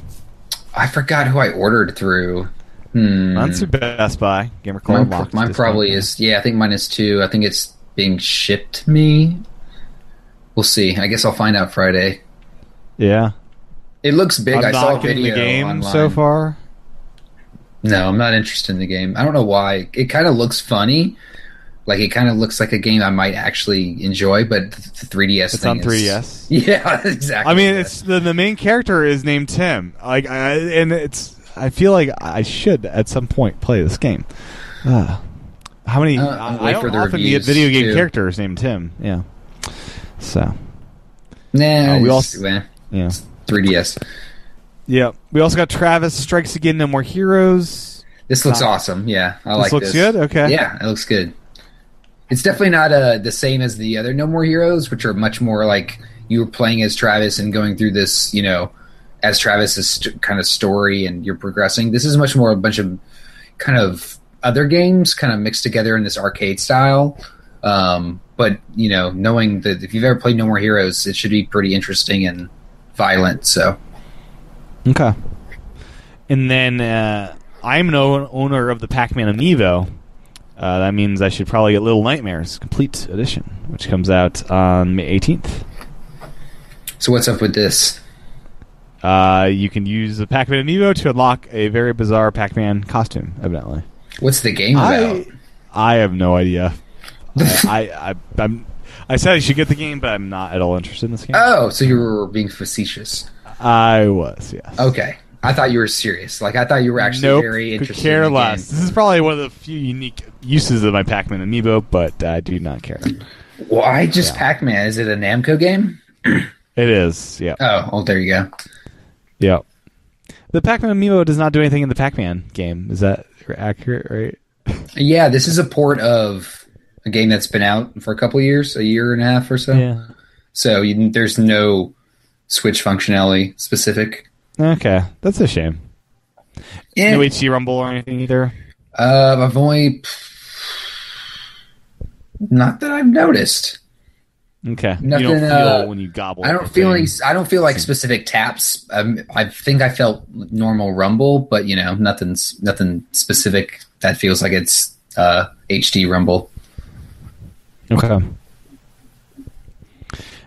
[SPEAKER 3] I forgot who I ordered through. Hmm.
[SPEAKER 2] That's your Best Buy Gamer Club.
[SPEAKER 3] Mine,
[SPEAKER 2] locked
[SPEAKER 3] mine
[SPEAKER 2] discount.
[SPEAKER 3] probably is. Yeah, I think mine is too. I think it's being shipped to me. We'll see. I guess I'll find out Friday.
[SPEAKER 2] Yeah,
[SPEAKER 3] It looks big.
[SPEAKER 2] I'm
[SPEAKER 3] i saw a
[SPEAKER 2] not getting
[SPEAKER 3] video
[SPEAKER 2] the game
[SPEAKER 3] online.
[SPEAKER 2] so far.
[SPEAKER 3] No, I'm not interested in the game. I don't know why. It kind of looks funny. Like it kind of looks like a game I might actually enjoy, but the 3DS
[SPEAKER 2] It's
[SPEAKER 3] thing
[SPEAKER 2] on
[SPEAKER 3] is-
[SPEAKER 2] 3DS.
[SPEAKER 3] [laughs] Yeah, exactly.
[SPEAKER 2] I mean, it's the, the main character is named Tim. Like, I, and it's I feel like I should at some point play this game. Uh, how many?
[SPEAKER 3] Uh, I'll
[SPEAKER 2] I,
[SPEAKER 3] wait
[SPEAKER 2] I don't
[SPEAKER 3] for the
[SPEAKER 2] often get
[SPEAKER 3] reviews,
[SPEAKER 2] video game
[SPEAKER 3] too.
[SPEAKER 2] characters named Tim. Yeah. So
[SPEAKER 3] nah.
[SPEAKER 2] uh, we
[SPEAKER 3] it's- eh,
[SPEAKER 2] also-
[SPEAKER 3] meh.
[SPEAKER 2] yeah.
[SPEAKER 3] 3DS.
[SPEAKER 2] Yeah. We also got Travis Strikes Again No More Heroes.
[SPEAKER 3] This looks
[SPEAKER 2] Uh,
[SPEAKER 3] awesome. Yeah, I like
[SPEAKER 2] looks
[SPEAKER 3] this.
[SPEAKER 2] good? Okay.
[SPEAKER 3] Yeah, it looks good. It's definitely not uh, the same as the other No More Heroes, which are much more like you were playing as Travis and going through this, you know, as Travis's st- kind of story and you're progressing. This is much more a bunch of kind of other games kind of mixed together in this arcade style. Um, but, you know, knowing that if you've ever played No More Heroes, it should be pretty interesting and violent. So,
[SPEAKER 2] Okay. And then uh, I'm an o- owner of the Pac-Man Amiibo. Uh, that means I should probably get Little Nightmares Complete Edition, which comes out on May 18th.
[SPEAKER 3] so what's up with this?
[SPEAKER 2] Uh, you can use the Pac-Man Amiibo to unlock a very bizarre Pac-Man costume. Evidently,
[SPEAKER 3] What's the game about?
[SPEAKER 2] I I have no idea. I, I, I I'm I said I should get the game, but
[SPEAKER 3] Uh,
[SPEAKER 2] I'm not at all interested in this game.
[SPEAKER 3] Oh, so you were being facetious.
[SPEAKER 2] I was yes.
[SPEAKER 3] Okay. I thought you were serious. Like I thought you were actually
[SPEAKER 2] nope,
[SPEAKER 3] very
[SPEAKER 2] could
[SPEAKER 3] interested.
[SPEAKER 2] care
[SPEAKER 3] in the
[SPEAKER 2] less. This is probably one of the few unique uses of my Pac-Man amiibo, but I do not care.
[SPEAKER 3] game. Why just Pac-Man? Is it a Namco game?
[SPEAKER 2] It is, yeah,
[SPEAKER 3] Oh, well, there you go.
[SPEAKER 2] yeah. The Pac-Man amiibo does not do anything in the Pac-Man game. Is that accurate? Right?
[SPEAKER 3] Yeah, this is a port of a game that's been out for a couple years, a year and a half or so.
[SPEAKER 2] Yeah.
[SPEAKER 3] So you, there's no Switch functionality specific.
[SPEAKER 2] Okay, that's a shame.
[SPEAKER 3] Yeah.
[SPEAKER 2] No HG Rumble or anything either.
[SPEAKER 3] Uh, I've only. Not that I've noticed.
[SPEAKER 2] Okay, you don't
[SPEAKER 3] Nothing,
[SPEAKER 2] feel
[SPEAKER 3] uh,
[SPEAKER 2] when you gobble.
[SPEAKER 3] I
[SPEAKER 2] up
[SPEAKER 3] don't
[SPEAKER 2] the
[SPEAKER 3] feel
[SPEAKER 2] thing.
[SPEAKER 3] any. I don't feel like specific taps. Um, I think I felt normal rumble, but you know, nothing's nothing specific that feels like it's uh, HD rumble.
[SPEAKER 2] Okay.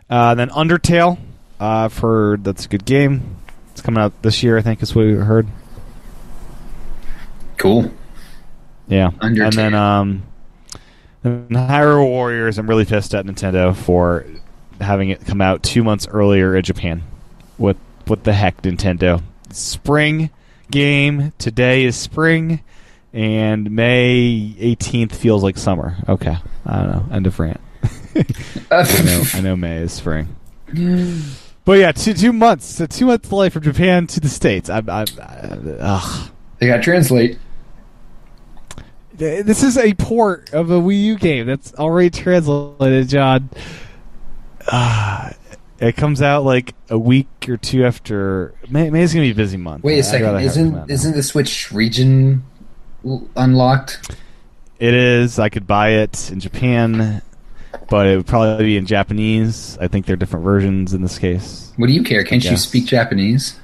[SPEAKER 2] Uh, then Undertale, uh, for that's a good game. It's coming out this year, I think, is what we heard.
[SPEAKER 3] [laughs] Cool.
[SPEAKER 2] Yeah.
[SPEAKER 3] Undertale.
[SPEAKER 2] And then um, and Hyrule Warriors. I'm really pissed at Nintendo for having it come out two months earlier in Japan. What what the heck, Nintendo? Spring game today is spring, and May 18th feels like summer. Okay, I don't know. End of rant. [laughs]
[SPEAKER 3] Uh,
[SPEAKER 2] I know, I know May is spring. But yeah, two two months, so two months delay from Japan to the states. I'm, I'm, I- ugh.
[SPEAKER 3] they got translate.
[SPEAKER 2] Th- This is a port of a Wii U game that's already translated, John. Ah, it comes out like a week or two after May. May's gonna be a busy month.
[SPEAKER 3] Wait
[SPEAKER 2] I'd
[SPEAKER 3] a second.
[SPEAKER 2] rather have it come out
[SPEAKER 3] Isn't
[SPEAKER 2] now.
[SPEAKER 3] isn't the Switch region l- unlocked?
[SPEAKER 2] It is. I could buy it in Japan, but it would probably be in Japanese. I think they're different versions in this case.
[SPEAKER 3] What do you care? Can't you
[SPEAKER 2] guess.
[SPEAKER 3] speak Japanese?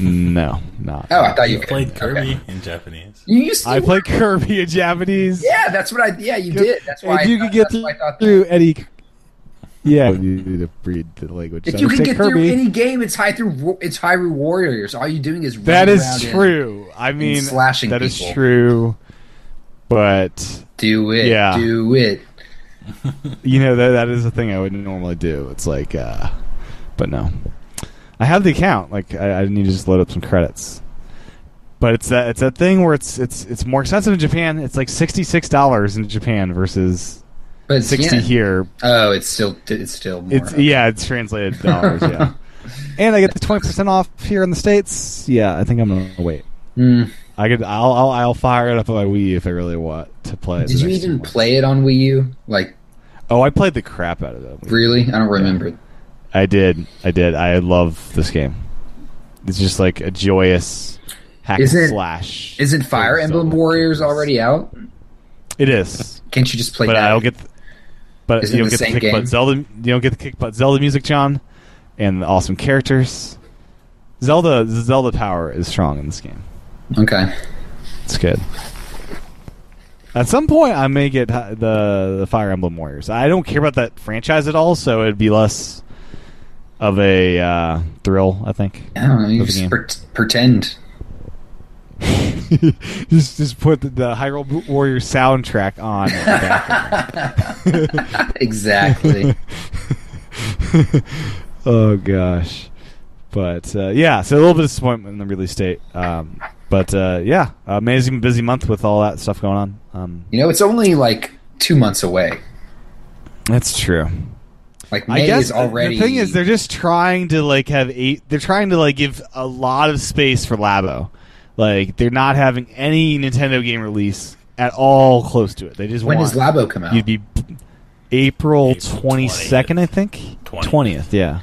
[SPEAKER 2] No, not.
[SPEAKER 3] Oh, I thought you
[SPEAKER 4] You played
[SPEAKER 3] could.
[SPEAKER 4] Kirby
[SPEAKER 3] Okay.
[SPEAKER 2] [laughs]
[SPEAKER 4] in Japanese.
[SPEAKER 3] You used to.
[SPEAKER 2] I play Kirby in Japanese.
[SPEAKER 3] yeah, that's what I. Yeah, you did. That's why
[SPEAKER 2] If
[SPEAKER 3] I
[SPEAKER 2] you
[SPEAKER 3] thought-
[SPEAKER 2] could get
[SPEAKER 3] that's why I thought that.
[SPEAKER 2] through any. Yeah, Oh, you need to read the language.
[SPEAKER 3] If you can get through any game, it's high through it's Hyrule Warriors. All you doing is
[SPEAKER 2] that
[SPEAKER 3] running
[SPEAKER 2] is
[SPEAKER 3] around and
[SPEAKER 2] true. I mean,
[SPEAKER 3] slashing
[SPEAKER 2] that is
[SPEAKER 3] people.
[SPEAKER 2] true. But
[SPEAKER 3] Do it,
[SPEAKER 2] Yeah.
[SPEAKER 3] do it.
[SPEAKER 2] you know that that is a thing I would normally do. It's like, uh but no, I have the account. Like I, I need to just load up some credits. But it's that it's that thing where it's it's it's more expensive in Japan. It's like sixty six dollars in Japan versus
[SPEAKER 3] But it's
[SPEAKER 2] sixty
[SPEAKER 3] yen.
[SPEAKER 2] here,
[SPEAKER 3] Oh, it's still it's still more.
[SPEAKER 2] It's yeah, it's translated dollars. yeah,
[SPEAKER 3] [laughs]
[SPEAKER 2] and I get the twenty percent off here in the states. Yeah, I think I'm gonna wait.
[SPEAKER 3] Hmm.
[SPEAKER 2] I could. I'll. I'll, I'll fire it up on my Wii U if I really want to play it.
[SPEAKER 3] Did
[SPEAKER 2] the
[SPEAKER 3] you
[SPEAKER 2] next
[SPEAKER 3] even
[SPEAKER 2] month.
[SPEAKER 3] play it on Wii U? Like
[SPEAKER 2] Oh, I played the crap out of it.
[SPEAKER 3] really? I don't remember.
[SPEAKER 2] I did. I did. I love this game. It's just like a joyous hack
[SPEAKER 3] Is
[SPEAKER 2] and
[SPEAKER 3] it-
[SPEAKER 2] slash.
[SPEAKER 3] Isn't Fire
[SPEAKER 2] Zelda
[SPEAKER 3] Emblem Warriors
[SPEAKER 2] games.
[SPEAKER 3] already out?
[SPEAKER 2] It is,
[SPEAKER 3] Can't you just play
[SPEAKER 2] but
[SPEAKER 3] that?
[SPEAKER 2] I'll get. The, but
[SPEAKER 3] Is it
[SPEAKER 2] you don't
[SPEAKER 3] the
[SPEAKER 2] get the
[SPEAKER 3] same
[SPEAKER 2] kick
[SPEAKER 3] game?
[SPEAKER 2] butt Zelda. You don't get the kick butt Zelda music, John, and the awesome characters. Zelda Zelda power is strong in this game.
[SPEAKER 3] okay.
[SPEAKER 2] It's good. At some point, I may get hi- the the Fire Emblem Warriors. I don't care about that franchise at all, so it'd be less of a uh, thrill, I think.
[SPEAKER 3] I don't know. You
[SPEAKER 2] Of the
[SPEAKER 3] just
[SPEAKER 2] game.
[SPEAKER 3] pre- pretend.
[SPEAKER 2] [laughs] just just put the, the Hyrule Warriors soundtrack on. [laughs] in the background.
[SPEAKER 3] Exactly.
[SPEAKER 2] [laughs] oh gosh, but uh, yeah, so a little bit of disappointment in the release date. Um, but uh, yeah, amazing busy month with all that stuff going on. Um,
[SPEAKER 3] you know, it's only like two months away.
[SPEAKER 2] that's true.
[SPEAKER 3] Like
[SPEAKER 2] I
[SPEAKER 3] May
[SPEAKER 2] guess
[SPEAKER 3] is
[SPEAKER 2] the-
[SPEAKER 3] already.
[SPEAKER 2] the thing is they're just trying to like have eight. They're trying to like give a lot of space for Labo. Like they're not having any Nintendo game release at all close to it. They just
[SPEAKER 3] when
[SPEAKER 2] want
[SPEAKER 3] does Labo come out?
[SPEAKER 2] you'd be April
[SPEAKER 4] April
[SPEAKER 2] twenty second, I think.
[SPEAKER 4] 20th.
[SPEAKER 2] yeah.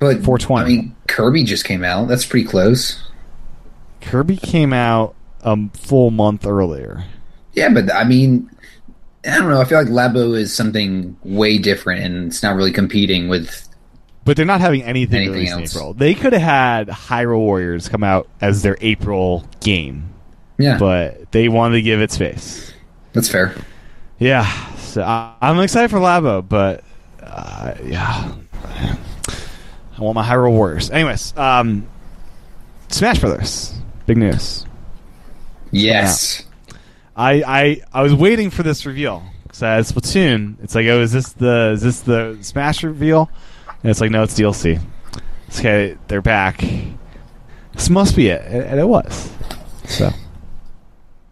[SPEAKER 3] but
[SPEAKER 2] 420.
[SPEAKER 3] I mean, Kirby just came out. That's pretty close.
[SPEAKER 2] Kirby came out a m- full month earlier.
[SPEAKER 3] Yeah, but I mean, I don't know. I feel like Labo is something way different, and it's not really competing with.
[SPEAKER 2] But they're not having anything,
[SPEAKER 3] Anything
[SPEAKER 2] released in
[SPEAKER 3] else.
[SPEAKER 2] April. They could have had Hyrule Warriors come out as their April game,
[SPEAKER 3] Yeah,
[SPEAKER 2] but they wanted to give it space.
[SPEAKER 3] that's fair.
[SPEAKER 2] Yeah, so I, I'm excited for Labo, but uh, yeah, I want my Hyrule Warriors. Anyways, um, Smash Brothers, big news.
[SPEAKER 3] Yes,
[SPEAKER 2] I I, I was waiting for this reveal because I had Splatoon. It's like, oh, is this the is this the Smash reveal? And it's like, no, it's DLC. It's okay, they're back. This must be it, and and it was. So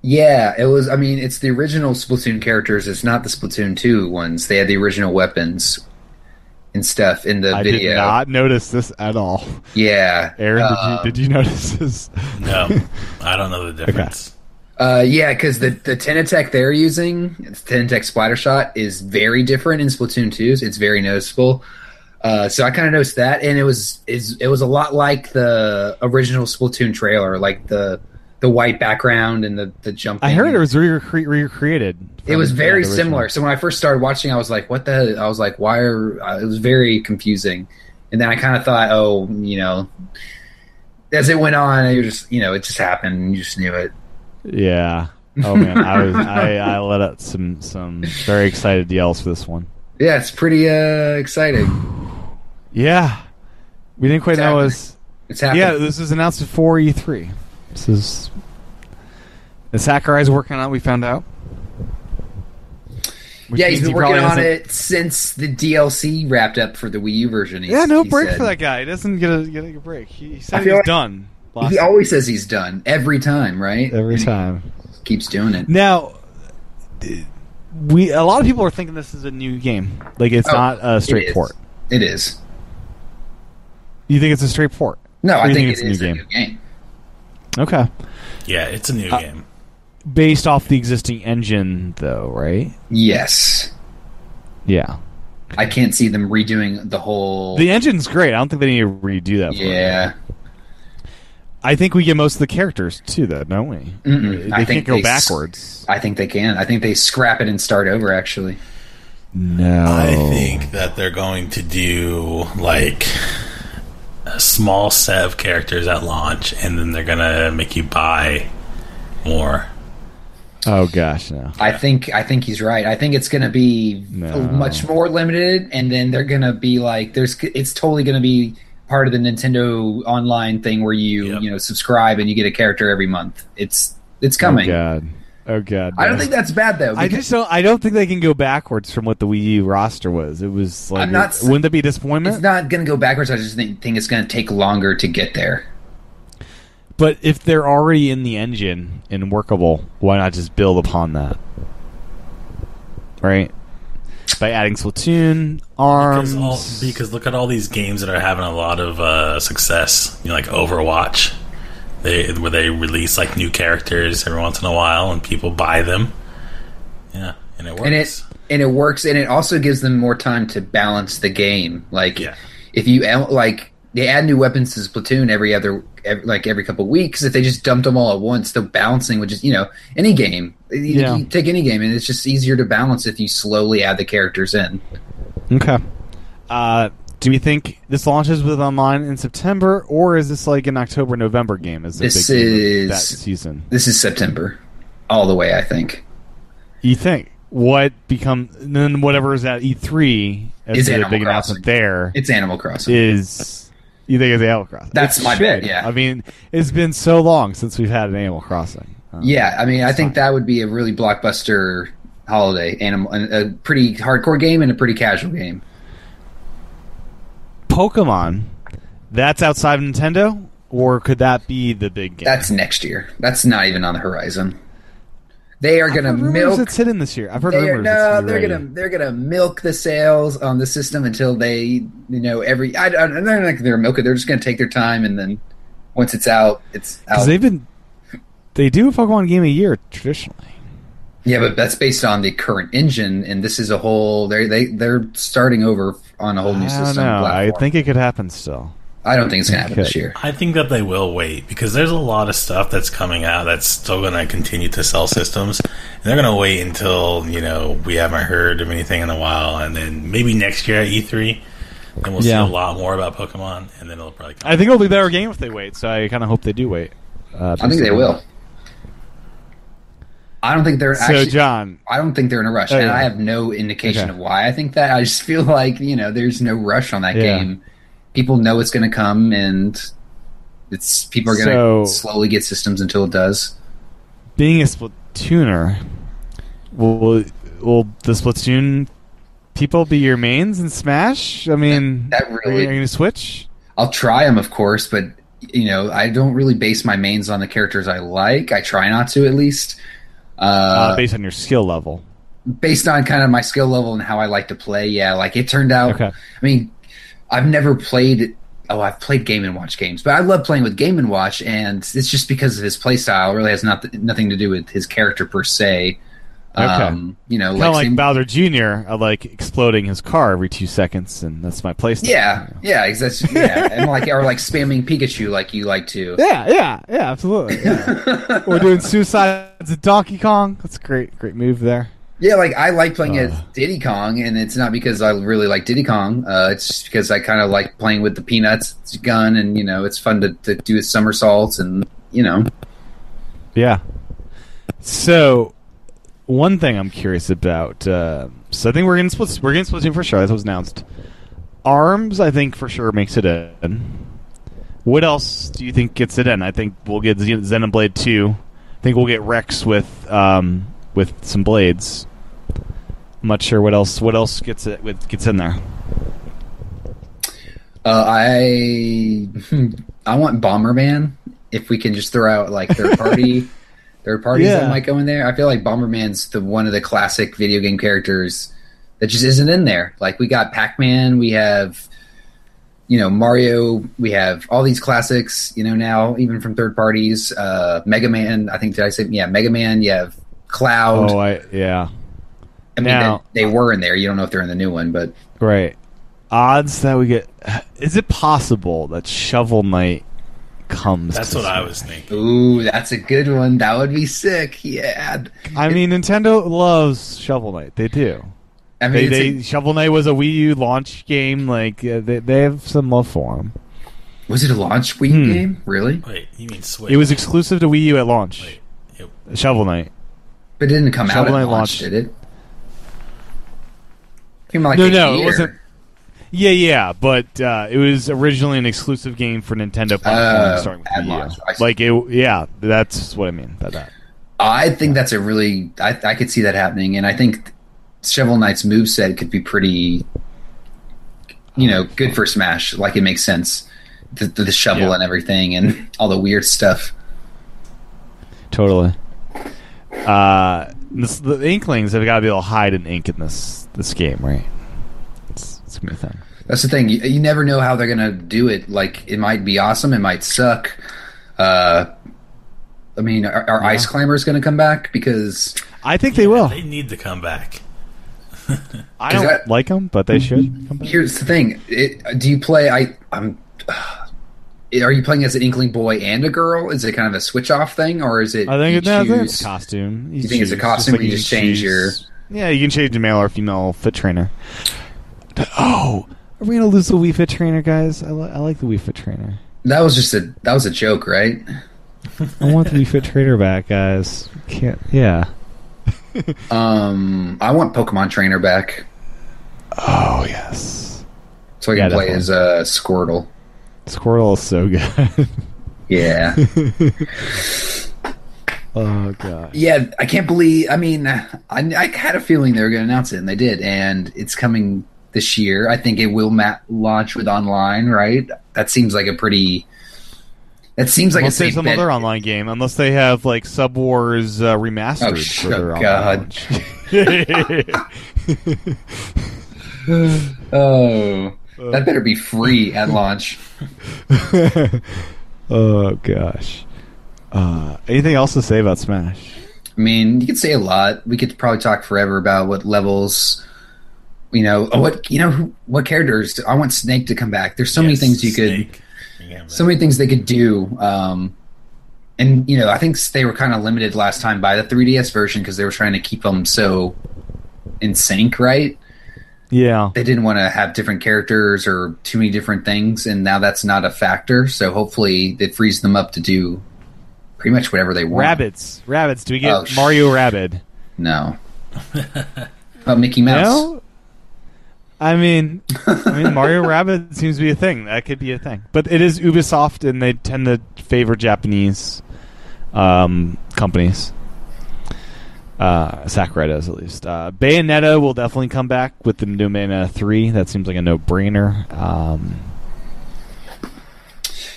[SPEAKER 3] Yeah, it was. I mean, it's the original Splatoon characters. It's not the Splatoon two ones. They had the original weapons and stuff in the
[SPEAKER 2] I
[SPEAKER 3] video.
[SPEAKER 2] did not notice this at all.
[SPEAKER 3] Yeah,
[SPEAKER 2] Aaron,
[SPEAKER 3] Uh,
[SPEAKER 2] did you did you notice this?
[SPEAKER 4] No, I don't know the difference.
[SPEAKER 3] Uh, yeah, because the the Tenatech they're using, it's Tenatech Splatter Shot, is very different in Splatoon 2's. It's very noticeable. Uh, so I kind of noticed that, and it was is it was a lot like the original Splatoon trailer, like the the white background and the the jump.
[SPEAKER 2] I heard
[SPEAKER 3] in.
[SPEAKER 2] it was recre- recreated. from
[SPEAKER 3] It was
[SPEAKER 2] the
[SPEAKER 3] very
[SPEAKER 2] original.
[SPEAKER 3] similar. So when I first started watching, I was like, "What the?" hell? I was like, "Why are?" Uh, it was very confusing. And then I kind of thought, "Oh, you know," as it went on, you just you know, it just happened. You just knew it.
[SPEAKER 2] Yeah. Oh man, I was I, I let out some some very excited yells for this one.
[SPEAKER 3] Yeah, it's pretty uh, exciting.
[SPEAKER 2] Yeah, we didn't quite
[SPEAKER 3] It's
[SPEAKER 2] know it
[SPEAKER 3] happening.
[SPEAKER 2] was.
[SPEAKER 3] It's happening.
[SPEAKER 2] Yeah, this was announced before E three. This is. And Sakurai's working on. it, We found out. Which
[SPEAKER 3] yeah, he's
[SPEAKER 2] means
[SPEAKER 3] been
[SPEAKER 2] he probably
[SPEAKER 3] working on
[SPEAKER 2] hasn't-
[SPEAKER 3] it since the DLC wrapped up for the Wii U version. he's-
[SPEAKER 2] Yeah, no
[SPEAKER 3] he
[SPEAKER 2] break
[SPEAKER 3] said.
[SPEAKER 2] for that guy. He doesn't get a get a break. He, he
[SPEAKER 3] I
[SPEAKER 2] said he
[SPEAKER 3] feel
[SPEAKER 2] was
[SPEAKER 3] like-
[SPEAKER 2] done.
[SPEAKER 3] He
[SPEAKER 2] last-
[SPEAKER 3] always says he's done every time, right?
[SPEAKER 2] every time.
[SPEAKER 3] keeps doing it.
[SPEAKER 2] Now, we a lot of people are thinking this is a new game. Like it's
[SPEAKER 3] Oh,
[SPEAKER 2] not a straight
[SPEAKER 3] It is.
[SPEAKER 2] port.
[SPEAKER 3] It is.
[SPEAKER 2] You think it's a straight port?
[SPEAKER 3] No,
[SPEAKER 2] Or
[SPEAKER 3] I
[SPEAKER 2] you
[SPEAKER 3] think,
[SPEAKER 2] it's
[SPEAKER 3] it is a new game.
[SPEAKER 2] Okay,
[SPEAKER 4] Yeah, it's a new game.
[SPEAKER 2] based off the existing engine, though, right?
[SPEAKER 3] Yes,
[SPEAKER 2] Yeah,
[SPEAKER 3] I can't see them redoing the whole.
[SPEAKER 2] the engine's great. I don't think they need to redo that. for it.
[SPEAKER 3] yeah,
[SPEAKER 2] I think we get most of the characters too, though, don't we?
[SPEAKER 3] Mm-mm.
[SPEAKER 2] They
[SPEAKER 3] I
[SPEAKER 2] can't
[SPEAKER 3] think
[SPEAKER 2] go
[SPEAKER 3] they s-
[SPEAKER 2] backwards.
[SPEAKER 3] I think they can. I think they scrap it and start over. Actually,
[SPEAKER 2] No,
[SPEAKER 4] I think that they're going to do like a small set of characters at launch, and then they're gonna make you buy more.
[SPEAKER 2] Oh gosh, no.
[SPEAKER 3] I think I think he's right. I think it's going to be
[SPEAKER 2] No.
[SPEAKER 3] much more limited, and then they're going to be like, there's it's totally going to be part of the Nintendo Online thing where you
[SPEAKER 4] Yep.
[SPEAKER 3] you know subscribe and you get a character every month. It's it's
[SPEAKER 2] Oh
[SPEAKER 3] coming.
[SPEAKER 2] god. Oh god.
[SPEAKER 3] I don't
[SPEAKER 2] no.
[SPEAKER 3] think that's bad though.
[SPEAKER 2] I
[SPEAKER 3] because-
[SPEAKER 2] just don't. I don't think they can go backwards from what the Wii U roster was. It was like,
[SPEAKER 3] I'm not-
[SPEAKER 2] wouldn't that be a
[SPEAKER 3] it's
[SPEAKER 2] disappointment?
[SPEAKER 3] not going to go backwards. I just think, think it's going to take longer to get there.
[SPEAKER 2] but if they're already in the engine and workable, why not just build upon that? Right. By adding Splatoon, arms,
[SPEAKER 4] Because, all, because look at all these games that are having a lot of uh, success, you know, like Overwatch, they where they release like new characters every once in a while, and people buy them. Yeah, and it works.
[SPEAKER 3] and it and it works and it also gives them more time to balance the game like
[SPEAKER 4] Yeah.
[SPEAKER 3] if you out- like they add new weapons to Splatoon every other ev like every couple weeks if they just dumped them all at once the balancing which is you know any game you,
[SPEAKER 2] Yeah.
[SPEAKER 3] you take any game and it's just easier to balance if you slowly add the characters in
[SPEAKER 2] Okay. Uh, do we think this launches with online in September, or is this like an October November game? Is the
[SPEAKER 3] This
[SPEAKER 2] big game of
[SPEAKER 3] is-
[SPEAKER 2] that season?
[SPEAKER 3] this is September all the way I think
[SPEAKER 2] You think what become then whatever is at E three as
[SPEAKER 3] Is
[SPEAKER 2] the
[SPEAKER 3] Animal
[SPEAKER 2] big
[SPEAKER 3] Crossing.
[SPEAKER 2] announcement there is
[SPEAKER 3] it's Animal Crossing
[SPEAKER 2] you think it's Animal Crossing?
[SPEAKER 3] That's
[SPEAKER 2] It
[SPEAKER 3] my bet,
[SPEAKER 2] should.
[SPEAKER 3] yeah.
[SPEAKER 2] I mean, it's been so long since we've had an Animal Crossing. Uh,
[SPEAKER 3] yeah I mean I think that would be a really blockbuster holiday animal a a pretty hardcore game and a pretty casual game
[SPEAKER 2] Pokemon. That's outside of Nintendo, or could that be the big game?
[SPEAKER 3] That's next year. That's not even on the horizon. They are
[SPEAKER 2] I've
[SPEAKER 3] going to
[SPEAKER 2] heard rumors
[SPEAKER 3] milk.
[SPEAKER 2] It's hidden this year. I've heard
[SPEAKER 3] They are,
[SPEAKER 2] rumors.
[SPEAKER 3] no,
[SPEAKER 2] it's
[SPEAKER 3] they're
[SPEAKER 2] already-
[SPEAKER 3] going to they're going to milk the sales on the system until they you know every. I, I, they're not gonna- they're milk it. They're just going to take their time and then once it's out, it's
[SPEAKER 2] Because
[SPEAKER 3] out.
[SPEAKER 2] they've been, they do a Pokemon game a year traditionally.
[SPEAKER 3] yeah, but that's based on the current engine, and this is a whole. They they they're starting over on a whole new
[SPEAKER 2] I don't
[SPEAKER 3] system.
[SPEAKER 2] know. I
[SPEAKER 3] platform.
[SPEAKER 2] think it could happen still.
[SPEAKER 3] I don't think it's going to happen
[SPEAKER 2] Okay.
[SPEAKER 3] this year.
[SPEAKER 4] I think that they will wait because there's a lot of stuff that's coming out that's still going to continue to sell systems. And they're going to wait until, you know, we haven't heard of anything in a while. And then maybe next year at E3, then we'll
[SPEAKER 2] Yeah.
[SPEAKER 4] see a lot more about Pokemon. And then it'll probably come.
[SPEAKER 2] I think it'll be a better game if they wait. So I kind of hope they do wait. Uh,
[SPEAKER 3] I think they will. I don't think they're
[SPEAKER 2] So
[SPEAKER 3] actually.
[SPEAKER 2] John,
[SPEAKER 3] I don't think they're in a rush,
[SPEAKER 2] Oh,
[SPEAKER 3] and
[SPEAKER 2] yeah.
[SPEAKER 3] I have no indication
[SPEAKER 2] Okay.
[SPEAKER 3] of why I think that. I just feel like you know, there's no rush on that
[SPEAKER 2] Yeah.
[SPEAKER 3] game. People know it's going to come, and it's people are going
[SPEAKER 2] So-
[SPEAKER 3] to slowly get systems until it does.
[SPEAKER 2] being a Splatooner, will will- will the Splatoon people be your mains in Smash? I mean,
[SPEAKER 3] That- that really-
[SPEAKER 2] are you going to switch?
[SPEAKER 3] I'll try them, of course, but you know, I don't really base my mains on the characters I like. I try not to, at least.
[SPEAKER 2] uh, based on your skill level.
[SPEAKER 3] based on kind of my skill level and how I like to play. Yeah, like it turned out.
[SPEAKER 2] Okay.
[SPEAKER 3] I mean, I've never played. Oh, I've played Game and Watch games, but I love playing with Game and Watch, and it's just because of his playstyle. It really has not, nothing to do with his character per se.
[SPEAKER 2] Okay.
[SPEAKER 3] Um, you know,
[SPEAKER 2] Kind of like
[SPEAKER 3] same-
[SPEAKER 2] Bowser Jr. I like exploding his car every two seconds, and that's my playstyle.
[SPEAKER 3] yeah, yeah, exactly. Yeah, and like or like spamming Pikachu like you like to.
[SPEAKER 2] Yeah, yeah, yeah, absolutely.
[SPEAKER 3] [laughs]
[SPEAKER 2] yeah. We're doing suicides at Donkey Kong. That's a great, great move there.
[SPEAKER 3] Yeah, like I like playing as Diddy Kong, and it's not because I really like Diddy Kong. Uh, it's just because I kind of like playing with the Peanuts gun, and you know, it's fun to, to do somersaults, and you know,
[SPEAKER 2] Yeah. So, one thing I'm curious about. Uh, so I think we're getting split. We're getting split team for sure. That was announced. Arms, I think for sure makes it in. What else do you think gets it in? I think we'll get Xen- Xenoblade Two. I think we'll get Rex with um, with some blades. I'm not sure what else. What else gets it? What gets in there?
[SPEAKER 3] Uh, I [laughs] I want Bomberman. If we can just throw out like
[SPEAKER 2] [laughs]
[SPEAKER 3] third party, third parties
[SPEAKER 2] Yeah.
[SPEAKER 3] that might go in there. I feel like Bomberman's the one of the classic video game characters that just isn't in there. Like we got Pac Man, we have you know Mario, we have all these classics. You know now even from third parties, uh, Mega Man. I think did I say yeah Mega Man? You have Cloud.
[SPEAKER 2] Oh, I yeah.
[SPEAKER 3] I mean
[SPEAKER 2] now-
[SPEAKER 3] they, they were in there. You don't know if they're in the new one, but
[SPEAKER 2] Right. Odds that we get. Is it possible that Shovel Knight comes?
[SPEAKER 4] That's
[SPEAKER 2] to
[SPEAKER 4] what I
[SPEAKER 2] Smash?
[SPEAKER 4] was thinking.
[SPEAKER 3] ooh, that's a good one. That would be sick. Yeah.
[SPEAKER 2] I mean, Nintendo loves Shovel Knight. They do.
[SPEAKER 3] I mean,
[SPEAKER 2] They,
[SPEAKER 3] it's a-
[SPEAKER 2] they Shovel Knight was a Wii U launch game. Like uh, they, they have some love for him.
[SPEAKER 3] Was it a launch Wii
[SPEAKER 2] Hmm.
[SPEAKER 3] game? Really?
[SPEAKER 4] Wait, you mean Switch?
[SPEAKER 2] It was exclusive to Wii U at launch.
[SPEAKER 4] Wait, it-
[SPEAKER 2] Shovel Knight.
[SPEAKER 3] But it didn't come
[SPEAKER 2] Shovel
[SPEAKER 3] out
[SPEAKER 2] Knight
[SPEAKER 3] at
[SPEAKER 2] launched.
[SPEAKER 3] launch, did it? Came out like
[SPEAKER 2] No,
[SPEAKER 3] a
[SPEAKER 2] no, it
[SPEAKER 3] year.
[SPEAKER 2] wasn't- Yeah, yeah, but uh, it was originally an exclusive game for Nintendo platform
[SPEAKER 3] Oh,
[SPEAKER 2] starting with
[SPEAKER 3] at
[SPEAKER 2] Wii U.
[SPEAKER 3] launch. I see.
[SPEAKER 2] Like it, yeah, that's what I mean by that.
[SPEAKER 3] I think that's a really. I, I could see that happening, and I think Shovel Knight's moveset could be pretty. You know, good for Smash. Like it makes sense, the, the, the shovel
[SPEAKER 2] Yeah.
[SPEAKER 3] and everything, and [laughs] all the weird stuff.
[SPEAKER 2] Totally. Uh, this, the Inklings have got to be able to hide and ink in this this game, right? It's, it's gonna be a thing.
[SPEAKER 3] That's the thing. You, you never know how they're gonna do it. Like it might be awesome. It might suck. Uh, I mean, are, are Ice Climbers gonna come back? Because
[SPEAKER 2] I think they will.
[SPEAKER 4] They need to come back.
[SPEAKER 2] I don't
[SPEAKER 3] that-
[SPEAKER 2] like them, but they should. Come back.
[SPEAKER 3] Here's the thing: it, do you play? I I'm. [sighs] Are you playing as an Inkling boy and a girl? Is it kind of a switch off thing, or is it?
[SPEAKER 2] I think
[SPEAKER 3] you
[SPEAKER 2] it's, no, I think it's
[SPEAKER 3] choose-
[SPEAKER 2] costume.
[SPEAKER 3] you think it's a
[SPEAKER 2] choose,
[SPEAKER 3] costume or you
[SPEAKER 2] can
[SPEAKER 3] just change
[SPEAKER 2] choose- Yeah, you can change to male or female foot trainer. Oh, are we gonna lose the Wii Fit Trainer, guys? I, li- I like the Wii Fit Trainer.
[SPEAKER 3] That was just a that was a joke, right?
[SPEAKER 2] I want the Wii Fit Trainer back, guys. Can't. Yeah.
[SPEAKER 3] Um, I want Pokemon Trainer back,
[SPEAKER 2] Oh yes.
[SPEAKER 3] so I
[SPEAKER 2] Yeah,
[SPEAKER 3] can play
[SPEAKER 2] definitely.
[SPEAKER 3] as uh, Squirtle.
[SPEAKER 2] Squirtle is so good.
[SPEAKER 3] Yeah,
[SPEAKER 2] [laughs] oh god.
[SPEAKER 3] yeah. I can't believe. I mean, I, I had a feeling they were going to announce it, and they did, and it's coming this year. I think it will ma- launch with online, right? That seems like a pretty. That seems like
[SPEAKER 2] [laughs]
[SPEAKER 3] a
[SPEAKER 2] unless there's
[SPEAKER 3] safe
[SPEAKER 2] some
[SPEAKER 3] bet.
[SPEAKER 2] other online game, unless they have like Sub Wars uh, remastered
[SPEAKER 3] Oh,
[SPEAKER 2] for
[SPEAKER 3] sure,
[SPEAKER 2] their online
[SPEAKER 3] God.
[SPEAKER 2] [laughs] launch.
[SPEAKER 3] Oh, that better be free at launch.
[SPEAKER 2] [laughs] oh gosh. Uh, anything else to say about Smash?
[SPEAKER 3] I mean, you could say a lot. We could probably talk forever about what levels, you know, oh, what you know, who- what characters. I want Snake to come back. There's so many
[SPEAKER 4] Yes,
[SPEAKER 3] things you could,
[SPEAKER 4] Snake. Yeah, man.
[SPEAKER 3] so many things they could do. Um, and you know, I think they were kind of limited last time by the 3DS version because they were trying to keep them so in sync, right?
[SPEAKER 2] Yeah.
[SPEAKER 3] They didn't want to have different characters or too many different things, and now that's not a factor. So hopefully, it frees them up to do pretty much whatever they want.
[SPEAKER 2] Rabbits. Rabbits. Do we get
[SPEAKER 3] Oh, sh-
[SPEAKER 2] Mario Rabbit?
[SPEAKER 3] No. [laughs] About Mickey Mouse.
[SPEAKER 2] No. I mean, I mean, Mario
[SPEAKER 3] [laughs]
[SPEAKER 2] Rabbit seems to be a thing. That could be a thing, but it is Ubisoft, and they tend to favor Japanese um, companies. Uh, Sakurai does at least. Uh, Bayonetta will definitely come back with the new Bayonetta three. That seems like a no brainer. Um,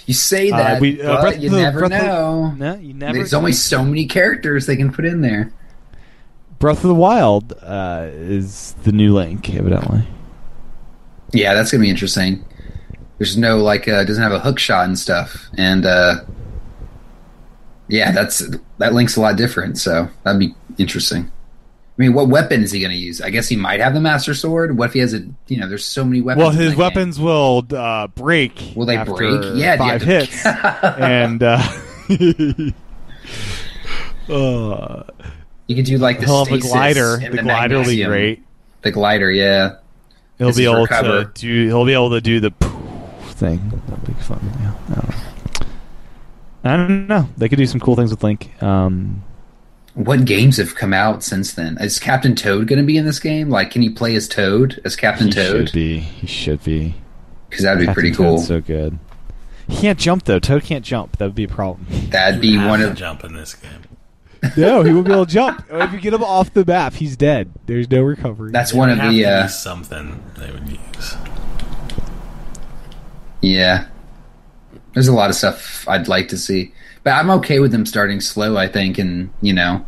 [SPEAKER 3] You say
[SPEAKER 2] Uh,
[SPEAKER 3] that,
[SPEAKER 2] we- uh,
[SPEAKER 3] but
[SPEAKER 2] Breath of
[SPEAKER 3] you
[SPEAKER 2] the-
[SPEAKER 3] never
[SPEAKER 2] Breath of- No,
[SPEAKER 3] know.
[SPEAKER 2] you never.
[SPEAKER 3] There's only so many characters they can put in there.
[SPEAKER 2] Breath of the Wild uh, is the new Link, evidently.
[SPEAKER 3] Yeah, that's gonna be interesting. There's no like uh doesn't have a hook shot and stuff. And uh Yeah, that's that link's a lot different, so that'd be interesting. I mean, what weapon is he gonna use? I guess he might have the master sword. What if he has a you know, there's so many weapons.
[SPEAKER 2] Well,
[SPEAKER 3] in
[SPEAKER 2] his
[SPEAKER 3] that
[SPEAKER 2] weapons will uh, break.
[SPEAKER 3] Will they
[SPEAKER 2] after
[SPEAKER 3] break? Yeah, do you
[SPEAKER 2] five
[SPEAKER 3] have
[SPEAKER 2] [laughs]
[SPEAKER 3] to-
[SPEAKER 2] hits, and uh, [laughs] uh,
[SPEAKER 3] game. [laughs] You could do like the
[SPEAKER 2] he'll have a
[SPEAKER 3] stasis
[SPEAKER 2] glider.
[SPEAKER 3] and
[SPEAKER 2] The glider will be
[SPEAKER 3] magnesium.
[SPEAKER 2] great.
[SPEAKER 3] The glider, yeah.
[SPEAKER 2] He'll
[SPEAKER 3] This
[SPEAKER 2] be
[SPEAKER 3] is
[SPEAKER 2] able
[SPEAKER 3] recover.
[SPEAKER 2] to do. He'll be able to do the thing. That'll be fun. Yeah, I don't know. I don't know. They could do some cool things with Link. Um,
[SPEAKER 3] What games have come out since then? Is Captain Toad going to be in this game? Like, can you play as Toad? As Captain
[SPEAKER 2] he should
[SPEAKER 3] Toad?
[SPEAKER 2] be. He should be.
[SPEAKER 3] Because that'd be pretty
[SPEAKER 2] Captain
[SPEAKER 3] cool.
[SPEAKER 2] Toad's So good. He can't jump though. Toad can't jump. That would be a problem.
[SPEAKER 3] that'd be
[SPEAKER 4] Have
[SPEAKER 3] one
[SPEAKER 4] to
[SPEAKER 3] of
[SPEAKER 4] jump in this game.
[SPEAKER 2] [laughs] no, he won't be able to jump. If you get him off the map, he's dead. There's no recovery.
[SPEAKER 3] that's one of
[SPEAKER 4] Have
[SPEAKER 3] the
[SPEAKER 4] to
[SPEAKER 3] uh,
[SPEAKER 4] use something they would use.
[SPEAKER 3] yeah. There's a lot of stuff I'd like to see, but I'm okay with them starting slow. I think, and you know,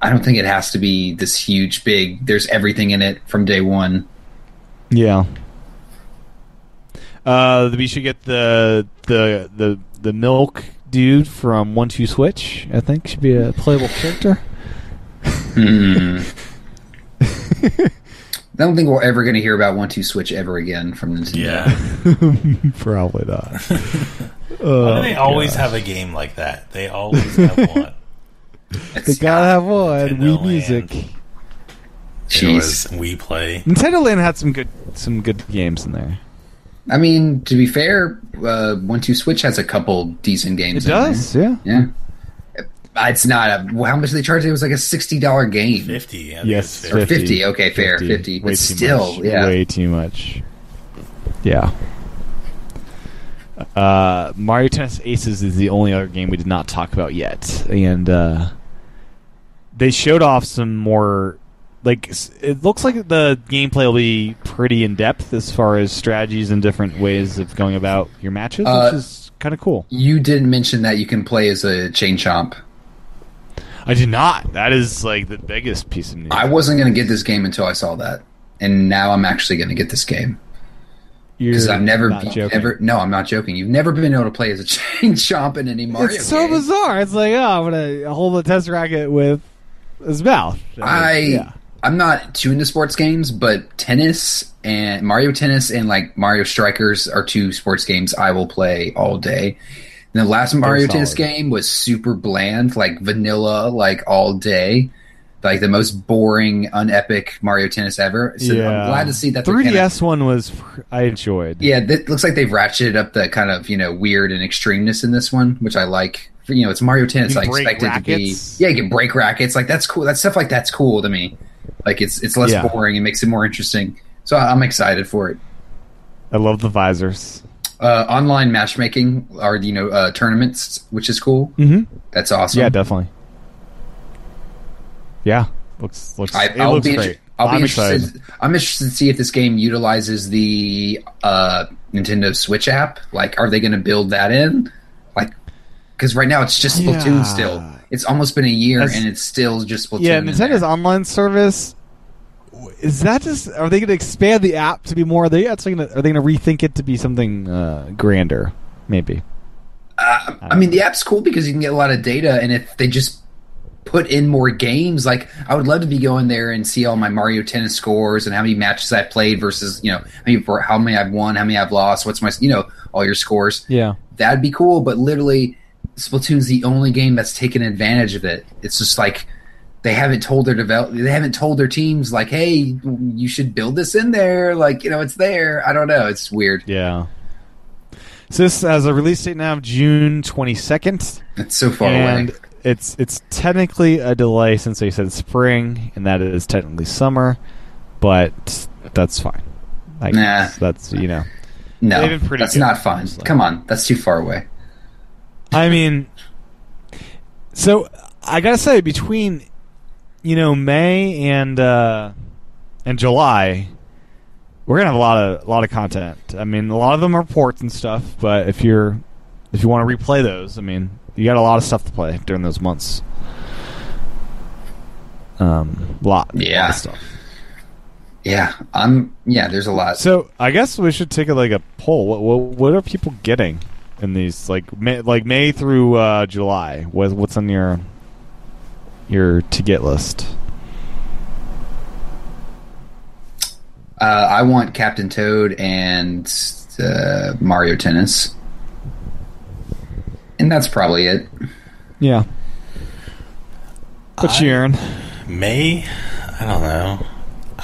[SPEAKER 3] I don't think it has to be this huge, big. There's everything in it from day one.
[SPEAKER 2] yeah. Uh, we should get the the the the milk dude from One Two Switch. I think should be a playable character.
[SPEAKER 3] Hmm. I don't think we're ever going to hear about One Two Switch ever again from Nintendo.
[SPEAKER 4] Yeah.
[SPEAKER 2] [laughs] Probably not.
[SPEAKER 4] Why do
[SPEAKER 2] Oh,
[SPEAKER 4] they always have a game like that? They always have
[SPEAKER 2] [laughs]
[SPEAKER 4] one.
[SPEAKER 2] [laughs] They
[SPEAKER 3] It's-
[SPEAKER 2] gotta have one.
[SPEAKER 4] Nintendo
[SPEAKER 2] Wii Music.
[SPEAKER 4] Land. It
[SPEAKER 3] jeez.
[SPEAKER 4] was We Play.
[SPEAKER 2] Nintendo Land had some good some good games in there.
[SPEAKER 3] I mean, to be fair, uh, One Two Switch has a couple decent games.
[SPEAKER 2] It
[SPEAKER 3] in
[SPEAKER 2] does, yeah.
[SPEAKER 3] there. Yeah. Uh, It's not a. well, How much did they charge? It was like a sixty dollar game
[SPEAKER 4] 50. I think
[SPEAKER 2] Yes,
[SPEAKER 4] it's
[SPEAKER 3] or
[SPEAKER 4] 50.
[SPEAKER 3] fifty. Okay, fair, fifty.
[SPEAKER 2] Way
[SPEAKER 3] But
[SPEAKER 2] too
[SPEAKER 3] still,
[SPEAKER 2] much.
[SPEAKER 3] yeah.
[SPEAKER 2] way too much. Yeah. Uh, Mario Tennis Aces is the only other game we did not talk about yet, and uh, they showed off some more. Like s- it looks like the gameplay will be pretty in depth as far as strategies and different ways of going about your matches,
[SPEAKER 3] Uh,
[SPEAKER 2] which is kind of cool.
[SPEAKER 3] You didn't mention that you can play as a chain chomp.
[SPEAKER 2] I did not. That is like the biggest piece of news.
[SPEAKER 3] I wasn't going to get this game until I saw that, and now I'm actually going to get this game because
[SPEAKER 2] You're
[SPEAKER 3] I've never,
[SPEAKER 2] not
[SPEAKER 3] you've
[SPEAKER 2] joking.
[SPEAKER 3] never. No, I'm not joking. You've never been able to play as a [laughs] chain chomp in any Mario.
[SPEAKER 2] it's so
[SPEAKER 3] game.
[SPEAKER 2] bizarre. It's like, oh, I'm gonna hold the test racket with his mouth.
[SPEAKER 3] I
[SPEAKER 2] yeah.
[SPEAKER 3] I'm not too into sports games, but tennis and Mario Tennis and like Mario Strikers are two sports games I will play all day. And the last Mario Tennis
[SPEAKER 2] solid.
[SPEAKER 3] game was super bland, like vanilla, like all day. Like the most boring, unepic Mario Tennis ever. So I'm glad to see that they're
[SPEAKER 2] 3ds
[SPEAKER 3] kinda-
[SPEAKER 2] one was pr- I enjoyed.
[SPEAKER 3] yeah, it looks like they've ratcheted up the kind of you know weird and extremeness in this one, which I like. You know, it's Mario Tennis.
[SPEAKER 2] You
[SPEAKER 3] I
[SPEAKER 2] can break
[SPEAKER 3] expect it to be
[SPEAKER 2] rackets.
[SPEAKER 3] yeah, you can break rackets. Like that's cool. That stuff like that's cool to me. Like it's it's less
[SPEAKER 2] Yeah.
[SPEAKER 3] boring and makes it more interesting. So I- I'm excited for it.
[SPEAKER 2] I love the visors.
[SPEAKER 3] Uh, online matchmaking or you know uh, tournaments, which is cool.
[SPEAKER 2] Mm-hmm.
[SPEAKER 3] That's awesome.
[SPEAKER 2] Yeah, definitely. Yeah, looks looks.
[SPEAKER 3] I,
[SPEAKER 2] it
[SPEAKER 3] I'll
[SPEAKER 2] looks
[SPEAKER 3] be,
[SPEAKER 2] great.
[SPEAKER 3] inter- I'll be
[SPEAKER 2] I'm
[SPEAKER 3] interested.
[SPEAKER 2] excited.
[SPEAKER 3] I'm interested to see if this game utilizes the uh, Nintendo Switch app. Like, are they going to build that in? Like, because right now it's just Splatoon.
[SPEAKER 2] Yeah.
[SPEAKER 3] Still, it's almost been a year
[SPEAKER 2] That's-
[SPEAKER 3] and it's still just Splatoon.
[SPEAKER 2] Yeah,
[SPEAKER 3] in
[SPEAKER 2] Nintendo's
[SPEAKER 3] there.
[SPEAKER 2] online service. w- Is that just? Are they going to expand the app to be more? Are they actually going to? Are they going to rethink it to be something uh, grander? Maybe.
[SPEAKER 3] Uh, I mean, the app's cool because you can get a lot of data, and if they just put in more games, like I would love to be going there and see all my Mario Tennis scores and how many matches I played versus you know how many, how many I've won, how many I've lost, what's my you know all your scores.
[SPEAKER 2] Yeah.
[SPEAKER 3] that'd be cool. But literally, Splatoon's the only game that's taken advantage of it. It's just like they haven't told their develop, they haven't told their teams like, hey, you should build this in there. Like you know, it's there. I don't know. It's weird.
[SPEAKER 2] Yeah. So this has a release date now of June twenty second,
[SPEAKER 3] It's so far
[SPEAKER 2] and
[SPEAKER 3] away.
[SPEAKER 2] it's it's technically a delay since they said spring, and that is technically summer, but that's fine. I
[SPEAKER 3] Nah.
[SPEAKER 2] guess that's you know.
[SPEAKER 3] No,
[SPEAKER 2] they've been pretty
[SPEAKER 3] that's
[SPEAKER 2] good,
[SPEAKER 3] not fun.
[SPEAKER 2] honestly.
[SPEAKER 3] Come on, that's too far away.
[SPEAKER 2] I mean, so I gotta say between you know May and uh, and July, we're gonna have a lot of a lot of content. I mean, a lot of them are ports and stuff. But if you're if you want to replay those, I mean, you got a lot of stuff to play during those months. Um, lot,
[SPEAKER 3] Yeah.
[SPEAKER 2] lot of stuff.
[SPEAKER 3] Yeah, I'm. Yeah, there's a lot.
[SPEAKER 2] So I guess we should take a, like a poll. What, what what are people getting in these like May, like May through uh, July? What, what's on your your to get list?
[SPEAKER 3] Uh, I want Captain Toad and uh, Mario Tennis, and that's probably it.
[SPEAKER 2] Yeah. What you earn?
[SPEAKER 4] May? I don't know.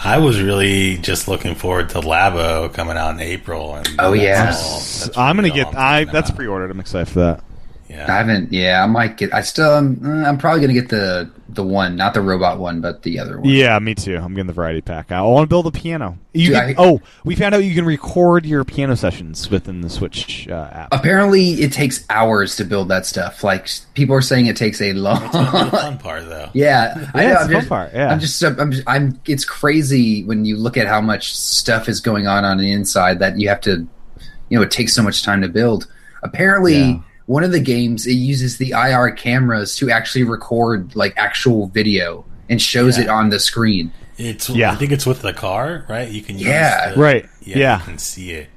[SPEAKER 4] I was really just looking forward to Labo coming out in April. And
[SPEAKER 3] Oh, yeah.
[SPEAKER 4] that's all- that's
[SPEAKER 2] I'm gonna
[SPEAKER 4] really
[SPEAKER 2] get.
[SPEAKER 4] all
[SPEAKER 2] I
[SPEAKER 4] thinking
[SPEAKER 2] that's
[SPEAKER 4] about.
[SPEAKER 2] pre-ordered. I'm excited for that.
[SPEAKER 3] I
[SPEAKER 4] Yeah.
[SPEAKER 3] haven't. Yeah, I might get. I still. I'm, I'm probably gonna get the the one, not the robot one, but the other one.
[SPEAKER 2] Yeah, me too. I'm getting the variety pack. I want to build a piano. You
[SPEAKER 3] Dude,
[SPEAKER 2] can,
[SPEAKER 3] I-
[SPEAKER 2] oh, we found out you can record your piano sessions within the Switch uh, app.
[SPEAKER 3] Apparently, it takes hours to build that stuff. Like people are saying, it takes a
[SPEAKER 4] The
[SPEAKER 3] long.
[SPEAKER 4] fun part, though.
[SPEAKER 3] [laughs] yeah, I
[SPEAKER 2] Yeah,
[SPEAKER 3] know.
[SPEAKER 2] it's
[SPEAKER 3] I'm
[SPEAKER 2] the fun
[SPEAKER 3] just,
[SPEAKER 2] part, yeah.
[SPEAKER 3] I'm just. I'm. just- I'm. It's crazy when you look at how much stuff is going on on the inside that you have to. You know, it takes so much time to build. Apparently.
[SPEAKER 2] Yeah.
[SPEAKER 3] One of the games it uses the IR cameras to actually record like actual video and shows
[SPEAKER 4] Yeah.
[SPEAKER 3] it on the screen.
[SPEAKER 4] It's.
[SPEAKER 2] Yeah.
[SPEAKER 4] I think it's with the car, right? You can. Use
[SPEAKER 3] Yeah.
[SPEAKER 4] the-
[SPEAKER 2] Right.
[SPEAKER 4] Yeah.
[SPEAKER 2] Yeah.
[SPEAKER 4] You can see it.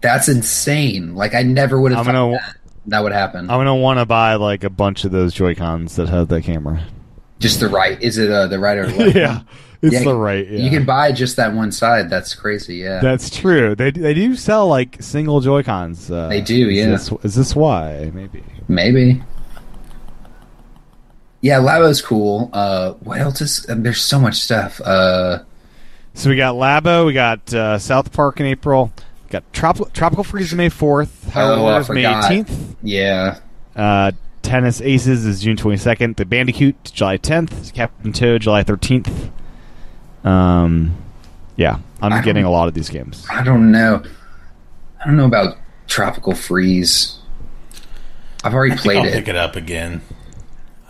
[SPEAKER 3] That's insane. Like I never would
[SPEAKER 2] I'm
[SPEAKER 3] have thought
[SPEAKER 2] gonna-
[SPEAKER 3] that, that would happen.
[SPEAKER 2] I'm gonna want to buy like a bunch of those Joy Cons that have the camera.
[SPEAKER 3] just the right is it uh, the right or left?
[SPEAKER 2] [laughs] yeah, it's
[SPEAKER 3] Yeah,
[SPEAKER 2] the right. Yeah.
[SPEAKER 3] You can buy just that one side. That's crazy. Yeah.
[SPEAKER 2] That's true. They they do sell like single Joy Cons. Uh,
[SPEAKER 3] They do,
[SPEAKER 2] Is
[SPEAKER 3] yeah.
[SPEAKER 2] This, is this why? Maybe.
[SPEAKER 3] Maybe. Yeah, Labo's cool. Uh, what else is? uh, There's so much stuff. Uh,
[SPEAKER 2] So we got Labo. We got uh, South Park in April. We got Tropical Tropical Freeze May fourth. Howard
[SPEAKER 3] Oh, I
[SPEAKER 2] Waters May
[SPEAKER 3] forgot.
[SPEAKER 2] eighteenth.
[SPEAKER 3] yeah,
[SPEAKER 2] Uh, Tennis Aces is June 22nd. The Bandicoot, July 10th. Captain Toad, July 13th. Um, yeah,
[SPEAKER 3] I
[SPEAKER 2] I'm
[SPEAKER 3] don't-
[SPEAKER 2] getting a lot of these games.
[SPEAKER 3] I don't know. I don't know about Tropical Freeze. I've already
[SPEAKER 4] I'll
[SPEAKER 3] played
[SPEAKER 4] pick
[SPEAKER 3] it.
[SPEAKER 4] it up again.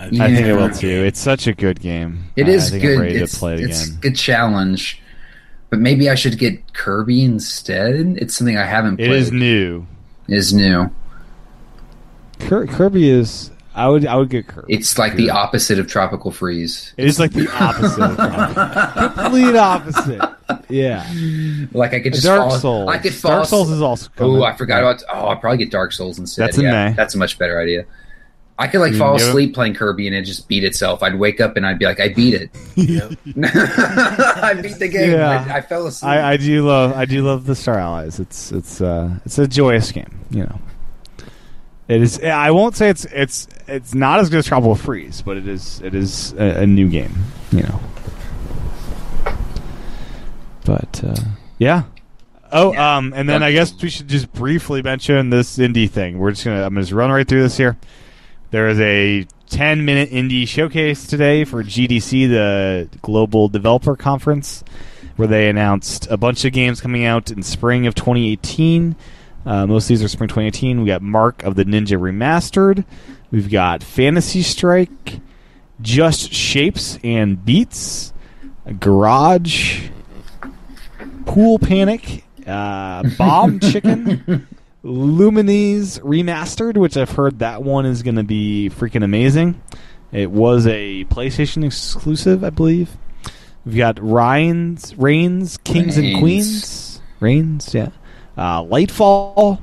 [SPEAKER 4] I,
[SPEAKER 2] I think I
[SPEAKER 3] Yeah.
[SPEAKER 2] will too. It's such a good game.
[SPEAKER 3] It
[SPEAKER 2] I- I
[SPEAKER 3] is
[SPEAKER 2] think
[SPEAKER 3] good.
[SPEAKER 2] I'm ready
[SPEAKER 3] it's,
[SPEAKER 2] to play it
[SPEAKER 3] it's
[SPEAKER 2] again.
[SPEAKER 3] a good challenge, but maybe I should get Kirby instead. It's something I haven't.
[SPEAKER 2] It
[SPEAKER 3] played.
[SPEAKER 2] is new.
[SPEAKER 3] Is new.
[SPEAKER 2] Kir- Kirby is. I would. I would get Kirby.
[SPEAKER 3] It's like the opposite of Tropical Freeze.
[SPEAKER 2] it is like the opposite. of Kirby. Complete opposite. Yeah.
[SPEAKER 3] Like I could just
[SPEAKER 2] Dark
[SPEAKER 3] fall,
[SPEAKER 2] Souls.
[SPEAKER 3] I could fall.
[SPEAKER 2] Dark Souls is also. Coming.
[SPEAKER 3] Oh, I forgot about. Oh, I'll probably get Dark Souls instead.
[SPEAKER 2] That's in
[SPEAKER 3] yeah,
[SPEAKER 2] May.
[SPEAKER 3] That's a much better idea. I could like fall
[SPEAKER 2] Yep.
[SPEAKER 3] asleep playing Kirby and it just beat itself. I'd wake up and I'd be like, I beat it. [laughs] I beat the game.
[SPEAKER 2] Yeah.
[SPEAKER 3] I, I fell asleep.
[SPEAKER 2] I, I do love I do love the Star Allies. It's it's uh it's a joyous game, you know. It is. I won't say it's it's it's not as good as Tropical Freeze, but it is it is a, a new game, you know. But uh, yeah. Oh, um, and then I guess we should just briefly mention this indie thing. We're just gonna I'm gonna just run right through this here. There is a 10 minute indie showcase today for GDC, the Global Developer Conference, where they announced a bunch of games coming out in spring of 2018. Uh, most of these are spring 2018. We got Mark of the Ninja Remastered. We've got Fantasy Strike, Just Shapes and Beats, Garage, Pool Panic, uh, Bomb Chicken. Lumines Remastered, which I've heard that one is going to be freaking amazing. It was a PlayStation exclusive, I believe. We've got Ryan's, Reigns, Kings and
[SPEAKER 3] Reigns.
[SPEAKER 2] Queens. Reigns, yeah. Uh, Lightfall,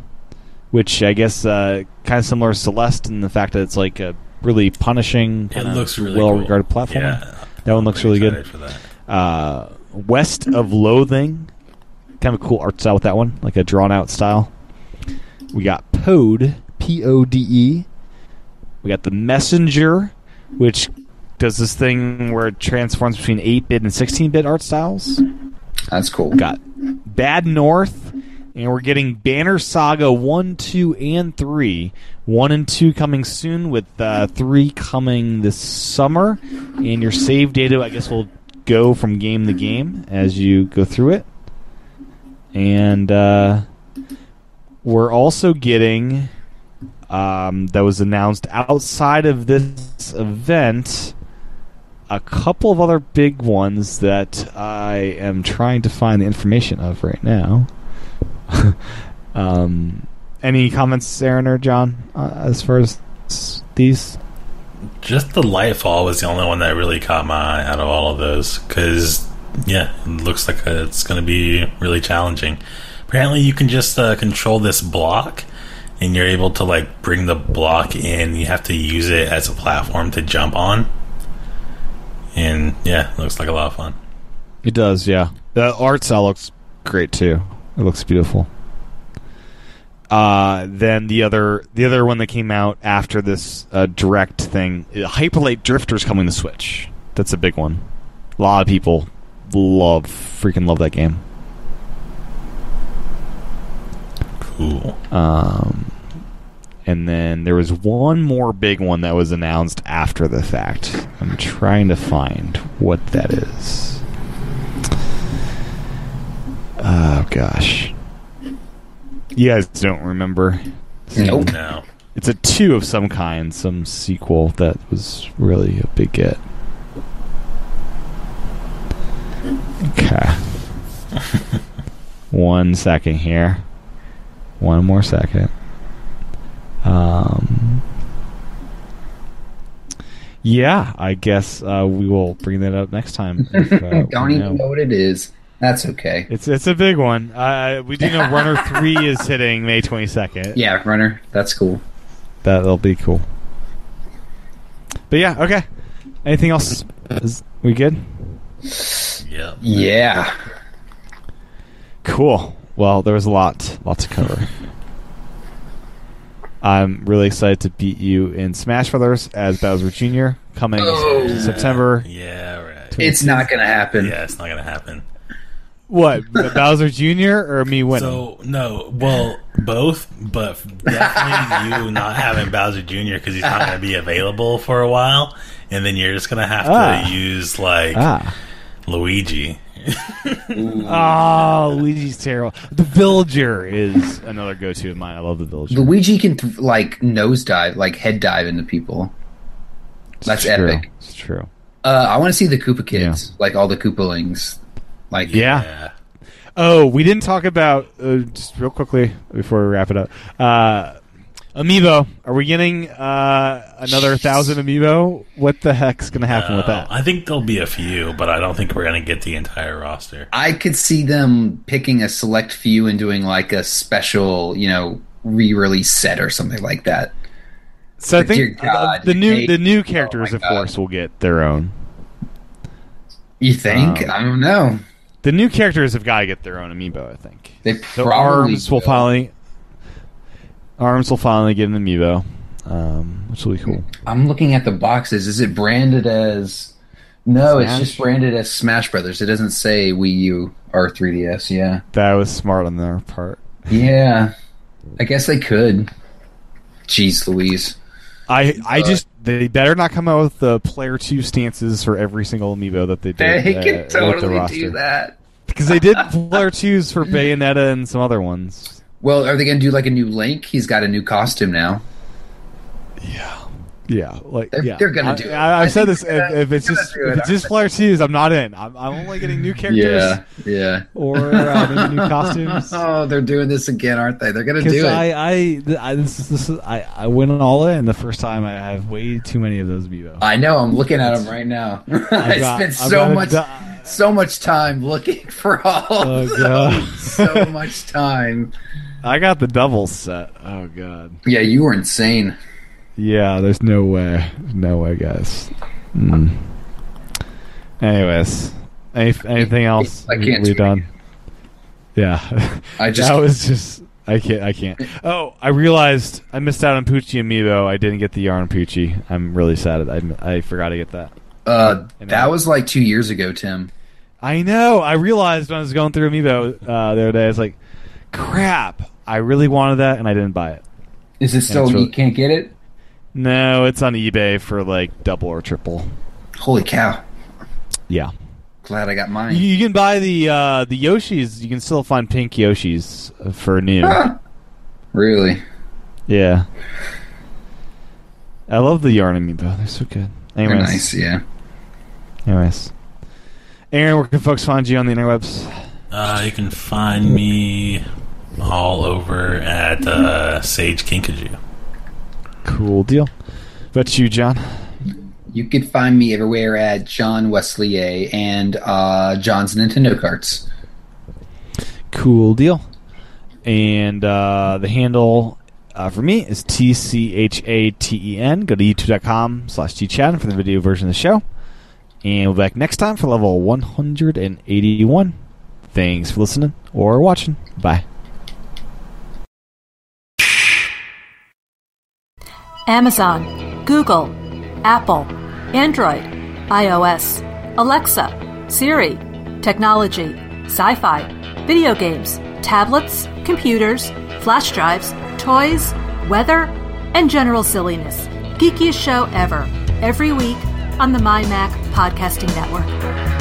[SPEAKER 2] which I guess uh, kind of similar to Celeste in the fact that it's like a really punishing,
[SPEAKER 4] It
[SPEAKER 2] kinda
[SPEAKER 4] looks really cool.
[SPEAKER 2] well-regarded platform.
[SPEAKER 4] Yeah.
[SPEAKER 2] That one looks
[SPEAKER 4] I'm
[SPEAKER 2] really good
[SPEAKER 4] excited For that.
[SPEAKER 2] uh, West of Loathing. Kind of a cool art style with that one, like a drawn out style. We got Pode, P O D E. We got The Messenger, which does this thing where it transforms between 8 bit and 16 bit art styles.
[SPEAKER 3] That's cool.
[SPEAKER 2] We got Bad North, and we're getting Banner Saga 1, 2, and 3. 1 and 2 coming soon, with uh, 3 coming this summer. And your save data, I guess, will go from game to game as you go through it. And uh, we're also getting, um, that was announced outside of this event, a couple of other big ones that I am trying to find the information of right now. [laughs] um, any comments, Aaron or John, uh, as far as s- these?
[SPEAKER 4] Just the Lightfall was the only one that really caught my eye out of all of those because, yeah, it looks like uh it's going to be really challenging. Apparently, you can just uh, control this block, and you're able to like bring the block in. You have to use it as a platform to jump on, and yeah, it looks like a lot of fun.
[SPEAKER 2] It does, yeah. The art style looks great too. It looks beautiful. Uh, then the other the other one that came out after this uh, direct thing, uh, Hyperlight Drifter's coming to Switch. That's a big one. A lot of people love freaking love that game.
[SPEAKER 4] Cool.
[SPEAKER 2] Um, and then there was one more big one that was announced after the fact. I'm trying to find what that is. Oh gosh, you guys don't remember.
[SPEAKER 3] Nope.
[SPEAKER 4] No,
[SPEAKER 2] It's a two of some kind, some sequel that was really a big get. Okay. One second here. One more second. Um. Yeah, I guess uh, we will bring that up next time. if, uh, we
[SPEAKER 3] [laughs] Don't even
[SPEAKER 2] know.
[SPEAKER 3] know what it is. That's okay.
[SPEAKER 2] It's it's a big one. Uh, we do know Runner Three is hitting May twenty second.
[SPEAKER 3] Yeah, runner. That's cool.
[SPEAKER 2] That'll be cool. But yeah, okay. Anything else? Is we good?
[SPEAKER 4] yeah,
[SPEAKER 3] Yeah.
[SPEAKER 2] Cool. Well, there was a lot, lot to cover. I'm really excited to beat you in Smash Brothers as Bowser Jr. coming
[SPEAKER 3] Oh.
[SPEAKER 2] September.
[SPEAKER 4] yeah, right.
[SPEAKER 3] It's not going to happen.
[SPEAKER 4] yeah, it's not gonna happen.
[SPEAKER 2] What [laughs] B- Bowser Jr. or me winning?
[SPEAKER 4] So no, well, both, but
[SPEAKER 2] [laughs]
[SPEAKER 4] definitely you not having Bowser Jr. because he's not going to be available for a while, and then you're just going to have
[SPEAKER 2] Ah.
[SPEAKER 4] to use like
[SPEAKER 2] ah,
[SPEAKER 4] Luigi.
[SPEAKER 2] oh, Luigi's terrible. The Villager is another go-to of mine. I love the Villager.
[SPEAKER 3] Luigi can, th- like, nosedive, like, head dive into people. That's
[SPEAKER 2] It's true.
[SPEAKER 3] epic.
[SPEAKER 2] It's true.
[SPEAKER 3] Uh, I want to see the Koopa kids, like, all the Koopalings. Like,
[SPEAKER 2] Yeah. Oh, we didn't talk about uh, just real quickly before we wrap it up. Uh, amiibo, are we getting uh, another thousand amiibo? What the heck's gonna happen with
[SPEAKER 4] Uh,
[SPEAKER 2] that?
[SPEAKER 4] I think there'll be a few, but I don't think we're going to get the entire roster.
[SPEAKER 3] I could see them picking a select few and doing, like, a special, you know, re release set or something like that.
[SPEAKER 2] So I think uh,
[SPEAKER 3] dear God,
[SPEAKER 2] the, the new the
[SPEAKER 3] they-
[SPEAKER 2] new characters,
[SPEAKER 3] Oh my
[SPEAKER 2] of
[SPEAKER 3] God.
[SPEAKER 2] course, will get their own.
[SPEAKER 3] You think?
[SPEAKER 2] Um,
[SPEAKER 3] I don't know.
[SPEAKER 2] The new characters have got to get their own amiibo. I think
[SPEAKER 3] They
[SPEAKER 2] so.
[SPEAKER 3] probably
[SPEAKER 2] Arms will.
[SPEAKER 3] will.
[SPEAKER 2] finally. Arms will finally get an amiibo, um, which will be cool.
[SPEAKER 3] I'm looking at the boxes. Is it branded as? No, it's just branded as Smash Brothers. It doesn't say Wii U or 3DS. Yeah,
[SPEAKER 2] That was smart on their part.
[SPEAKER 3] yeah. I guess they could. Jeez, Louise.
[SPEAKER 2] I
[SPEAKER 3] uh,
[SPEAKER 2] I just they better not come out with the player two stances for every single amiibo that they did.
[SPEAKER 3] They
[SPEAKER 2] uh,
[SPEAKER 3] can
[SPEAKER 2] with the
[SPEAKER 3] totally do
[SPEAKER 2] roster.
[SPEAKER 3] that.
[SPEAKER 2] because they
[SPEAKER 3] [laughs]
[SPEAKER 2] did player twos for Bayonetta and some other ones.
[SPEAKER 3] Well, are they going to do like a new Link? He's got a new costume now.
[SPEAKER 2] Yeah, like
[SPEAKER 3] They're-
[SPEAKER 2] yeah.
[SPEAKER 3] they're gonna
[SPEAKER 2] I,
[SPEAKER 3] do it.
[SPEAKER 2] I,
[SPEAKER 3] I
[SPEAKER 2] I've said
[SPEAKER 3] think
[SPEAKER 2] this.
[SPEAKER 3] they're
[SPEAKER 2] If,
[SPEAKER 3] gonna-
[SPEAKER 2] if it's
[SPEAKER 3] they're
[SPEAKER 2] just
[SPEAKER 3] gonna do
[SPEAKER 2] if
[SPEAKER 3] it.
[SPEAKER 2] it's just player twos, I'm not in. I'm, I'm only getting
[SPEAKER 3] [laughs]
[SPEAKER 2] new characters
[SPEAKER 3] yeah.
[SPEAKER 2] or uh, maybe
[SPEAKER 3] [laughs]
[SPEAKER 2] new costumes.
[SPEAKER 3] Oh, they're doing this again, aren't they? They're going to
[SPEAKER 2] Because
[SPEAKER 3] do it.
[SPEAKER 2] I, I, th- I, this is, this is, I, I went all in the first time. I have way too many of those amiibo.
[SPEAKER 3] I know. I'm looking at them right now. [laughs] I
[SPEAKER 2] got-
[SPEAKER 3] spent
[SPEAKER 2] I've
[SPEAKER 3] so
[SPEAKER 2] got a
[SPEAKER 3] much,
[SPEAKER 2] di-
[SPEAKER 3] so much time looking [laughs] for all.
[SPEAKER 2] Oh,
[SPEAKER 3] [laughs] of
[SPEAKER 2] God.
[SPEAKER 3] them. so much time.
[SPEAKER 2] I got the double set. Oh god.
[SPEAKER 3] Yeah, you were insane.
[SPEAKER 2] Yeah, there's no way. No way, guys. Hmm. Anyways, any, anything else?
[SPEAKER 3] I can't
[SPEAKER 2] We
[SPEAKER 3] do it
[SPEAKER 2] done. Yeah, [laughs]
[SPEAKER 3] I just
[SPEAKER 2] that was just. I can't. I can't. Oh, I realized I missed out on Poochie Amiibo. I didn't get the yarn Poochie. I'm really sad. I I forgot to get that.
[SPEAKER 3] uh, that
[SPEAKER 2] know.
[SPEAKER 3] was like two years ago, Tim.
[SPEAKER 2] I know. I realized when I was going through Amiibo uh, the other day. I was like, crap. I really wanted that, and I didn't buy it.
[SPEAKER 3] Is it still
[SPEAKER 2] it's really-
[SPEAKER 3] you can't get it?
[SPEAKER 2] No, it's on eBay for like double or triple.
[SPEAKER 3] Holy cow!
[SPEAKER 2] Yeah.
[SPEAKER 3] Glad I got mine.
[SPEAKER 2] You, you can buy the uh, the Yoshis. You can still find pink Yoshis for new.
[SPEAKER 3] Really?
[SPEAKER 2] yeah, I love the yarn amiibo. They're so good.
[SPEAKER 3] They're
[SPEAKER 2] Anyways,
[SPEAKER 3] nice. Yeah.
[SPEAKER 2] Anyways, Aaron, where can folks find you on the interwebs?
[SPEAKER 4] Uh, you can find me all over at uh, Sage Kinkajou.
[SPEAKER 2] Cool deal. But you, John?
[SPEAKER 3] You can find me everywhere at John Wesley and uh, John's Nintendo Carts.
[SPEAKER 2] Cool deal. And uh, the handle uh, for me is T C H A T E N. Go to youtube.com slash tchat for the video version of the show. And we'll be back next time for level 181. Thanks for listening or watching. Bye.
[SPEAKER 5] Amazon, Google, Apple, Android, iOS, Alexa, Siri, technology, sci fi, video games, tablets, computers, flash drives, toys, weather, and general silliness. Geekiest show ever, every week on the My Mac Podcasting Network.